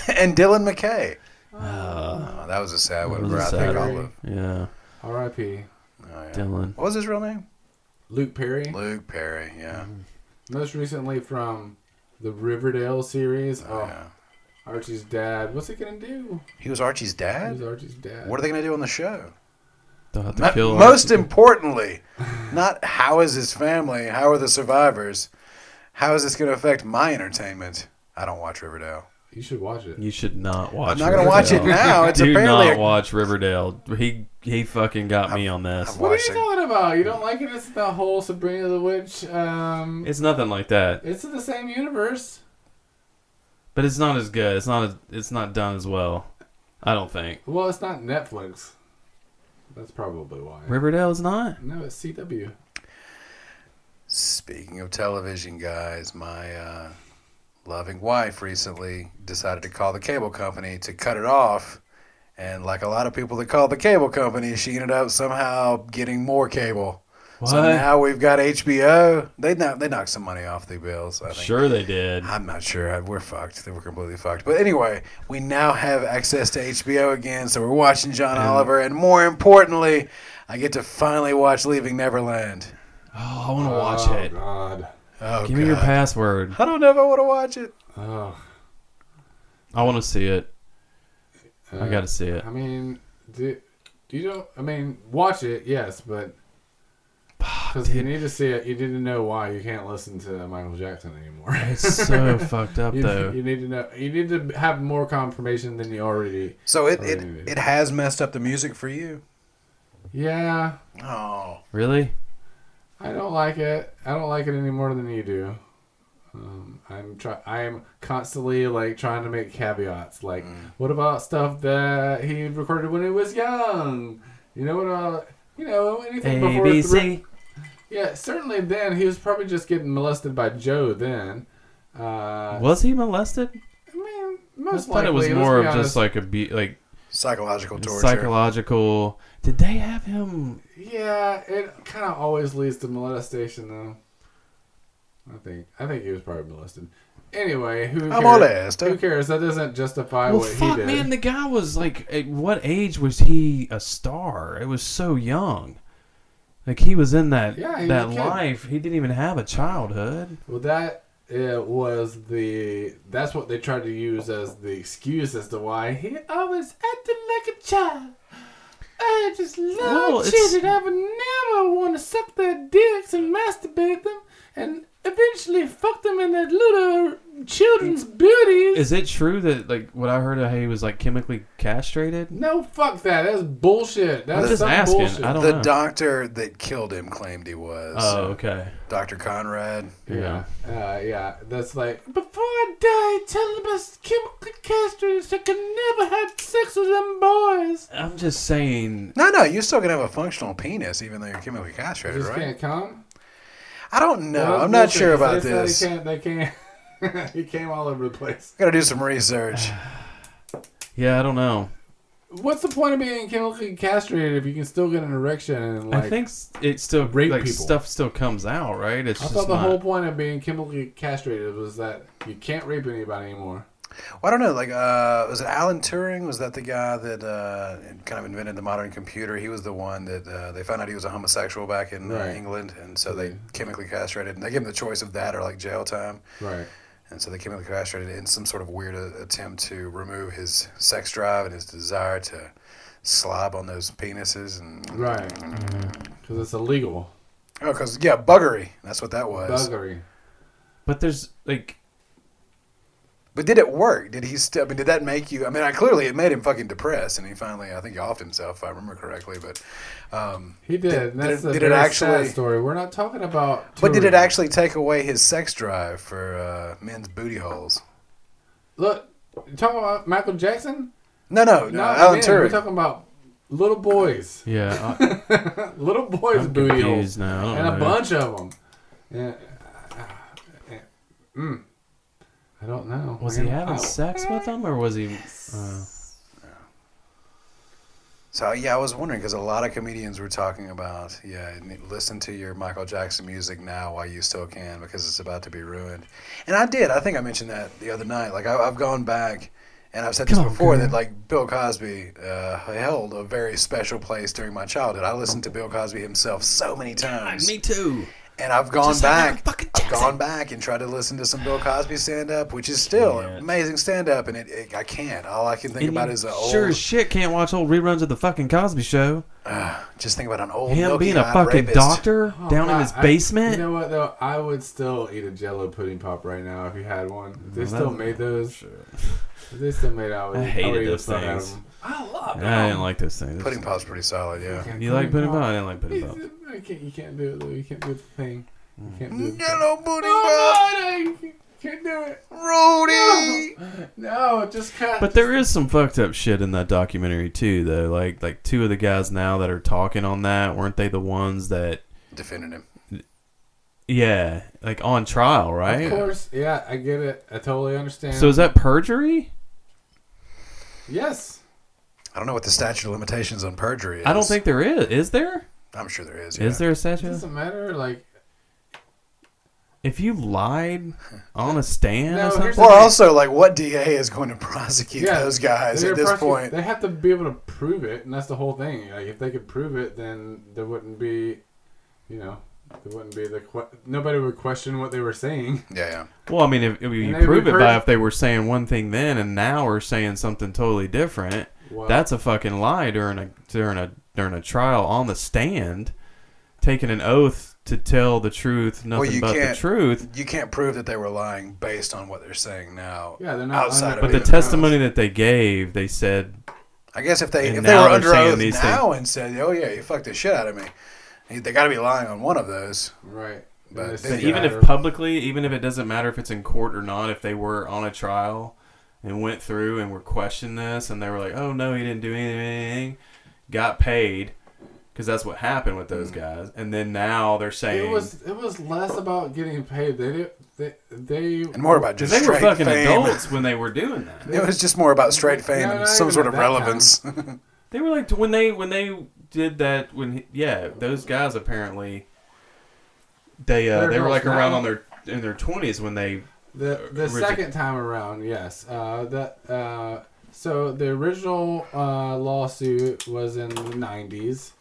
Speaker 7: and Dylan McKay. Oh, that was a sad
Speaker 6: That
Speaker 7: one.
Speaker 6: was
Speaker 7: bro.
Speaker 6: a
Speaker 7: I
Speaker 6: sad
Speaker 7: think
Speaker 4: one.
Speaker 7: all of.
Speaker 6: Uh, yeah,
Speaker 4: R.I.P.
Speaker 7: oh, yeah.
Speaker 6: Dylan.
Speaker 7: What was his real name?
Speaker 4: Luke Perry.
Speaker 7: Luke Perry. Yeah.
Speaker 4: Mm-hmm. Most recently from the Riverdale series. Oh,
Speaker 7: yeah.
Speaker 4: Archie's dad. What's he gonna do?
Speaker 7: He was Archie's dad.
Speaker 4: Who's Archie's dad?
Speaker 7: What are they going to do on the show?
Speaker 6: They'll have to
Speaker 7: Not-
Speaker 6: kill
Speaker 7: most importantly, not how is his family, how are the survivors, how is this going to affect my entertainment? I don't watch Riverdale.
Speaker 4: you should watch it.
Speaker 6: You should not watch.
Speaker 7: I'm not going to watch it
Speaker 6: Riverdale.
Speaker 7: now. It's
Speaker 6: Do
Speaker 7: apparently
Speaker 6: not
Speaker 7: a-
Speaker 6: watch Riverdale. He he fucking got me on this.
Speaker 7: I've
Speaker 4: what are you
Speaker 7: watched it.
Speaker 4: talking about? You don't like it? It's the whole Sabrina the Witch. Um,
Speaker 6: It's nothing like that,
Speaker 4: it's in the same universe.
Speaker 6: but it's not as good. It's not as, it's not done as well. I don't think
Speaker 4: Well, it's not Netflix. That's probably why.
Speaker 6: Riverdale is not.
Speaker 4: No, it's CW.
Speaker 7: Speaking of television, guys, my uh, loving wife recently decided to call the cable company to cut it off. And like a lot of people that called the cable company, she ended up somehow getting more cable. So
Speaker 6: What?
Speaker 7: now we've got HBO. They kno- they knocked some money off the bills. I think.
Speaker 6: Sure, they did.
Speaker 7: I'm not sure. I- We're fucked. We're completely fucked. But anyway, we now have access to HBO again, so we're watching John Oliver, and more importantly, I get to finally watch Leaving Neverland.
Speaker 6: Oh, I want to watch
Speaker 4: oh,
Speaker 6: it.
Speaker 4: God.
Speaker 7: Oh,
Speaker 6: Give me your
Speaker 7: God.
Speaker 6: password.
Speaker 7: I don't know if I want to watch it.
Speaker 4: Oh,
Speaker 6: I want to see it. I
Speaker 4: uh,
Speaker 6: got to see it.
Speaker 4: I mean, do, do you don't? I mean, watch it, yes, but because you
Speaker 6: Dude.
Speaker 4: need to see it. You need to know why you can't listen to Michael Jackson anymore.
Speaker 6: It's so fucked up
Speaker 4: You,
Speaker 6: though.
Speaker 4: you need to know. You need to have more confirmation than you already.
Speaker 7: So it,
Speaker 4: Oh,
Speaker 7: it,
Speaker 4: yeah.
Speaker 7: it has messed up the music for you.
Speaker 4: Yeah,
Speaker 7: Oh.
Speaker 6: Really?
Speaker 4: I don't like it. I don't like it any more than you do. Um, I'm try. I'm constantly like trying to make caveats. Like,
Speaker 6: Mm.
Speaker 4: what about stuff that he recorded when he was young? You know what? About, you know anything
Speaker 6: A
Speaker 4: before
Speaker 6: B
Speaker 4: three-
Speaker 6: C.
Speaker 4: Yeah, certainly. Then he was probably just getting molested by Joe. Then, uh,
Speaker 6: Was he molested?
Speaker 4: I mean,
Speaker 6: I
Speaker 4: most
Speaker 6: thought
Speaker 4: likely
Speaker 6: it was
Speaker 4: let's
Speaker 6: more
Speaker 4: be
Speaker 6: of just
Speaker 4: honest.
Speaker 6: like a be like
Speaker 7: Psychological torture.
Speaker 6: psychological. Did they have him?
Speaker 4: Yeah, it kind of always leads to molestation, though. I think I think he was probably molested. Anyway, who
Speaker 7: I'm
Speaker 4: cares?
Speaker 7: molested.
Speaker 4: Who cares? That doesn't justify
Speaker 6: Well,
Speaker 4: what
Speaker 6: fuck,
Speaker 4: he did.
Speaker 6: man. The guy was like, at what age was he a star? It was so young. Like he was in that
Speaker 4: Yeah, he was
Speaker 6: that
Speaker 4: a kid.
Speaker 6: life. He didn't even have a childhood.
Speaker 4: Well, that it was the that's what they tried to use as the excuse as to why he always acted like a child. I just love
Speaker 6: Well, it's-
Speaker 4: children. I would never want to suck their dicks and masturbate them and eventually fucked them in that little children's booties.
Speaker 6: Is it true that like what I heard of how he was like chemically castrated?
Speaker 4: no, fuck that. That's bullshit. That's
Speaker 6: I'm just
Speaker 4: some
Speaker 6: asking.
Speaker 4: bullshit.
Speaker 6: I don't
Speaker 7: The
Speaker 6: know.
Speaker 7: doctor that killed him claimed he was.
Speaker 6: oh, okay.
Speaker 7: Dr. Conrad.
Speaker 4: Yeah. Uh, yeah. That's like, before I die, tell them I was chemically castrated so I can never have sex with them boys.
Speaker 6: I'm just saying.
Speaker 7: No, no, you're still gonna have a functional penis even though you're chemically castrated,
Speaker 4: Just
Speaker 7: right?
Speaker 4: can't come?
Speaker 7: I don't know.
Speaker 4: Well,
Speaker 7: I'm not
Speaker 4: bullshit.
Speaker 7: sure about
Speaker 4: They said
Speaker 7: this.
Speaker 4: They
Speaker 7: I
Speaker 4: can't. They can't. he came all over the place.
Speaker 7: gotta do some research.
Speaker 6: Yeah, I don't know.
Speaker 4: What's the point of being chemically castrated if you can still get an erection and like?
Speaker 6: I think s- it still
Speaker 4: rape
Speaker 6: like
Speaker 4: people.
Speaker 6: stuff still comes out, right? It's
Speaker 4: I
Speaker 6: just
Speaker 4: thought the
Speaker 6: not-
Speaker 4: whole point of being chemically castrated was that you can't rape anybody anymore.
Speaker 7: Well, I don't know. Like, uh, was it Alan Turing? Was that the guy that uh, kind of invented the modern computer? He was the one that uh, they found out he was a homosexual back in uh,
Speaker 4: Right. Mm-hmm.
Speaker 7: England, and so they chemically castrated. And they gave him the choice of that or like jail time,
Speaker 4: Right.
Speaker 7: and so they chemically castrated in some sort of weird uh, attempt to remove his sex drive and his desire to slob on those penises and
Speaker 4: Right.
Speaker 6: Mm.
Speaker 4: Because it's illegal.
Speaker 7: oh, because yeah, buggery. That's what that was.
Speaker 4: Buggery.
Speaker 6: But there's like
Speaker 7: But did it work? Did he still? I mean, did that make you? I mean, I clearly it made him fucking depressed, and he finally, I think, he offed himself, if I remember correctly. But, um,
Speaker 4: He did.
Speaker 7: Did-
Speaker 4: and that's
Speaker 7: did
Speaker 4: the
Speaker 7: it- did it
Speaker 4: very
Speaker 7: actually-
Speaker 4: sad story. We're not talking about.
Speaker 7: but did
Speaker 4: touring.
Speaker 7: it actually take away his sex drive for uh, men's booty holes?
Speaker 4: Look, you talking about Michael Jackson?
Speaker 7: No, no, no.
Speaker 4: Not
Speaker 7: Alan
Speaker 4: men. We're
Speaker 7: Turing.
Speaker 4: talking about little boys.
Speaker 6: yeah, I,
Speaker 4: Little boys'
Speaker 6: I'm
Speaker 4: booty
Speaker 6: confused Oh,
Speaker 4: holes.
Speaker 6: now. I don't
Speaker 4: And a
Speaker 6: know.
Speaker 4: bunch of them. Yeah. uh, Mm. I don't know.
Speaker 6: Was
Speaker 4: I
Speaker 6: he
Speaker 4: don't-
Speaker 6: having
Speaker 4: I-
Speaker 6: sex with them, or was he? Uh,
Speaker 7: So yeah, I was wondering because a lot of comedians were talking about yeah, n- listen to your Michael Jackson music now while you still can because it's about to be ruined. And I did. I think I mentioned that the other night. Like I, I've gone back and I've said this
Speaker 6: Come on,
Speaker 7: before that
Speaker 6: girl.
Speaker 7: like Bill Cosby uh, held a very special place during my childhood. I listened to Bill Cosby himself so many times,
Speaker 6: too.
Speaker 7: and I've gone
Speaker 6: Just like Michael
Speaker 7: back.
Speaker 6: fucking
Speaker 7: I've
Speaker 6: Jackson.
Speaker 7: gone back and tried to listen to some Bill Cosby stand up, which is still
Speaker 6: Yeah.
Speaker 7: amazing stand up, and it, it I can't. All I can think about is the
Speaker 6: sure
Speaker 7: old
Speaker 6: as shit can't watch old reruns of the fucking Cosby Show.
Speaker 7: Just think about an old
Speaker 6: Him being a
Speaker 7: milky-eyed
Speaker 6: fucking
Speaker 7: rapist.
Speaker 6: doctor
Speaker 4: Oh,
Speaker 6: down in
Speaker 4: God,
Speaker 6: his
Speaker 4: I-
Speaker 6: basement.
Speaker 4: you know what though? I would still eat a Jello pudding pop right now if you had one. If they
Speaker 6: Well,
Speaker 4: still
Speaker 6: that-
Speaker 4: made those. If they still made. I, would,
Speaker 6: I
Speaker 4: would
Speaker 6: hated
Speaker 4: eat the
Speaker 6: those
Speaker 4: fuck out of
Speaker 6: things.
Speaker 4: them. I love.
Speaker 6: And I didn't like those things.
Speaker 7: Pudding pop's pretty solid, yeah.
Speaker 4: Fucking
Speaker 6: You like
Speaker 4: pudding
Speaker 6: pudding pop?
Speaker 4: pop.
Speaker 6: I didn't like pudding pop.
Speaker 4: You can't, you can't do it though. You can't do the thing. You can't do the thing.
Speaker 7: Yellow pudding pop,
Speaker 4: Oh, no, you can't- can't do it.
Speaker 7: Rudy.
Speaker 4: No, just cut.
Speaker 6: But there is some fucked up shit in that documentary too, though. Like like two of the guys now that are talking on that weren't they the ones that
Speaker 7: Defended him.
Speaker 6: yeah like on trial right?
Speaker 4: Of course, yeah, I get it. I totally understand.
Speaker 6: So is that perjury?
Speaker 4: yes,
Speaker 7: I don't know what the statute of limitations on perjury is.
Speaker 6: I don't think there is. Is there?
Speaker 7: I'm sure there is.
Speaker 6: Is
Speaker 7: Yeah.
Speaker 6: there a
Speaker 4: it
Speaker 6: statute?
Speaker 4: doesn't matter. Like,
Speaker 6: If you lied on a stand
Speaker 4: No,
Speaker 6: or something,
Speaker 4: here's
Speaker 7: Or also, like, what DA is going to prosecute
Speaker 4: yeah,
Speaker 7: those guys
Speaker 4: they're
Speaker 7: at this
Speaker 4: prosecute-
Speaker 7: point?
Speaker 4: they have to be able to prove it, and that's the whole thing. Like, if they could prove it, then there wouldn't be, you know, there wouldn't be the que- nobody would question what they were saying.
Speaker 7: Yeah, yeah.
Speaker 6: Well, I mean, if, if
Speaker 4: And
Speaker 6: you
Speaker 4: they
Speaker 6: prove it
Speaker 4: refer-
Speaker 6: by if they were saying one thing then and now are saying something totally different,
Speaker 4: Well,
Speaker 6: that's a fucking lie during a during a during a trial on the stand, taking an oath to tell the truth, nothing
Speaker 7: you
Speaker 6: but the
Speaker 7: can't-
Speaker 6: truth.
Speaker 7: You can't prove that they were lying based on what they're saying now.
Speaker 4: Yeah, they're not
Speaker 7: outside
Speaker 4: under-
Speaker 7: of
Speaker 6: But the
Speaker 7: even those.
Speaker 6: testimony that they gave, they said,
Speaker 7: I guess if they
Speaker 6: And
Speaker 7: if they
Speaker 6: now
Speaker 7: were
Speaker 6: they're
Speaker 7: under
Speaker 6: saying
Speaker 7: oath
Speaker 6: these
Speaker 7: now and said, "Oh yeah, you fucked the shit out of me," they got to be lying on one of those.
Speaker 4: right.
Speaker 7: But
Speaker 4: And they
Speaker 7: they-
Speaker 4: said
Speaker 6: even
Speaker 4: that,
Speaker 6: if
Speaker 4: or-
Speaker 6: publicly, even if it doesn't matter if it's in court or not, if they were on a trial and went through and were questioned this and they were like, "Oh no, he didn't do anything," got paid. Because that's what happened with those guys, and then now they're saying
Speaker 4: Mm. it was it was less about getting paid. They did they they
Speaker 7: And more about just
Speaker 6: Because they were
Speaker 7: straight
Speaker 6: fucking
Speaker 7: fame.
Speaker 6: adults when they were doing that.
Speaker 7: It was just more about straight fame
Speaker 4: No,
Speaker 7: and
Speaker 4: not
Speaker 7: some
Speaker 4: even
Speaker 7: sort
Speaker 4: at
Speaker 7: of
Speaker 4: that time.
Speaker 7: relevance.
Speaker 6: They were like when they when they did that when he- yeah those guys apparently they uh,
Speaker 4: They're
Speaker 6: they were like
Speaker 4: adults
Speaker 6: around
Speaker 4: now.
Speaker 6: on their in their twenties when they
Speaker 4: The the
Speaker 6: Origi-
Speaker 4: second time around, yes. Uh, that uh, so the original uh, lawsuit was in the '90s,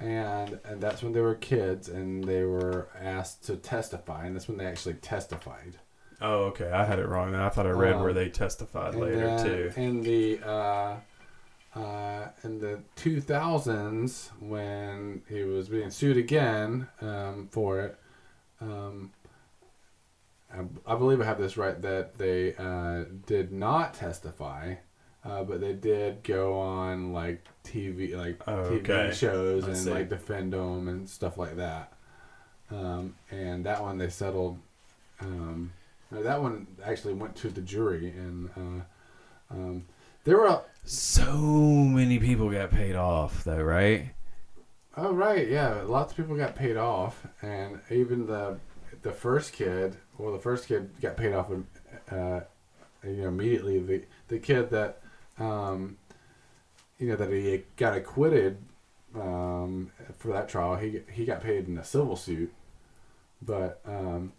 Speaker 4: and, and that's when they were kids and they were asked to testify, and that's when they actually testified.
Speaker 6: oh okay I had it wrong I thought I read
Speaker 4: Um,
Speaker 6: where they testified
Speaker 4: And
Speaker 6: later
Speaker 4: then
Speaker 6: too
Speaker 4: In the uh, uh, in the 2000s, when he was being sued again um, for it, um, I, I believe I have this right, that they uh, did not testify, uh, but they did go on like TV, like
Speaker 6: Oh, Okay.
Speaker 4: TV shows
Speaker 6: I
Speaker 4: and
Speaker 6: see.
Speaker 4: like defend them and stuff like that. Um, and that one they settled. Um, no, that one actually went to the jury, and uh, um, there were.
Speaker 6: So many people got paid off, though, right?
Speaker 4: Oh right, yeah. Lots of people got paid off, and even the the first kid. Well, the first kid got paid off, uh, you know, immediately. The the kid that, um, you know, that he got acquitted um, for that trial. He he got paid in a civil suit, but um,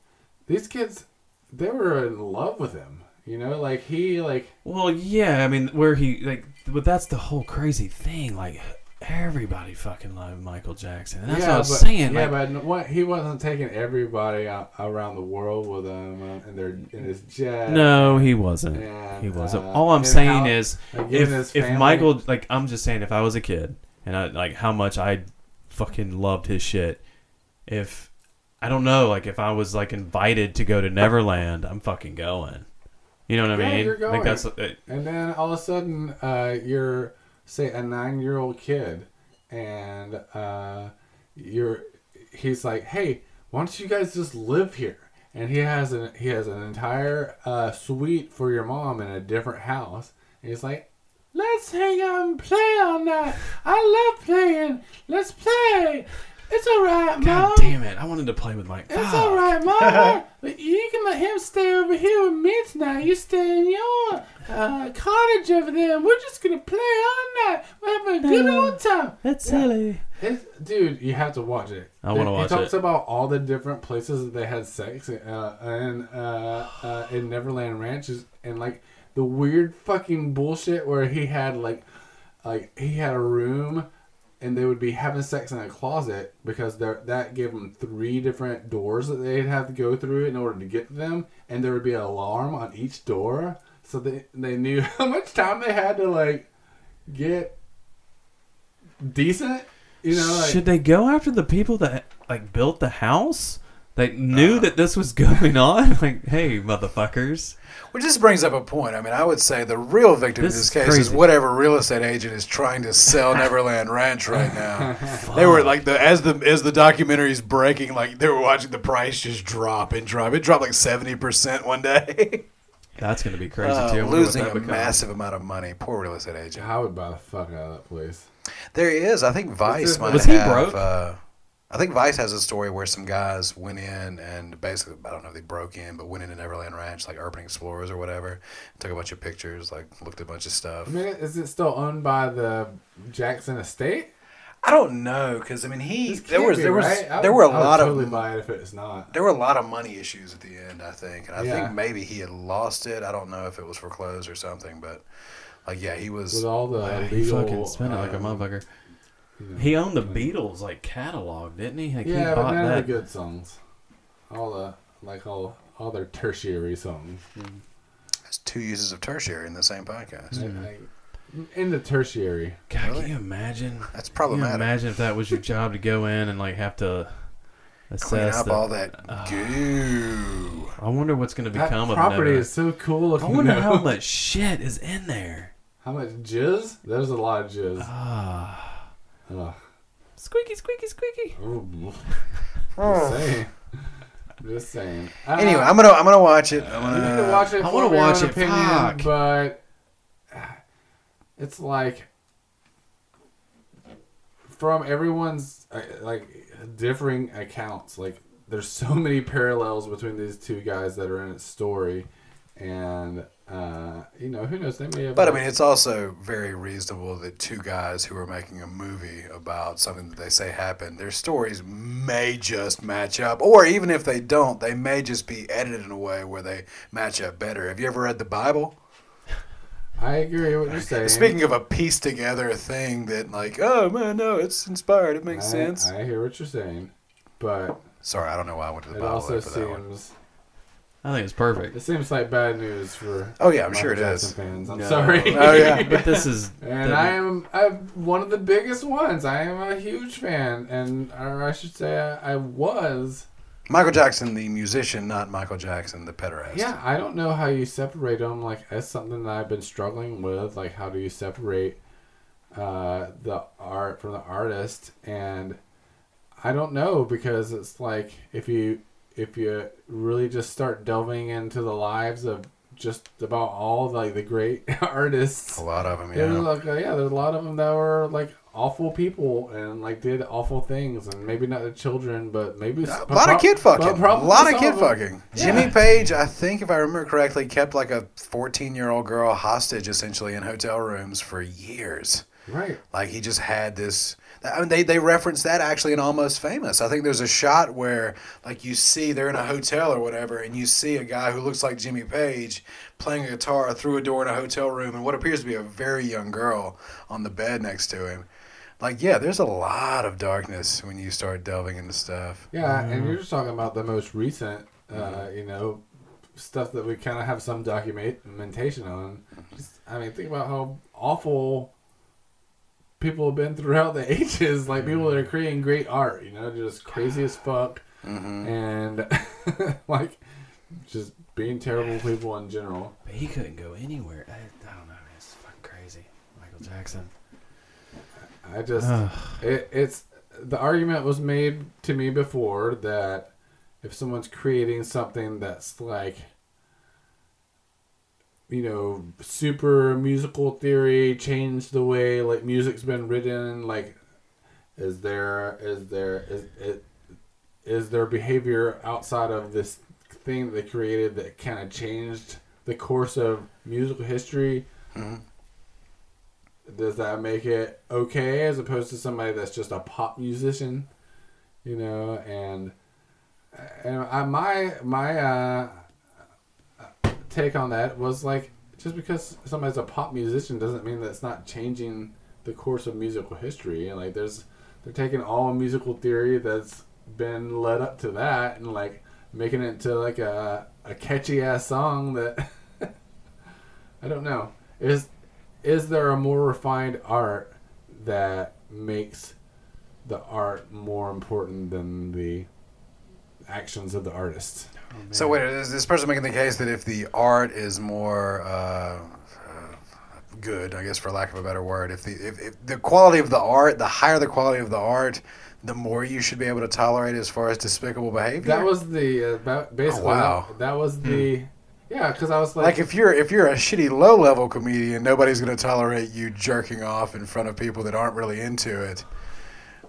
Speaker 4: these kids, they were in love with him. You know, like he like
Speaker 6: Well, yeah, I mean, where he like, but that's the whole crazy thing. Like, everybody fucking loved Michael Jackson, and that's what I was
Speaker 4: but,
Speaker 6: saying.
Speaker 4: Yeah,
Speaker 6: like,
Speaker 4: but what, he wasn't taking everybody out, around the world with him uh, and their in his jet.
Speaker 6: no, he wasn't.
Speaker 4: And,
Speaker 6: he wasn't.
Speaker 4: uh,
Speaker 6: All I'm
Speaker 4: and
Speaker 6: saying
Speaker 4: how-
Speaker 6: is,
Speaker 4: like, even
Speaker 6: if
Speaker 4: his
Speaker 6: if
Speaker 4: family-
Speaker 6: Michael, like, I'm just saying, if I was a kid and I like how much I fucking loved his shit, if I don't know, like, if I was like invited to go to Neverland, I'm fucking going. You know what I
Speaker 4: Yeah,
Speaker 6: mean?
Speaker 4: you're
Speaker 6: Like
Speaker 4: going.
Speaker 6: that's uh,
Speaker 4: And then all of a sudden, uh, you're say a nine year old kid, and uh, you're he's like, hey, why don't you guys just live here? And he has an he has an entire uh, suite for your mom in a different house. And he's like, let's hang out and play all night. I love playing. Let's play. It's all right, mom.
Speaker 6: God damn it! I wanted to play with Mike.
Speaker 4: It's
Speaker 6: Fuck.
Speaker 4: all right, Mama. you can let him stay over here with me tonight. You stay in your uh, cottage over there. We're just gonna play all night. We're having a good old time.
Speaker 6: That's silly.
Speaker 4: It's, dude, you have to watch it.
Speaker 6: I wanna
Speaker 4: It-
Speaker 6: watch
Speaker 4: It talks
Speaker 6: it.
Speaker 4: about all the different places that they had sex uh, and uh, uh, in Neverland Ranches and like the weird fucking bullshit where he had like like he had a room and they would be having sex in a closet because they're- that gave them three different doors that they'd have to go through in order to get to them and there would be an alarm on each door so they, they knew how much time they had to like get decent you know like,
Speaker 6: Should they go after the people that like built the house? That knew that this was going on. Like, hey, motherfuckers!
Speaker 7: Which just brings up a point. I mean, I would say the real victim
Speaker 6: This
Speaker 7: in
Speaker 6: is
Speaker 7: this case is
Speaker 6: crazy.
Speaker 7: whatever real estate agent is trying to sell Neverland Ranch right now. they were like the as the as the documentary's breaking, like they were watching the price just drop and drop. It dropped like seventy percent one day,
Speaker 6: That's gonna be crazy
Speaker 7: Uh,
Speaker 6: too. I wonder what
Speaker 7: losing
Speaker 6: that
Speaker 7: a
Speaker 6: becomes.
Speaker 7: massive amount of money. Poor real estate agent.
Speaker 4: I would buy the fuck out of that place.
Speaker 7: There is, I think Vice
Speaker 4: it-
Speaker 7: might
Speaker 6: was he
Speaker 7: have.
Speaker 6: broke?
Speaker 7: Uh, I think Vice has a story where some guys went in and basically, I don't know if they broke in, but went into Neverland Ranch, like Urban Explorers or whatever, took a bunch of pictures, like looked at a bunch of stuff.
Speaker 4: I mean, is it still owned by the Jackson Estate?
Speaker 7: I don't know because I mean he
Speaker 4: This
Speaker 7: there
Speaker 4: can't
Speaker 7: was
Speaker 4: be,
Speaker 7: there was
Speaker 4: right? I
Speaker 7: there
Speaker 4: would-
Speaker 7: were a
Speaker 4: I would
Speaker 7: lot
Speaker 4: totally
Speaker 7: of
Speaker 4: buy it if it's not.
Speaker 7: there were a lot of money issues at the end I think and I
Speaker 4: Yeah.
Speaker 7: think maybe he had lost it I don't know if it was foreclosed or something but like yeah he was
Speaker 4: With all the
Speaker 6: Yeah,
Speaker 4: legal,
Speaker 6: he fucking spent it like a
Speaker 4: um,
Speaker 6: motherfucker. He owned the Beatles like catalog, didn't he? Like,
Speaker 4: Yeah,
Speaker 6: he
Speaker 4: but
Speaker 6: bought
Speaker 4: none of
Speaker 6: that.
Speaker 4: the good songs. All the like all all their tertiary songs.
Speaker 7: that's two uses of tertiary in the same podcast
Speaker 4: Like, in the tertiary,
Speaker 6: God,
Speaker 7: Really?
Speaker 6: can you imagine?
Speaker 7: that's
Speaker 6: Can you
Speaker 7: problematic
Speaker 6: imagine if that was your job to go in and like have to
Speaker 7: clean
Speaker 6: assess?
Speaker 7: up
Speaker 6: The,
Speaker 7: all that goo
Speaker 6: I wonder what's gonna
Speaker 4: that
Speaker 6: become of
Speaker 4: property
Speaker 6: Never-
Speaker 4: is so cool
Speaker 6: I
Speaker 4: looking.
Speaker 6: wonder
Speaker 4: now.
Speaker 6: how much shit is in there.
Speaker 4: How much jizz? There's a lot of jizz.
Speaker 6: Ah,
Speaker 4: Ugh.
Speaker 6: squeaky, squeaky, squeaky.
Speaker 4: Ooh. Just saying. Just saying. Uh,
Speaker 7: Hmm. anyway I'm gonna I'm gonna watch it I'm
Speaker 4: You
Speaker 7: gonna
Speaker 4: need to watch it.
Speaker 6: I
Speaker 4: I
Speaker 6: wanna
Speaker 4: want to
Speaker 6: watch
Speaker 4: watch
Speaker 6: it,
Speaker 4: it, opinion,
Speaker 6: fuck.
Speaker 4: but ah, it's like from everyone's uh, like differing accounts. Like there's so many parallels between these two guys that are in its story, and uh, you know who knows they may have.
Speaker 7: But I
Speaker 4: like,
Speaker 7: mean, it's also very reasonable that two guys who are making a movie about something that they say happened, their stories may just match up, or even if they don't, they may just be edited in a way where they match up better. Have you ever read the Bible?
Speaker 4: I agree with what you're saying.
Speaker 7: Speaking of a piece together thing that, like, oh man, no, it's inspired, it
Speaker 4: I,
Speaker 7: makes sense.
Speaker 4: I hear what you're saying, but
Speaker 7: Sorry, I don't know why I went to the
Speaker 4: it
Speaker 7: Bible
Speaker 4: also
Speaker 7: there for that one.
Speaker 4: seems
Speaker 6: I think it's perfect.
Speaker 4: it seems like bad news for.
Speaker 7: Oh yeah, I'm
Speaker 4: Michael
Speaker 7: sure it
Speaker 4: Jackson
Speaker 7: is.
Speaker 4: Fans. I'm
Speaker 6: No.
Speaker 4: sorry.
Speaker 7: Oh yeah.
Speaker 6: But this is
Speaker 4: And I am I'm one of the biggest ones. I am a huge fan, and or I should say I, I was
Speaker 7: Michael Jackson, the musician, not Michael Jackson, the pederast.
Speaker 4: Yeah, I don't know how you separate them. Like, that's something that I've been struggling with. Like, how do you separate uh, the art from the artist? And I don't know because it's like if you if you really just start delving into the lives of just about all like the great artists,
Speaker 7: A lot of them,
Speaker 4: yeah.
Speaker 7: yeah.
Speaker 4: like uh, yeah, there's a lot of them that were like awful people and like did awful things, and maybe not the children, but maybe
Speaker 7: A lot of kid fucking. A lot of kid fucking.
Speaker 4: Yeah.
Speaker 7: Jimmy Page, I think, if I remember correctly, kept like a 14 year old girl hostage essentially in hotel rooms for years.
Speaker 4: Right.
Speaker 7: Like he just had this. I mean, they, they reference that actually in Almost Famous. I think there's a shot where, like, you see they're in a hotel or whatever, and you see a guy who looks like Jimmy Page playing a guitar through a door in a hotel room, and what appears to be a very young girl on the bed next to him. Like, yeah, there's a lot of darkness when you start delving into stuff.
Speaker 4: Yeah, and you're just talking about the most recent, uh,
Speaker 7: Mm-hmm.
Speaker 4: you know, stuff that we kind of have some documentation on. Just, I mean, think about how awful people have been throughout the ages. Like people
Speaker 7: Mm-hmm.
Speaker 4: that are creating great art, you know, just crazy as fuck,
Speaker 7: Mm-hmm.
Speaker 4: and like just being terrible people in general.
Speaker 6: But he couldn't go anywhere. I, I don't know. man. It's fucking crazy. Michael Jackson.
Speaker 4: I just it, it's the argument was made to me before that if someone's creating something that's like you know super musical theory change the way like music's been written like is there is there is it is their behavior outside of this thing that they created that kind of changed the course of musical history does that make it okay as opposed to somebody that's just a pop musician you know and and I, my my uh take on that was like just because somebody's a pop musician doesn't mean that's not changing the course of musical history and like there's they're taking all musical theory that's been led up to that and like making it into like a, a catchy ass song that I don't know. Is is there a more refined art that makes the art more important than the actions of the artist?
Speaker 7: So wait, is this person making the case that if the art is more uh, uh, good, I guess for lack of a better word, if the if, if the quality of the art, the higher the quality of the art, the more you should be able to tolerate as far as despicable behavior.
Speaker 4: That was the uh, ba- basically
Speaker 7: Oh, wow.
Speaker 4: that, was the yeah because I was like,
Speaker 7: like if you're if you're a shitty low level comedian, nobody's gonna tolerate you jerking off in front of people that aren't really into it.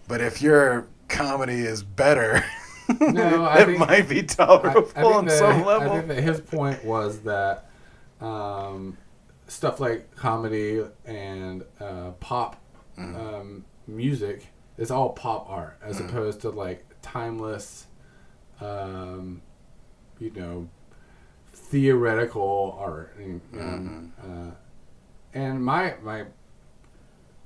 Speaker 7: But if your comedy is better,
Speaker 4: no I
Speaker 7: it
Speaker 4: think
Speaker 7: might be
Speaker 4: I, I
Speaker 7: tolerable
Speaker 4: think
Speaker 7: on
Speaker 4: that-
Speaker 7: some
Speaker 4: I
Speaker 7: level.
Speaker 4: think that his point was that um, stuff like comedy and uh, pop um, music is all pop art as opposed to like timeless, um, you know, theoretical art. And, um, uh, and my my.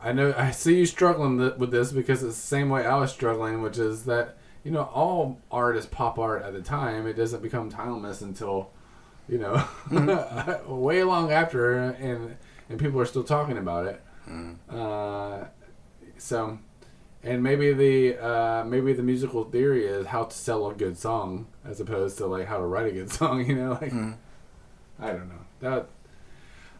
Speaker 4: I know I see you struggling th- with this because it's the same way I was struggling, which is that you know all art is pop art at the time. It doesn't become timeless until you know
Speaker 7: Mm-hmm.
Speaker 4: way long after, and and people are still talking about it.
Speaker 7: Mm-hmm.
Speaker 4: Uh, so, and maybe the uh, maybe the musical theory is how to sell a good song as opposed to like how to write a good song. You know, like
Speaker 7: Mm-hmm.
Speaker 4: I don't know that.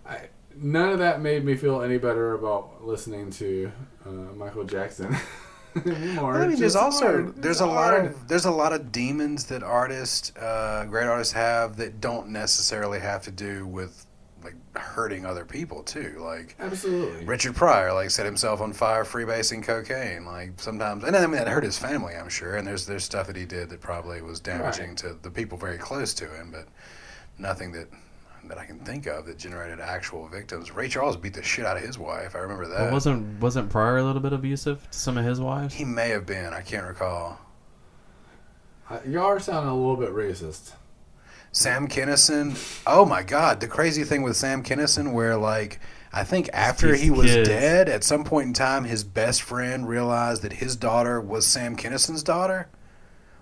Speaker 4: I none of that made me feel any better about listening to uh, Michael Jackson. anymore.
Speaker 7: Well, I
Speaker 4: It's
Speaker 7: mean, there's
Speaker 4: just
Speaker 7: also
Speaker 4: hard.
Speaker 7: there's
Speaker 4: It's
Speaker 7: a lot
Speaker 4: hard.
Speaker 7: of there's a lot of demons that artists, uh, great artists have that don't necessarily have to do with like hurting other people too. Like
Speaker 4: absolutely
Speaker 7: Richard Pryor, like set himself on fire freebasing cocaine. Like sometimes, and I mean that hurt his family, I'm sure. And there's there's stuff that he did that probably was damaging to the people very close to him, but nothing that that I can think of that generated actual victims. Ray Charles beat the shit out of his wife. I remember
Speaker 4: uh,
Speaker 7: that.
Speaker 6: But wasn't wasn't Pryor a little bit abusive to some of his wives?
Speaker 7: he may have been. I can't recall.
Speaker 4: Uh, you are sounding a little bit racist.
Speaker 7: Sam Kinison. Oh my God, the crazy thing with Sam Kinison, where like I think after
Speaker 6: piece
Speaker 7: he
Speaker 6: of
Speaker 7: was
Speaker 6: kids.
Speaker 7: dead, at some point in time, his best friend realized that his daughter was Sam Kinison's daughter.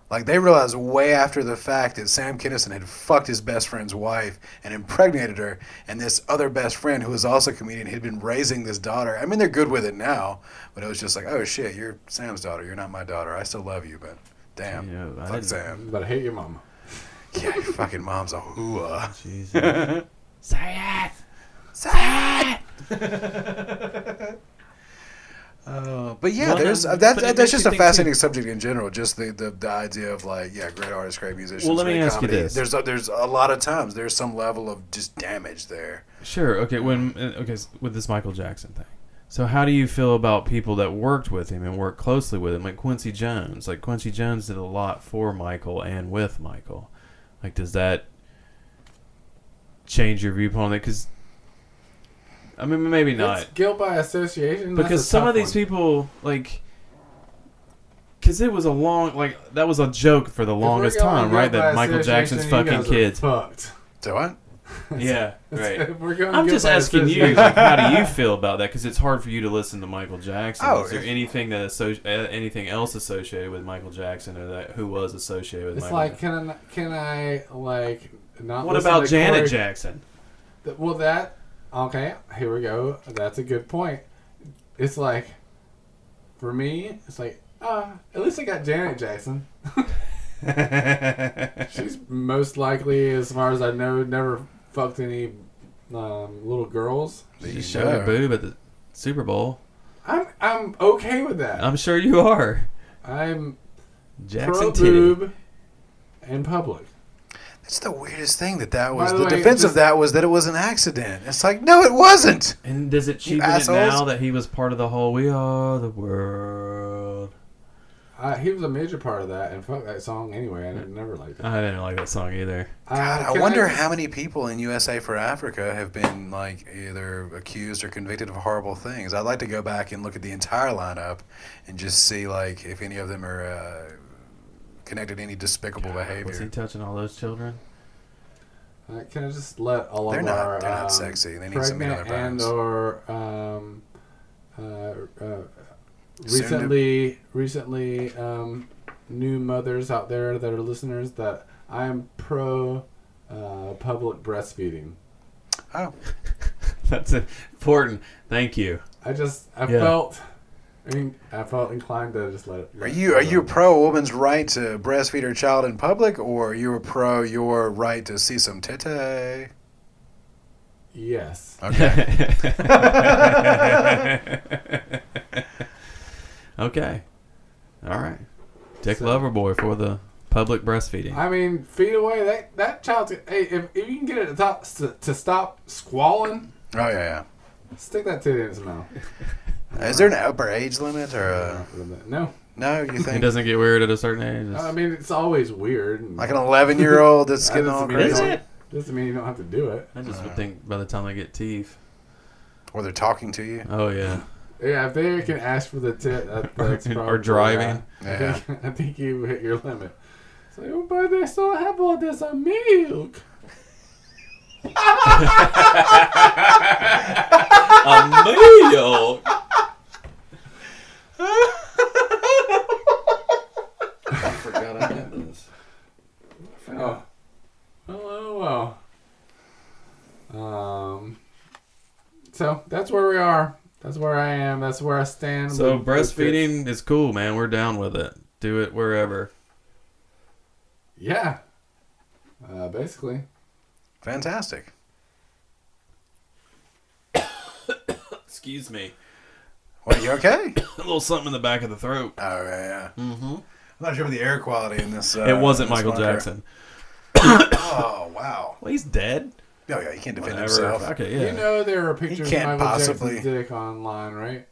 Speaker 7: Like they realized way after the fact that Sam Kinison had fucked his best friend's wife and impregnated her, and this other best friend who was also a comedian had been raising this daughter. I mean, they're good with it now, but it was just like, oh shit, you're Sam's daughter, you're not my daughter. I still love you, but Damn.
Speaker 6: Yeah, I
Speaker 7: Fuck
Speaker 6: didn't-
Speaker 7: Sam.
Speaker 4: But I hate your mama.
Speaker 7: Yeah, your fucking mom's a hooah.
Speaker 6: Jesus.
Speaker 7: Oh, but yeah,
Speaker 6: Well,
Speaker 7: there's
Speaker 6: no,
Speaker 7: uh, that,
Speaker 6: but
Speaker 7: that,
Speaker 6: it
Speaker 7: that's
Speaker 6: makes
Speaker 7: just
Speaker 6: you
Speaker 7: a
Speaker 6: think,
Speaker 7: fascinating subject in general. Just the, the, the idea of like, yeah, great artists, great musicians.
Speaker 6: Well, let me
Speaker 7: great
Speaker 6: ask you
Speaker 7: comedy.
Speaker 6: this.
Speaker 7: There's a, there's a lot of times there's some level of just damage there.
Speaker 6: Sure. Okay. When uh, okay s- with this Michael Jackson thing. So how do you feel about people that worked with him and worked closely with him, like Quincy Jones? Like Quincy Jones did a lot for Michael and with Michael. Like, does that change your viewpoint on it? Because I mean, maybe not
Speaker 4: It's guilt by association. That's a
Speaker 6: because some
Speaker 4: tough
Speaker 6: of these
Speaker 4: one.
Speaker 6: people like. Because it was a long, like that was a joke for the
Speaker 4: If we're
Speaker 6: longest
Speaker 4: going
Speaker 6: time,
Speaker 4: guilt
Speaker 6: right?
Speaker 4: by
Speaker 6: That Michael
Speaker 4: association,
Speaker 6: Jackson's
Speaker 4: you
Speaker 6: fucking
Speaker 4: guys are
Speaker 6: kids.
Speaker 4: Fucked.
Speaker 7: So what?
Speaker 6: Yeah, right.
Speaker 4: If we're going
Speaker 6: I'm
Speaker 4: guilt
Speaker 6: just
Speaker 4: by
Speaker 6: asking you,
Speaker 4: association-
Speaker 6: like, how do you feel about that? Because it's hard for you to listen to Michael Jackson.
Speaker 7: Oh,
Speaker 6: Is there
Speaker 7: if-
Speaker 6: anything that associ- uh, anything else associated with Michael Jackson, or that who was associated with
Speaker 4: It's
Speaker 6: Michael?
Speaker 4: like,
Speaker 6: Jackson?
Speaker 4: can I, can I like not?
Speaker 6: what
Speaker 4: listen
Speaker 6: about
Speaker 4: to
Speaker 6: Janet
Speaker 4: Corey-
Speaker 6: Jackson?
Speaker 4: Th- Well, that okay. Here we go. That's a good point. It's like for me, it's like uh, at least I got Janet Jackson. She's most likely, as far as I know, never fucked any um, little girls.
Speaker 7: There
Speaker 6: She
Speaker 7: you
Speaker 6: showed her
Speaker 7: go.
Speaker 6: boob at the Super Bowl.
Speaker 4: I'm I'm okay with that.
Speaker 6: I'm sure you are.
Speaker 4: I'm
Speaker 6: Jackson
Speaker 4: pro
Speaker 6: titty.
Speaker 4: boob in public.
Speaker 7: That's the weirdest thing that that was.
Speaker 4: the
Speaker 7: The,
Speaker 4: way,
Speaker 7: defense
Speaker 4: this-
Speaker 7: of that was that it was an accident. It's like, no, it wasn't.
Speaker 6: And does it cheapen it
Speaker 7: assholes.
Speaker 6: now that he was part of the whole "We Are the World"?
Speaker 4: Uh, he was a major part of that, and fuck that song anyway. I didn't- never liked it.
Speaker 6: I didn't like that song either.
Speaker 7: God,
Speaker 4: Uh,
Speaker 7: I
Speaker 4: can
Speaker 7: wonder how many people in USA for Africa have been like either accused or convicted of horrible things. I'd like to go back and look at the entire lineup and just see like if any of them are uh, connected to any despicable
Speaker 6: Was he
Speaker 7: behavior.
Speaker 6: touching all those children?
Speaker 4: Uh, can I just let all
Speaker 7: They're
Speaker 4: of
Speaker 7: not-
Speaker 4: our
Speaker 7: they're not
Speaker 4: um,
Speaker 7: sexy. They need some
Speaker 4: pregnant
Speaker 7: other
Speaker 4: and
Speaker 7: vibes.
Speaker 4: or um, uh, uh,
Speaker 7: Soon to-
Speaker 4: recently recently um, new mothers out there that are listeners that I am pro uh, public breastfeeding.
Speaker 7: Oh,
Speaker 6: That's important. Thank you.
Speaker 4: I just I
Speaker 6: Yeah.
Speaker 4: felt I mean I felt inclined to just let it.
Speaker 7: are
Speaker 4: let it
Speaker 7: you are you
Speaker 4: go.
Speaker 7: pro woman's right to breastfeed her child in public, or are you a pro your right to see some tete? Oh,
Speaker 4: Yes.
Speaker 7: Okay.
Speaker 6: okay. All right. Dick
Speaker 4: So-
Speaker 6: Loverboy for the public breastfeeding.
Speaker 4: I mean, feet away. That that child's. Hey, if, if you can get it to, top, to, to stop squalling,
Speaker 7: Oh yeah,
Speaker 4: stick that titty in his mouth.
Speaker 7: yeah. Is there an upper age limit or a,
Speaker 4: No,
Speaker 7: no? You
Speaker 6: It
Speaker 7: think
Speaker 6: doesn't get weird at a certain age.
Speaker 4: I mean, it's always weird. and-
Speaker 7: like an eleven year old that's
Speaker 4: That
Speaker 7: getting
Speaker 4: doesn't
Speaker 7: all
Speaker 4: mean you
Speaker 7: crazy?
Speaker 4: don't- Doesn't mean you don't have to do it.
Speaker 6: I just would think by the time they get teeth.
Speaker 7: Or they're talking to you.
Speaker 6: Oh yeah.
Speaker 4: Yeah, if they can ask for the tip, that, that's
Speaker 6: Or
Speaker 4: probably,
Speaker 6: driving.
Speaker 4: I,
Speaker 7: Yeah.
Speaker 4: think, I think you hit your limit. It's like, "Oh, but they still have all this uh, milk.
Speaker 6: A meal. I forgot I had this.
Speaker 4: Oh, oh, well. Um, so that's where we are. That's where I am. That's where I stand.
Speaker 6: So
Speaker 4: with- with this.
Speaker 6: breastfeeding is cool, man. We're down with it. Do it wherever.
Speaker 4: Yeah. Uh, basically.
Speaker 7: Fantastic.
Speaker 6: Excuse me.
Speaker 7: Well, you okay?
Speaker 6: A little something in the back of the throat.
Speaker 7: Oh yeah. Mm-hmm. I'm not sure about the air quality in this. Uh,
Speaker 6: it wasn't
Speaker 7: in this
Speaker 6: Michael
Speaker 7: bunker.
Speaker 6: Jackson.
Speaker 7: Oh wow.
Speaker 6: Well, he's dead.
Speaker 7: No, yeah, he can't defend
Speaker 6: Whatever.
Speaker 7: himself.
Speaker 6: Okay, yeah.
Speaker 4: You know there are pictures of
Speaker 7: can't
Speaker 4: Michael
Speaker 7: possibly-
Speaker 4: Jackson's dick online, right?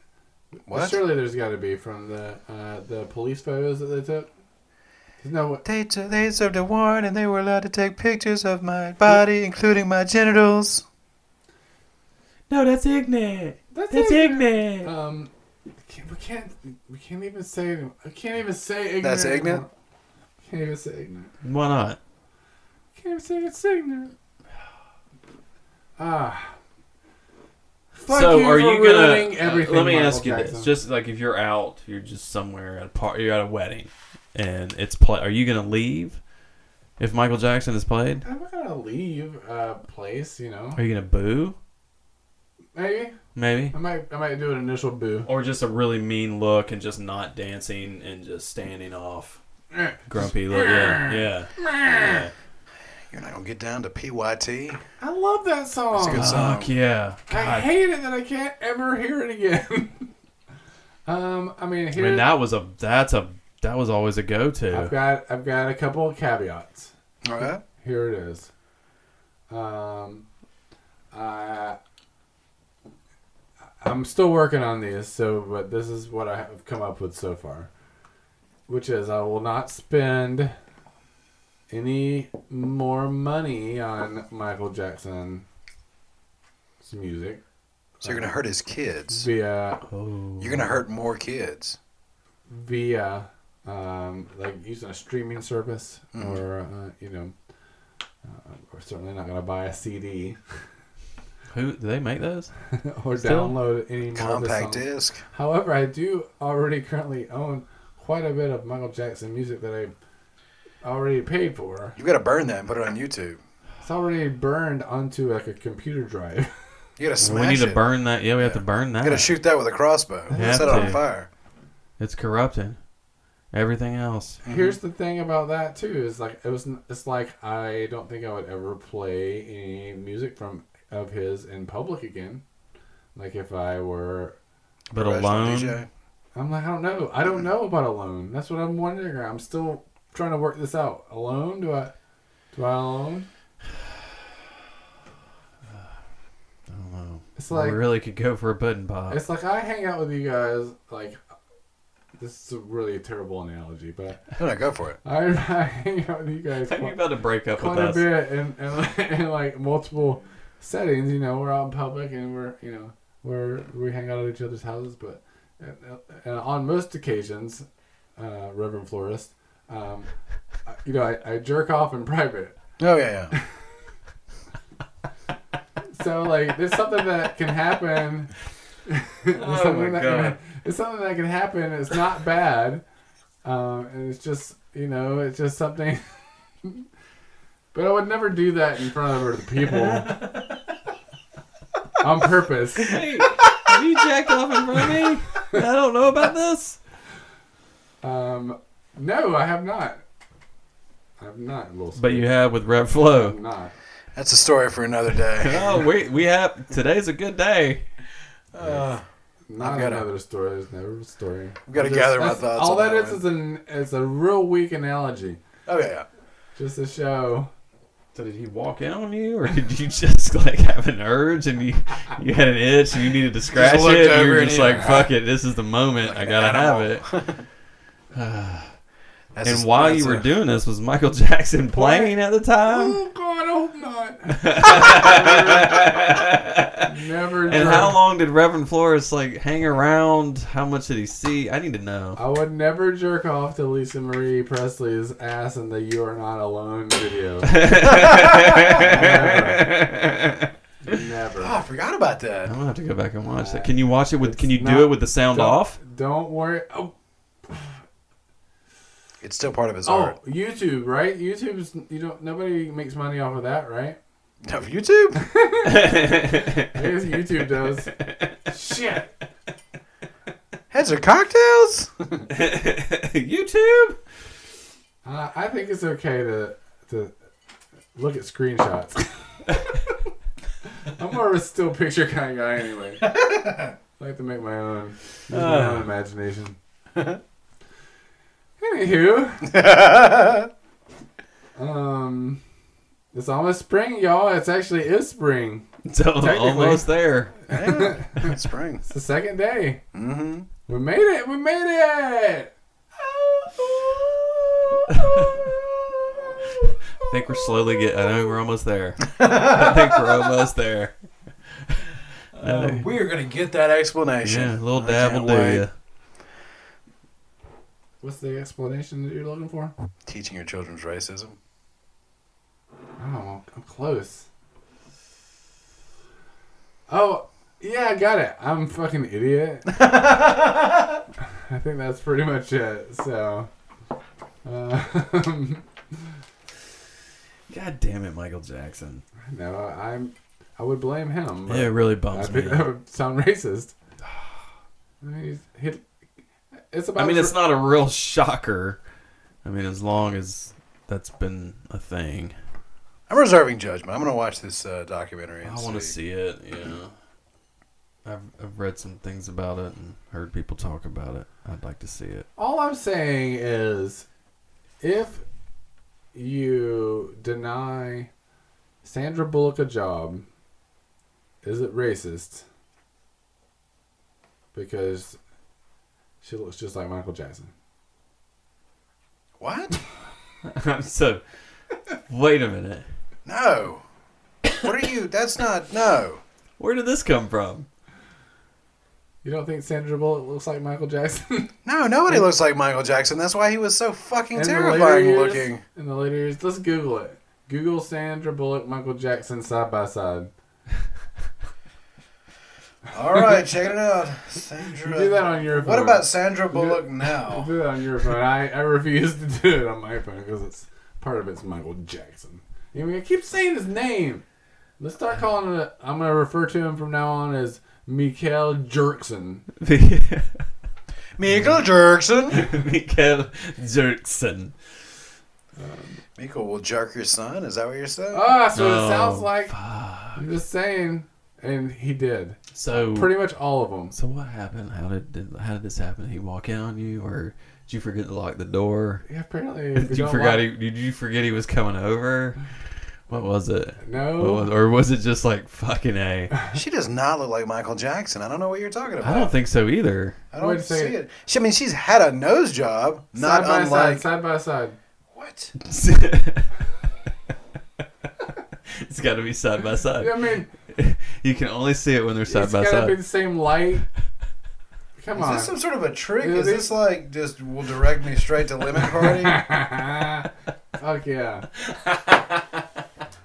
Speaker 7: What?
Speaker 4: Surely there's got to be from the uh, the police photos that they took. There's No, way-
Speaker 7: They, t- they served a warrant and they were allowed to take pictures of my body, including my genitals.
Speaker 6: No, that's ignorant.
Speaker 4: that's,
Speaker 6: ignorant.
Speaker 4: Um, we can't, we can't we can't even say it- I can't even say ignorant.
Speaker 7: That's ignorant?
Speaker 4: Can't even say ignorant.
Speaker 6: Why not?
Speaker 4: Can't even say it's ignorant. Ah. Fuck
Speaker 6: so,
Speaker 4: you for
Speaker 6: are you gonna?
Speaker 4: ruining
Speaker 6: uh,
Speaker 4: everything,
Speaker 6: let me
Speaker 4: Michael
Speaker 6: ask you
Speaker 4: Jackson.
Speaker 6: this: just like if you're out, you're just somewhere at a par- you're at a wedding, and it's play. Are you gonna leave? If Michael Jackson is played,
Speaker 4: I'm not gonna leave a place, you know.
Speaker 6: are you gonna boo?
Speaker 4: Maybe
Speaker 6: Maybe.
Speaker 4: I might I might do an initial boo.
Speaker 6: Or just a really mean look and just not dancing and just standing off.
Speaker 4: Eh.
Speaker 6: grumpy look. Yeah, yeah. yeah.
Speaker 7: You're not gonna get down to PYT.
Speaker 4: I love that song.
Speaker 7: That's a good song.
Speaker 6: Fuck yeah.
Speaker 4: I
Speaker 6: God.
Speaker 4: hate it that I can't ever hear it again. um, I mean,
Speaker 6: I
Speaker 4: here
Speaker 6: mean, that was a that's a that was always a go
Speaker 4: I've
Speaker 6: to.
Speaker 4: got I've got a couple of caveats.
Speaker 7: All right.
Speaker 4: Here it is. Um, I I'm still working on these, so but this is what I have come up with so far, which is I will not spend any more money on Michael Jackson's music
Speaker 7: So you're gonna hurt his kids.
Speaker 4: via
Speaker 6: Oh.
Speaker 7: You're gonna hurt more kids.
Speaker 4: via um, like using a streaming service
Speaker 7: Mhm.
Speaker 4: or uh, you know uh, we're certainly not going to buy a cd
Speaker 6: Who do they make those?
Speaker 4: or
Speaker 6: Still?
Speaker 4: download any more of the
Speaker 7: Compact
Speaker 4: songs.
Speaker 7: disc.
Speaker 4: however i do already currently own quite a bit of michael jackson music that i already paid for
Speaker 7: You gotta burn that and put it on YouTube.
Speaker 4: it's already burned onto like a computer drive
Speaker 7: You gotta smash
Speaker 6: we need
Speaker 7: it.
Speaker 6: to burn that. Yeah, we have to burn
Speaker 7: You gotta
Speaker 6: that.
Speaker 7: shoot that with a crossbow.
Speaker 6: have
Speaker 7: Set it on
Speaker 6: to.
Speaker 7: fire.
Speaker 6: it's corrupting everything else.
Speaker 4: here's the thing about that too is like it was it's like i don't think i would ever play any music from of his in public again like if i were
Speaker 6: But
Speaker 7: Professional
Speaker 6: alone,
Speaker 7: DJ.
Speaker 4: i'm like i don't know i don't know about alone that's what i'm wondering i'm still trying to work this out alone do i do i alone
Speaker 6: I don't know.
Speaker 4: it's
Speaker 6: we
Speaker 4: like
Speaker 6: really could go for a pudding pop.
Speaker 4: it's like i hang out with you guys like this is a really terrible analogy but
Speaker 7: No, no, go for it.
Speaker 4: i, I hang out with you guys
Speaker 6: Are
Speaker 4: quite-
Speaker 6: you about to break up with
Speaker 4: quite a
Speaker 6: us?
Speaker 4: bit in, in, in like multiple settings. You know, we're out in public and we're you know we're we hang out at each other's houses, but and, and on most occasions, uh, Reverend Florist, um, I- you know, I, I jerk off in private.
Speaker 7: Oh yeah, yeah.
Speaker 4: So like, there's something that can happen. there's
Speaker 6: Oh, my
Speaker 4: that
Speaker 6: God.
Speaker 4: Can, it's something that can happen. It's not bad, um, and it's just you know, it's just something. but I would never do that in front of other people on purpose.
Speaker 6: Hey, have you jacked off in front of me? I don't know about this.
Speaker 4: Um, no, I have not. I have not, Lil
Speaker 6: But
Speaker 4: Scoop.
Speaker 6: you have with Rev
Speaker 4: I have
Speaker 6: Flow.
Speaker 4: not.
Speaker 7: That's a story for another day.
Speaker 6: Oh, we we have today's a good day.
Speaker 7: Uh,
Speaker 4: Not
Speaker 7: I've got a-
Speaker 4: another story. There's never a story.
Speaker 7: I've gotta
Speaker 4: Just-
Speaker 7: gather my
Speaker 4: that's-
Speaker 7: thoughts
Speaker 4: All
Speaker 7: on
Speaker 4: that
Speaker 7: that
Speaker 4: is is an
Speaker 7: one.
Speaker 4: it's a real weak analogy.
Speaker 7: oh yeah, yeah.
Speaker 4: Just to show.
Speaker 6: So did he walk in on you, or did you just like have an urge and you you had an itch and you needed to scratch
Speaker 7: looked
Speaker 6: it? And you
Speaker 7: over
Speaker 6: were
Speaker 7: and
Speaker 6: just
Speaker 7: he-
Speaker 6: like, "Fuck it, this is the moment. I
Speaker 7: an
Speaker 6: gotta
Speaker 7: animal.
Speaker 6: have it."
Speaker 7: That's
Speaker 6: And
Speaker 7: a-
Speaker 6: while
Speaker 7: that's
Speaker 6: you were
Speaker 7: a-
Speaker 6: doing this, was Michael Jackson playing at the time?
Speaker 4: Oh God, I hope not. never.
Speaker 6: And
Speaker 4: done.
Speaker 6: how long did Reverend Flores like hang around? How much did he see? I need to know.
Speaker 4: I would never jerk off to Lisa Marie Presley's ass in the "You Are Not Alone" video.
Speaker 6: I'm
Speaker 7: Oh,
Speaker 4: never.
Speaker 7: I forgot about that.
Speaker 6: gonna have to go back and watch that. Can you watch it with? Can you
Speaker 4: not-
Speaker 6: do it with the sound
Speaker 4: don't-
Speaker 6: off?
Speaker 4: Don't worry. Oh,
Speaker 7: It's still part of his
Speaker 4: oh,
Speaker 7: art.
Speaker 4: YouTube, right? YouTube's you don't. Nobody makes money off of that, right?
Speaker 7: No, YouTube.
Speaker 4: I guess YouTube does. Shit.
Speaker 7: Heads are cocktails.
Speaker 6: YouTube.
Speaker 4: Uh, I think it's okay to to look at screenshots. I'm more of a still picture kind of guy anyway. I like to make my own, use my own imagination. Anywho, um, it's almost spring, y'all. It's actually is spring.
Speaker 6: So
Speaker 4: Technically.
Speaker 6: almost there.
Speaker 7: yeah, spring.
Speaker 4: It's the second day.
Speaker 7: Mm-hmm.
Speaker 4: We made it. We made it.
Speaker 6: I think we're slowly getting. I know we're almost there. I think we're almost there.
Speaker 7: Uh, we are gonna get that explanation.
Speaker 6: Yeah, a little
Speaker 7: I
Speaker 6: dab will
Speaker 7: can't
Speaker 6: do
Speaker 7: wait.
Speaker 6: you.
Speaker 4: What's the explanation that you're looking for?
Speaker 7: Teaching your children's racism.
Speaker 4: Oh, I'm close. Oh, yeah, I got it. I'm a fucking idiot. I think that's pretty much it. So, um,
Speaker 6: God damn it, Michael Jackson.
Speaker 4: no, I'm. I would blame him. but
Speaker 6: Yeah, it really
Speaker 4: I
Speaker 6: bumps me.
Speaker 4: think that would sound racist. I mean, he's, he, it's about.
Speaker 6: I mean,
Speaker 4: as-
Speaker 6: it's not a real shocker. I mean, as long as that's been a thing,
Speaker 7: I'm reserving judgment. I'm gonna watch this uh, documentary. And
Speaker 6: I want to see it. Yeah, I've I've read some things about it and heard people talk about it. I'd like to see it.
Speaker 4: All I'm saying is, if you deny Sandra Bullock a job, is it racist? Because she looks just like Michael Jackson.
Speaker 7: What?
Speaker 6: so, wait a minute.
Speaker 7: No. What are you? That's not no.
Speaker 6: Where did this come from?
Speaker 4: You don't think Sandra Bullock looks like Michael Jackson?
Speaker 7: No, nobody looks like Michael Jackson. That's why he was so fucking
Speaker 4: In the later
Speaker 7: terrifying
Speaker 4: years-
Speaker 7: looking.
Speaker 4: In the later years, let's Google it. Google Sandra Bullock, Michael Jackson side by side.
Speaker 7: All right, check it out.
Speaker 4: You
Speaker 7: Sandra.
Speaker 4: do that on your phone.
Speaker 7: what about Sandra
Speaker 4: do-
Speaker 7: Bullock
Speaker 4: You
Speaker 7: now?
Speaker 4: do that on your phone. I, I refuse to do it on my phone because it's part of it's Michael Jackson. I mean, I keep saying his name. Let's start calling it. I'm gonna refer to him from now on as Mikael Jerkson.
Speaker 7: Michael Jerkson.
Speaker 6: Mikael Jerkson.
Speaker 7: Michael will jerk your son. Is that what you're saying?
Speaker 4: Oh, that's what
Speaker 6: Oh,
Speaker 4: it sounds like. I'm just saying, and he did
Speaker 6: So
Speaker 4: pretty much all of them.
Speaker 6: So what happened? How did, did how did this happen? Did he walk in on you, or did you forget to lock the door?
Speaker 4: Yeah, apparently, if
Speaker 6: Did you
Speaker 4: don't
Speaker 6: forgot?
Speaker 4: like-
Speaker 6: He, did you forget he was coming over? What was it? What was,
Speaker 4: No,
Speaker 6: Oh, or was it just like fucking a?
Speaker 7: she does not look like Michael Jackson. I don't know what you're talking about.
Speaker 6: I don't think so either.
Speaker 7: I
Speaker 4: Wait a
Speaker 7: don't see
Speaker 4: second.
Speaker 7: it. She, I mean, she's had a nose job,
Speaker 4: side
Speaker 7: not
Speaker 4: by
Speaker 7: unlike
Speaker 4: side, side by side.
Speaker 7: what?
Speaker 6: it's got to be side by side.
Speaker 4: I mean,
Speaker 6: You can only see it when they're side
Speaker 4: it's
Speaker 6: by
Speaker 4: gotta be
Speaker 6: side.
Speaker 4: the same light. Come
Speaker 7: Is
Speaker 4: on.
Speaker 7: this some sort of a trick?
Speaker 4: Yeah,
Speaker 7: Is
Speaker 4: they-
Speaker 7: this like just will direct me straight to Lemon Party?
Speaker 4: Fuck yeah.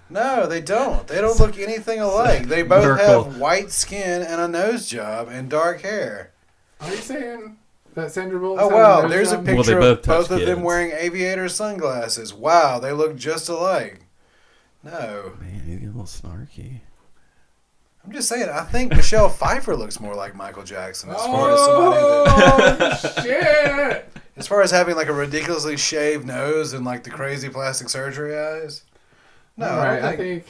Speaker 7: no, they don't. They don't look anything alike. They both
Speaker 6: Merkel.
Speaker 7: have white skin and a nose job and dark hair.
Speaker 4: Are you saying that Sandra Bullock?
Speaker 7: Oh wow, there's a
Speaker 6: they
Speaker 7: picture
Speaker 6: both
Speaker 7: of
Speaker 6: touch
Speaker 7: both of them
Speaker 6: kids.
Speaker 7: wearing aviator sunglasses. Wow, they look just alike. No,
Speaker 6: Man, you get a little snarky.
Speaker 7: I'm just saying. I think Michelle Pfeiffer looks more like Michael Jackson as far as somebody that
Speaker 4: Oh shit!
Speaker 7: As far as having like a ridiculously shaved nose and like the crazy plastic surgery eyes, no,
Speaker 4: All
Speaker 7: I,
Speaker 4: right,
Speaker 7: don't think,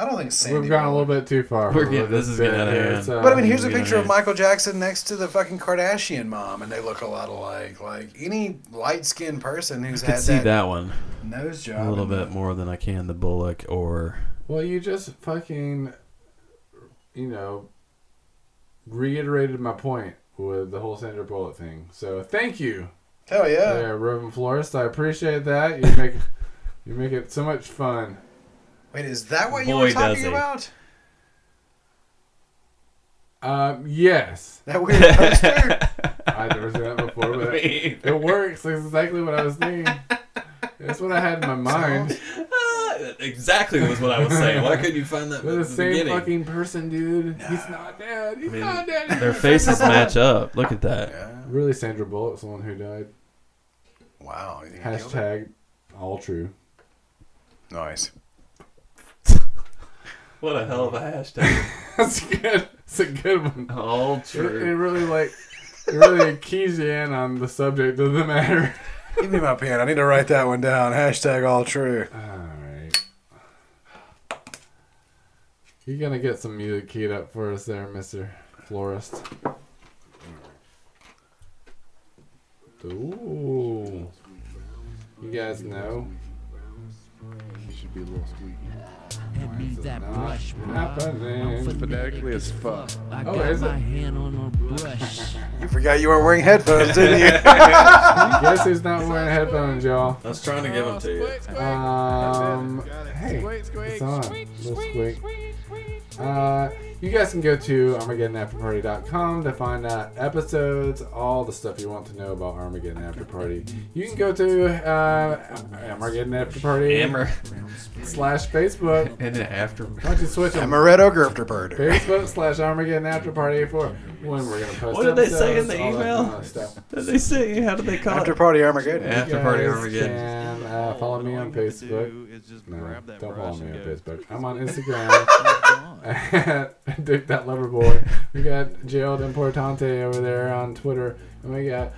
Speaker 4: I think
Speaker 7: don't think Sandy.
Speaker 4: we've gone a little bit too far. for
Speaker 6: We're getting- this is
Speaker 4: bit
Speaker 6: getting out of
Speaker 4: here,
Speaker 6: hand.
Speaker 4: so-
Speaker 7: But I mean, here's a
Speaker 6: We're gonna
Speaker 7: picture of
Speaker 6: need-
Speaker 7: Michael Jackson next to the fucking Kardashian mom, and they look a lot alike. Like any light-skinned person who's
Speaker 6: Could
Speaker 7: had
Speaker 6: see
Speaker 7: that,
Speaker 6: that one
Speaker 7: nose job
Speaker 6: a little
Speaker 7: and
Speaker 6: bit more than I can the Bullock or
Speaker 4: well, you just fucking, you know, reiterated my point with the whole Sandra Bullock thing. So thank you,
Speaker 7: Hell yeah!
Speaker 4: there, Reverend Florist. I appreciate that. You make you make it so much fun.
Speaker 7: Wait, is that what you
Speaker 6: Boy,
Speaker 7: were
Speaker 6: does
Speaker 7: talking
Speaker 6: he.
Speaker 7: about?
Speaker 4: Um, yes,
Speaker 7: That weird poster.
Speaker 4: I've never seen that before, but
Speaker 6: mean,
Speaker 4: It works. That's exactly what I was thinking. That's what I had in my mind.
Speaker 6: Ah, exactly was what I was saying. Why couldn't you find that
Speaker 4: They're
Speaker 6: at
Speaker 4: the
Speaker 6: the
Speaker 4: same
Speaker 6: beginning?
Speaker 4: fucking person, dude. He's not dead. He's
Speaker 6: I mean,
Speaker 4: not dead.
Speaker 6: Their faces match up. Look at that.
Speaker 7: yeah.
Speaker 4: Really, Sandra Bullock's the one who died.
Speaker 7: Wow. you think he killed it?
Speaker 4: Hashtag all true.
Speaker 7: Nice.
Speaker 6: What a hell of a hashtag.
Speaker 4: That's good. It's a good one.
Speaker 6: All
Speaker 4: It, it really like it really keys you in on the subject of the matter.
Speaker 7: Give me my pen. I need to write that one down. Hashtag all true.
Speaker 4: All right. You gonna get some music keyed up for us there, Mister Florist? Ooh. You guys know?
Speaker 1: You should be a little squeaky.
Speaker 2: Hand me that
Speaker 4: not
Speaker 2: brush, bruh.
Speaker 4: happening?
Speaker 1: Phonetically as fuck.
Speaker 2: I
Speaker 4: Oh,
Speaker 2: got
Speaker 4: is it?
Speaker 2: my hand on her brush.
Speaker 7: You forgot you weren't wearing headphones, didn't you?
Speaker 4: Guess who's not wearing headphones, y'all?
Speaker 6: I was trying to give them to you.
Speaker 4: Um, hey, it's on. Little squeak. Uh, you guys can go to ArmageddonAfterParty.com to find out episodes, all the stuff you want to know about Armageddon After Party. You can go to uh, Armageddon After Party
Speaker 6: Hammer
Speaker 4: slash Facebook.
Speaker 6: and then after.
Speaker 4: Why don't you switch them?
Speaker 7: Amaretto grifter bird.
Speaker 4: Facebook slash Armageddon After Party for when we're gonna post.
Speaker 6: What did they say
Speaker 4: episodes,
Speaker 6: in the
Speaker 4: all that
Speaker 6: email?
Speaker 4: kind of stuff.
Speaker 6: Did they say how did they call
Speaker 7: After
Speaker 6: it?
Speaker 7: party Armageddon.
Speaker 6: Yeah. After Party
Speaker 4: You guys
Speaker 6: Armageddon.
Speaker 4: Can, uh, follow me on Facebook. No, don't follow me on Facebook. I'm on Instagram. Dick that lover boy. We got Gerald Importante over there on Twitter, and we got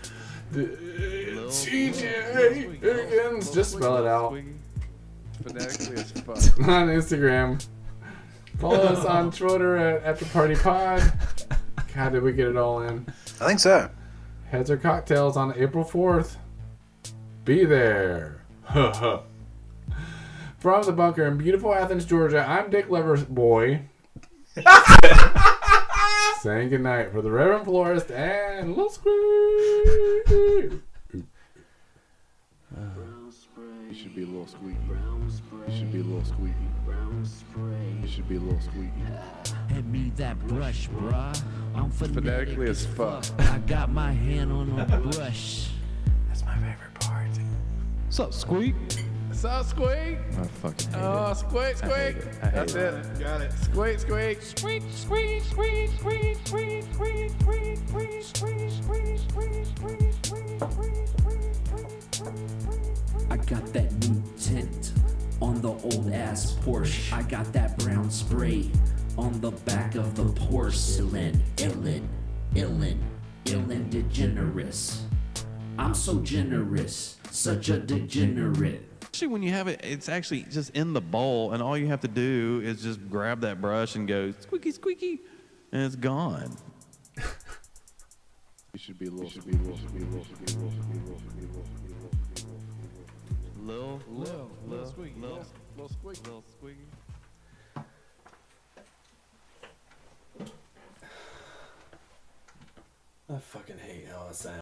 Speaker 4: TJ Higgins. Just spell it out.
Speaker 1: Phonetically as fuck.
Speaker 4: On Instagram. Follow us on Twitter at, at the Party Pod. God, did we get it all in?
Speaker 7: I think so.
Speaker 4: Heads or cocktails on April 4th. Be there. From the bunker in beautiful Athens, Georgia, I'm Dick Lover's boy. Saying goodnight for the Reverend Florist and Little Squeak.
Speaker 1: You should be a little squeaky. You should be a little squeaky. You should be a little squeaky.
Speaker 2: Hand me that brush, bruh. I'm phonetic,
Speaker 1: Phonetically as
Speaker 2: I got my hand on a brush.
Speaker 7: That's my favorite part.
Speaker 1: What's up, squeak?
Speaker 3: I fucking hate
Speaker 1: Oh, squeak,
Speaker 3: I hate
Speaker 1: squeak.
Speaker 3: it. I hate
Speaker 1: That's
Speaker 3: it.
Speaker 1: it. Got it. Squeak, squeak.
Speaker 5: Squeak, squeak, squeak, squeak, squeak, squeak, squeak, squeak, squeak, squeak, squeak, squeak, squeak, squeak, squeak,
Speaker 2: I got that new tint on the old ass Porsche. I got that brown spray on the back of the porcelain. Illin, illin, illin degenerates. I'm so generous, such a degenerate.
Speaker 3: Actually, when you have it, it's actually just in the bowl, and all you have to do is just grab that brush and go squeaky, squeaky, and it's gone.
Speaker 1: You should be a little squeaky. You should be a little squeaky. You should be a little squeaky. You should be a little squeaky.
Speaker 3: Lil, lil, lil, squeaky, lil,
Speaker 1: Little squeak.
Speaker 3: lil, squeaky.
Speaker 6: I fucking hate how I sound.